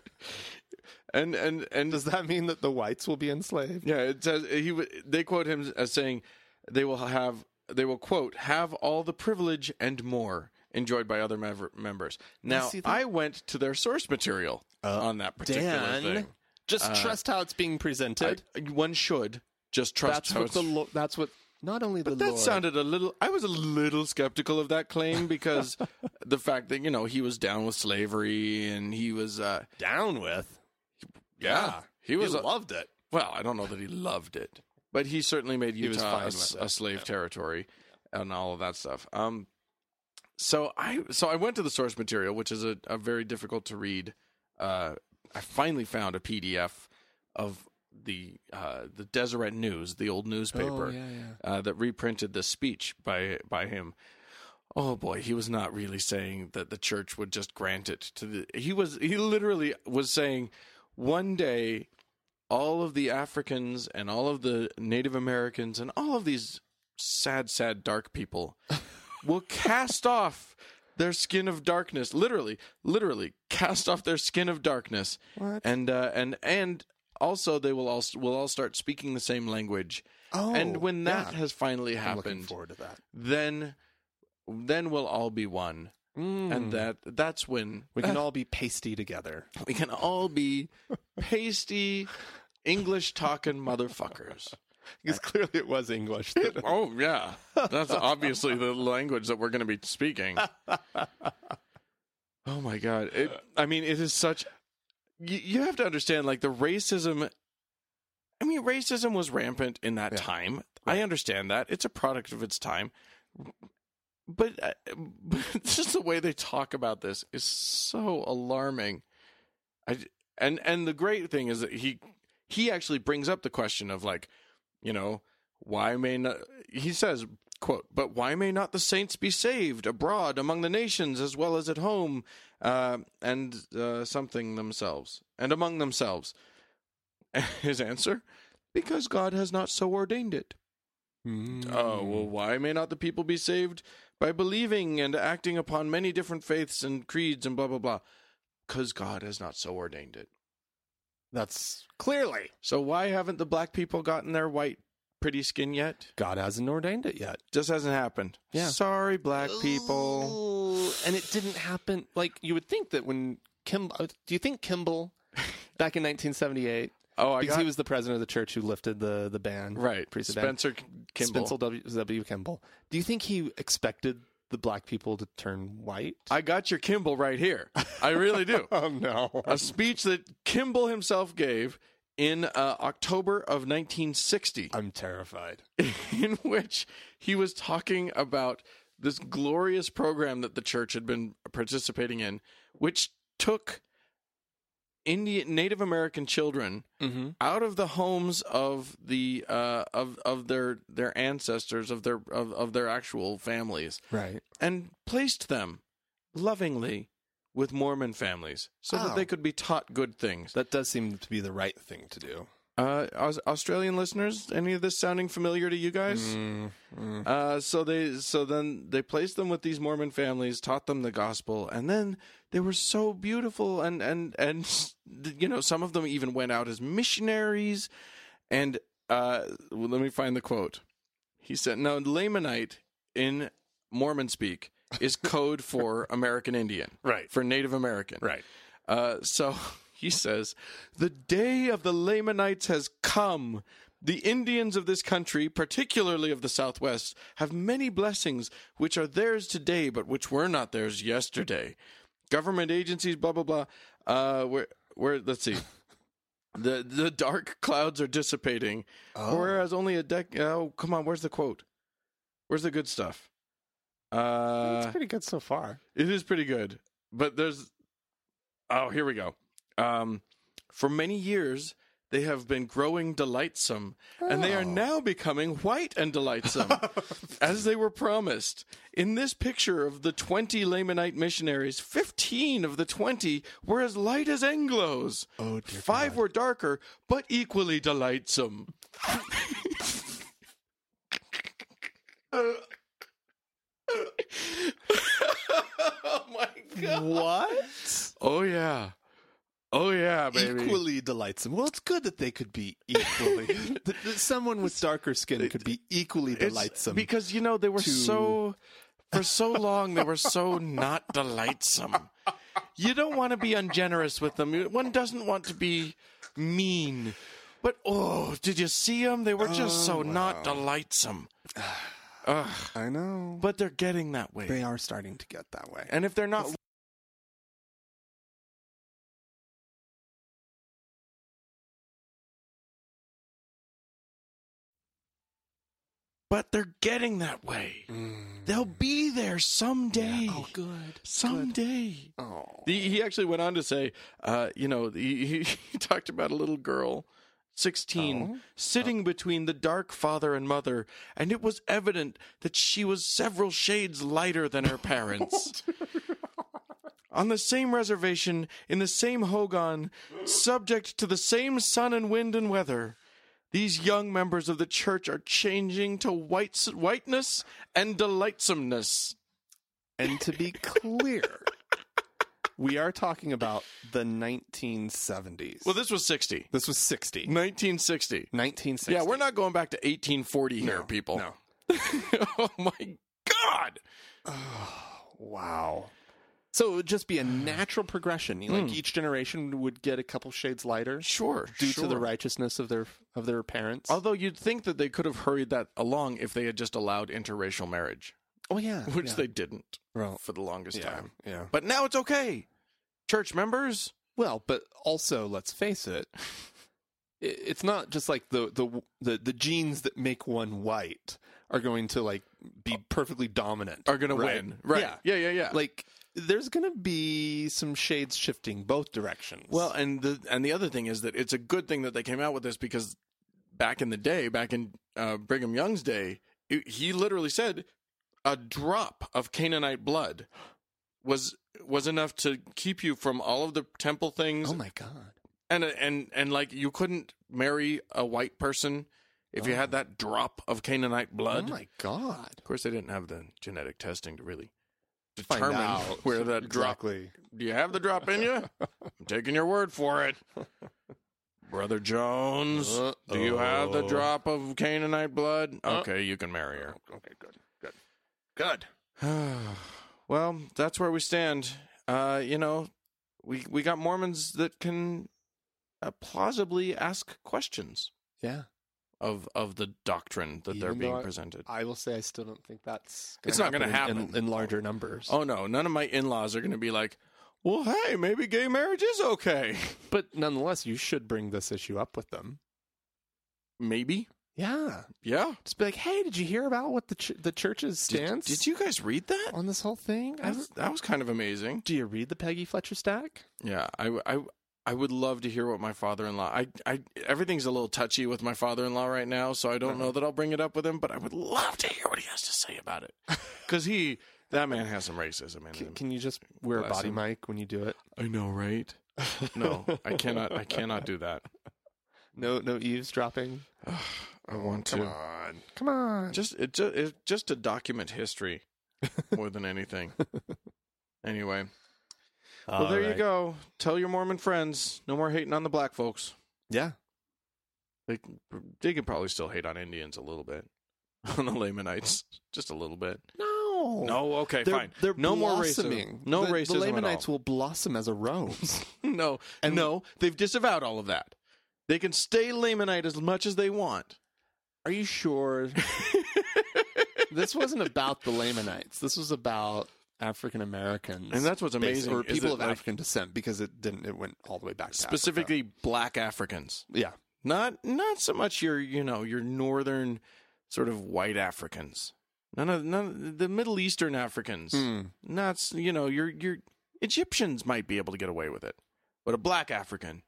Speaker 2: And and *laughs* and
Speaker 1: Does that mean that the whites will be enslaved?
Speaker 2: Yeah, it says he. w- They quote him as saying, "They will have. They will quote have all the privilege and more enjoyed by other mev- members." Now,
Speaker 1: see that? Uh,
Speaker 2: I went to their source material on that particular thing. Uh,
Speaker 1: just trust how it's being presented.
Speaker 2: I- one should just trust.
Speaker 1: that's
Speaker 2: how
Speaker 1: what the
Speaker 2: it's- *laughs*
Speaker 1: lo- that's what not only the
Speaker 2: But that
Speaker 1: Lord-
Speaker 2: sounded a little. I was a little skeptical of that
Speaker 1: *laughs*
Speaker 2: claim because the fact that you know he was down with slavery and he was. Uh,
Speaker 1: down with.
Speaker 2: yeah, he was. a-
Speaker 1: loved it.
Speaker 2: Well, I don't know that he loved it, but he certainly made
Speaker 1: was
Speaker 2: Utah
Speaker 1: fine
Speaker 2: a,
Speaker 1: with
Speaker 2: s-
Speaker 1: it.
Speaker 2: a slave territory and all of that stuff. Um, so I so I went to the source material, which is a, a very difficult to read. Uh, I finally found a PDF of the uh, the Deseret News, the old
Speaker 1: Oh,
Speaker 2: newspaper Uh, that reprinted this speech by by him. Oh boy, he was not really saying that the church would just grant it to the. He was he literally was saying one day all of the Africans and all of the Native Americans and all of these sad, sad
Speaker 1: *laughs*
Speaker 2: dark people will cast off their skin of darkness. Literally, literally, cast off their skin of darkness.
Speaker 1: What?
Speaker 2: And uh, and and also they will all will all start speaking the same language.
Speaker 1: Oh,
Speaker 2: and when that
Speaker 1: yeah.
Speaker 2: has finally
Speaker 1: I'm looking
Speaker 2: happened,
Speaker 1: forward to that.
Speaker 2: then then we'll all be one. And that that's when
Speaker 1: We *laughs* can all be pasty together.
Speaker 2: we can all be pasty English talking motherfuckers.
Speaker 1: Because clearly it was English. *laughs* that-
Speaker 2: Oh yeah, that's obviously the language that we're going to be speaking. Oh my god! It, I mean, it is such. You, you have to understand, like the racism. I mean, racism was rampant in that time. I understand that it's a product of its time, but, uh, but *laughs* just the way they talk about this is so alarming. I, and and the great thing is that he he actually brings up the question of like, you know, why may not he says quote but why may not the saints be saved abroad among the nations as well as at home uh, and uh, something themselves and among themselves *laughs* his answer because god has not so ordained it
Speaker 1: Hmm. Uh,
Speaker 2: oh well why may not the people be saved by believing and acting upon many different faiths and creeds and blah blah blah because god has not so ordained it
Speaker 1: That's clearly
Speaker 2: so why haven't the black people gotten their white pretty skin yet
Speaker 1: God hasn't ordained it yet.
Speaker 2: just hasn't happened.
Speaker 1: Yeah.
Speaker 2: Sorry, black people.
Speaker 1: Ooh, and it didn't happen. Like you would think that when Kim, uh, do you think *laughs* Kimball back in 1978?
Speaker 2: Oh, I
Speaker 1: because
Speaker 2: got
Speaker 1: he was the president of the church who lifted the the ban,
Speaker 2: right.
Speaker 1: Priesthood ban.
Speaker 2: Spencer Kimball.
Speaker 1: Spencer W. W. Kimball. Do you think he expected the black people to turn white?
Speaker 2: I got your Kimball right here. I really *laughs* do.
Speaker 1: oh no!
Speaker 2: A speech that Kimball himself gave in uh, October of 1960,
Speaker 1: I'm terrified.
Speaker 2: *laughs* in which he was talking about this glorious program that the church had been participating in, which took Indian Native American children
Speaker 1: Mm-hmm.
Speaker 2: out of the homes of the uh, of of their their ancestors of their of, of their actual families
Speaker 1: Right.
Speaker 2: and placed them lovingly with Mormon families so that
Speaker 1: Oh.
Speaker 2: they could be taught good things.
Speaker 1: That does seem to be the right thing to do.
Speaker 2: Uh, Aus- Australian listeners, any of this sounding familiar to you guys? Uh, so they so then they placed them with these Mormon families, taught them the gospel, and then they were so beautiful and and and *laughs* you know some of them even went out as missionaries. And uh, well, let me find the quote. He said, "Now Lamanite in Mormon speak is code for *laughs* American Indian,
Speaker 1: Right.
Speaker 2: For Native American,
Speaker 1: Right.
Speaker 2: uh, so *laughs* he says, The day of the Lamanites has come. The Indians of this country, particularly of the Southwest, have many blessings which are theirs today, but which were not theirs yesterday. Government agencies, blah, blah, blah. Uh, where, where, let's see. *laughs* The, the dark clouds are dissipating, whereas only a dec. Oh, come on, where's the quote? Where's the good stuff? Uh,
Speaker 1: That's pretty good so far.
Speaker 2: it is pretty good, but there's oh, here we go. Um, for many years, They have been growing delightsome, and they are now becoming white and delightsome, as they were promised. In this picture of the 20 Lamanite missionaries, 15 of the 20 were as light as Anglos.
Speaker 1: Oh, dear
Speaker 2: Five were darker, but equally delightsome. oh my god.
Speaker 7: What?
Speaker 2: *laughs* Oh yeah. Oh yeah, baby.
Speaker 7: Equally delightsome. Well, it's good that they could be
Speaker 2: *laughs*
Speaker 7: equally. that, that someone with darker skin could be equally
Speaker 2: It's-
Speaker 7: delightsome.
Speaker 2: Because you know they were
Speaker 7: to-
Speaker 2: so for so long they were so not delightsome. You don't want to be ungenerous with them. You- One doesn't want to be mean. But oh, did you see them? They were just
Speaker 7: Oh,
Speaker 2: so not delightsome. Ugh.
Speaker 1: I know.
Speaker 2: But they're getting that way.
Speaker 1: they are starting to get that way.
Speaker 2: And if they're not But they're getting that way. They'll be there someday. Oh, Mm. good. Someday.
Speaker 1: Oh.
Speaker 2: He, he actually went on to say, uh, you know, he, he, *laughs* he talked about a little girl, 16, sitting between the dark father and mother, and it was evident that she was several shades lighter than her parents. *laughs* On the same reservation, in the same hogan, subject to the same sun and wind and weather, these young members of the church are changing to white, whiteness and delightsomeness.
Speaker 1: And to be clear, we are talking about the 1970s.
Speaker 2: Well, this was 60.
Speaker 1: this was 60.
Speaker 2: 1960.
Speaker 1: 1960.
Speaker 2: Yeah, we're not going back to 1840 here,
Speaker 1: No,
Speaker 2: people.
Speaker 1: No.
Speaker 2: *laughs* oh my God!
Speaker 1: Wow. So it would just be a natural progression. Like
Speaker 2: Hmm.
Speaker 1: each generation would get a couple shades lighter
Speaker 2: Sure,
Speaker 1: due to the
Speaker 2: sure. Oh,
Speaker 1: righteousness of their of their parents.
Speaker 2: Although you'd think that they could have hurried that along if they had just allowed interracial marriage,
Speaker 1: oh yeah,
Speaker 2: which
Speaker 1: yeah.
Speaker 2: they didn't
Speaker 1: Well,
Speaker 2: for the longest
Speaker 1: yeah,
Speaker 2: time.
Speaker 1: yeah.
Speaker 2: But now it's okay. Church members,
Speaker 1: Well, but also let's face it, i- it's not just like the the the, the genes that make one white are going to like be perfectly dominant
Speaker 2: Oh. Are gonna win. Right.
Speaker 1: Yeah.
Speaker 2: Yeah, yeah, yeah.
Speaker 1: Like there's going to be some shades shifting both directions.
Speaker 2: Well, and the and the other thing is that it's a good thing that they came out with this because back in the day, back in uh, Brigham Young's day, it, he literally said a drop of Canaanite blood was was enough to keep you from all of the temple things
Speaker 1: oh my god.
Speaker 2: and and and like you couldn't marry a white person if you had that drop of Canaanite blood.
Speaker 1: Oh my god.
Speaker 2: Of course, they didn't have the genetic testing to really
Speaker 1: Find
Speaker 2: determine
Speaker 1: out.
Speaker 2: where that drop
Speaker 1: exactly.
Speaker 2: do you have the drop in you? I'm taking your word for it. Brother Jones, do you have the
Speaker 1: Uh-oh. Uh-huh.
Speaker 2: drop of Canaanite blood? Okay, you can marry her.
Speaker 1: Oh, Okay, good. Good. Good.
Speaker 2: *sighs* well, that's where we stand. Uh, you know, we we got Mormons that can uh, plausibly ask questions
Speaker 1: Yeah.
Speaker 2: of of the doctrine that they're
Speaker 1: Even
Speaker 2: being
Speaker 1: though I-
Speaker 2: presented.
Speaker 1: I will say I still don't think that's
Speaker 2: It's not gonna
Speaker 1: in-
Speaker 2: happen.
Speaker 1: in, in larger numbers.
Speaker 2: oh no, none of my in-laws are going to be like, "Well, hey, maybe gay marriage is okay." *laughs*
Speaker 1: But nonetheless, you should bring this issue up with them.
Speaker 2: maybe.
Speaker 1: Yeah.
Speaker 2: Yeah.
Speaker 1: Just be like, "Hey, did you hear about what the ch- the church's
Speaker 2: Did-
Speaker 1: stance
Speaker 2: Did, you guys read that?
Speaker 1: on this whole thing?" I
Speaker 2: That was, that was kind of amazing.
Speaker 1: do you read the Peggy Fletcher stack?
Speaker 2: Yeah, I, w- I w- I would love to hear what my father-in-law. I, I, everything's a little touchy with my father-in-law right now, so I
Speaker 1: Uh-huh.
Speaker 2: don't know that I'll bring it up with him. But I would love to hear what he has to say
Speaker 1: *laughs*
Speaker 2: about it, because he, that man has some racism in
Speaker 1: Can,
Speaker 2: him.
Speaker 1: can you just wear a
Speaker 2: Bless
Speaker 1: body
Speaker 2: him.
Speaker 1: mic when you do it?
Speaker 2: I
Speaker 1: *laughs*
Speaker 2: know, right? no, I cannot. I cannot do that.
Speaker 1: No, no eavesdropping.
Speaker 2: I want to.
Speaker 1: on, come on.
Speaker 2: just it just it, just to document history more
Speaker 1: *laughs*
Speaker 2: than anything. Anyway, well there you go. Tell your Mormon friends no more hating on the black folks.
Speaker 1: yeah,
Speaker 2: They can- they could probably still hate on Indians a little bit, *laughs* on the Lamanites just a little bit.
Speaker 1: no,
Speaker 2: No, okay,
Speaker 1: They're,
Speaker 2: fine.
Speaker 1: They're
Speaker 2: no more
Speaker 1: blossoming.
Speaker 2: racism. No
Speaker 1: the,
Speaker 2: racism
Speaker 1: The Lamanites
Speaker 2: at all.
Speaker 1: will blossom as a rose.
Speaker 2: *laughs* no, and no, they've disavowed all of that. They can stay Lamanite as much as they want.
Speaker 1: Are you sure? this wasn't about the Lamanites. This was about African Americans,
Speaker 2: And that's what's amazing,
Speaker 1: or
Speaker 2: is
Speaker 1: people
Speaker 2: that,
Speaker 1: of
Speaker 2: like-
Speaker 1: African descent, because it didn't. It went all the way back to Africa.
Speaker 2: *laughs* Specifically, black Africans.
Speaker 1: Yeah,
Speaker 2: Not not so much your you know your northern sort of white Africans. None of none of- the Middle Eastern Africans. Not s- you know your your Egyptians might be able to get away with it, but a black African,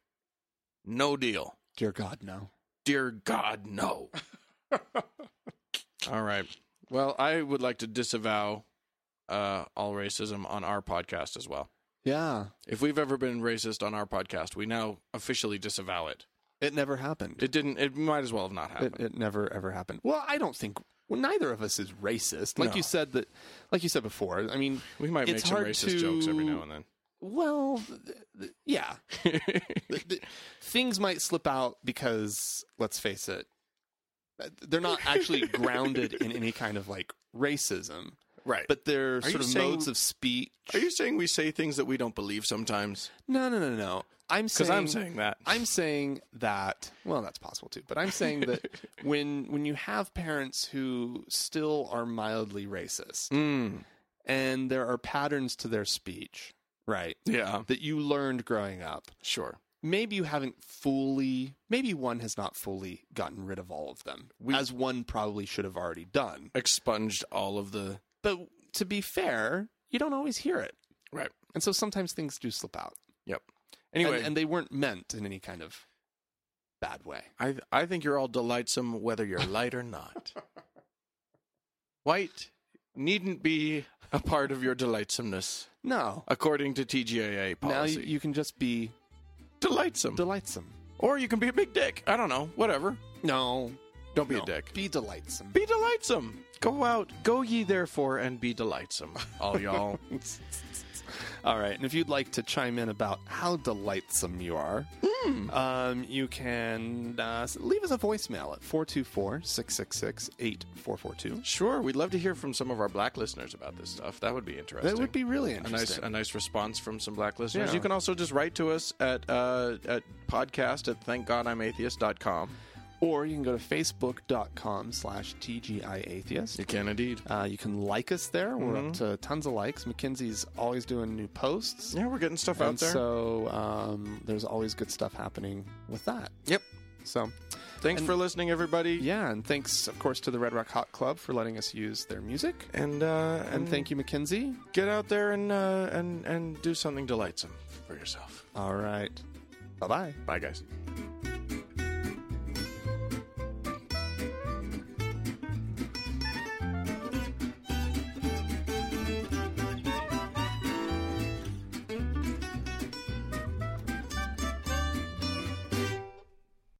Speaker 2: no deal.
Speaker 1: Dear God, no.
Speaker 2: Dear God, no. *laughs* All right. Well, I would like to disavow uh, all racism on our podcast as well.
Speaker 1: Yeah,
Speaker 2: If we've ever been racist on our podcast, we now officially disavow it.
Speaker 1: it never happened.
Speaker 2: It didn't. It might as well have not happened.
Speaker 1: It, it never ever happened. Well, I don't think well, neither of us is racist. Like
Speaker 2: No.
Speaker 1: you said that, like you said before. I mean,
Speaker 2: we might make
Speaker 1: it's
Speaker 2: some
Speaker 1: hard
Speaker 2: racist jokes every
Speaker 1: to-
Speaker 2: now and then.
Speaker 1: Well, th- th-
Speaker 2: *laughs*
Speaker 1: yeah, Th- th- things might slip out because let's face it, uh, they're not
Speaker 2: *laughs*
Speaker 1: actually grounded in any kind of like racism,
Speaker 2: Right.
Speaker 1: but
Speaker 2: But
Speaker 1: they're
Speaker 2: you
Speaker 1: sort of
Speaker 2: saying-
Speaker 1: modes of speech.
Speaker 2: are you saying we say things that we don't believe sometimes?
Speaker 1: No, no, no, no. I'm
Speaker 2: Because
Speaker 1: saying
Speaker 2: I'm saying that.
Speaker 1: I'm saying that well, that's possible too. But I'm saying that
Speaker 2: *laughs*
Speaker 1: when when you have parents who still are mildly racist,
Speaker 2: Mm,
Speaker 1: and there are patterns to their speech, right,
Speaker 2: yeah.
Speaker 1: that you learned growing up,
Speaker 2: Sure.
Speaker 1: maybe you haven't fully, maybe one has not fully gotten rid of all of them, as one probably should have already done.
Speaker 2: Expunged all of the.
Speaker 1: But to be fair, you don't always hear it,
Speaker 2: Right.
Speaker 1: and so sometimes things do slip out.
Speaker 2: Yep.
Speaker 1: And-
Speaker 2: Anyway,
Speaker 1: and, they weren't meant in any kind of bad way.
Speaker 2: I I think you're all delightsome whether you're light or *laughs* not. White needn't be a part of your delightsomeness,
Speaker 1: No,
Speaker 2: according to TGAA
Speaker 1: now
Speaker 2: policy. Hmm.
Speaker 1: you, you can just be
Speaker 2: delightsome,
Speaker 1: delightsome.
Speaker 2: or you can be a big dick. I don't know. Whatever.
Speaker 1: No,
Speaker 2: Don't be
Speaker 1: no,
Speaker 2: a dick.
Speaker 1: Be delightsome.
Speaker 2: Be delightsome. Go out. Go ye therefore and be delightsome, all *laughs* y'all.
Speaker 1: *laughs* All right, and if you'd like to chime in about how delightsome you are, um, you can uh, s- leave us a voicemail at 424 666 8442.
Speaker 2: sure, we'd love to hear from some of our black listeners about this stuff. That would be interesting.
Speaker 1: That would be really
Speaker 2: a nice
Speaker 1: interesting.
Speaker 2: a nice response from some black listeners.
Speaker 1: Yeah.
Speaker 2: You can also just write to us at uh, at podcast at thankgodimatheist.com.
Speaker 1: Or you can go to facebook.com slash TGIAtheist.
Speaker 2: You can indeed.
Speaker 1: Uh, you can like us there. We're up to tons of likes. McKinsey's always doing new posts.
Speaker 2: Yeah, we're getting stuff out
Speaker 1: And
Speaker 2: there.
Speaker 1: so um, there's always good stuff happening with that.
Speaker 2: yep.
Speaker 1: So
Speaker 2: Thanks for listening, everybody.
Speaker 1: yeah, and thanks of course to the Red Rock Hot Club for letting us use their music.
Speaker 2: And uh,
Speaker 1: And thank you, McKinsey.
Speaker 2: Get out there and uh, and and do something delightsome for yourself.
Speaker 1: All right. Bye bye.
Speaker 2: Bye, guys.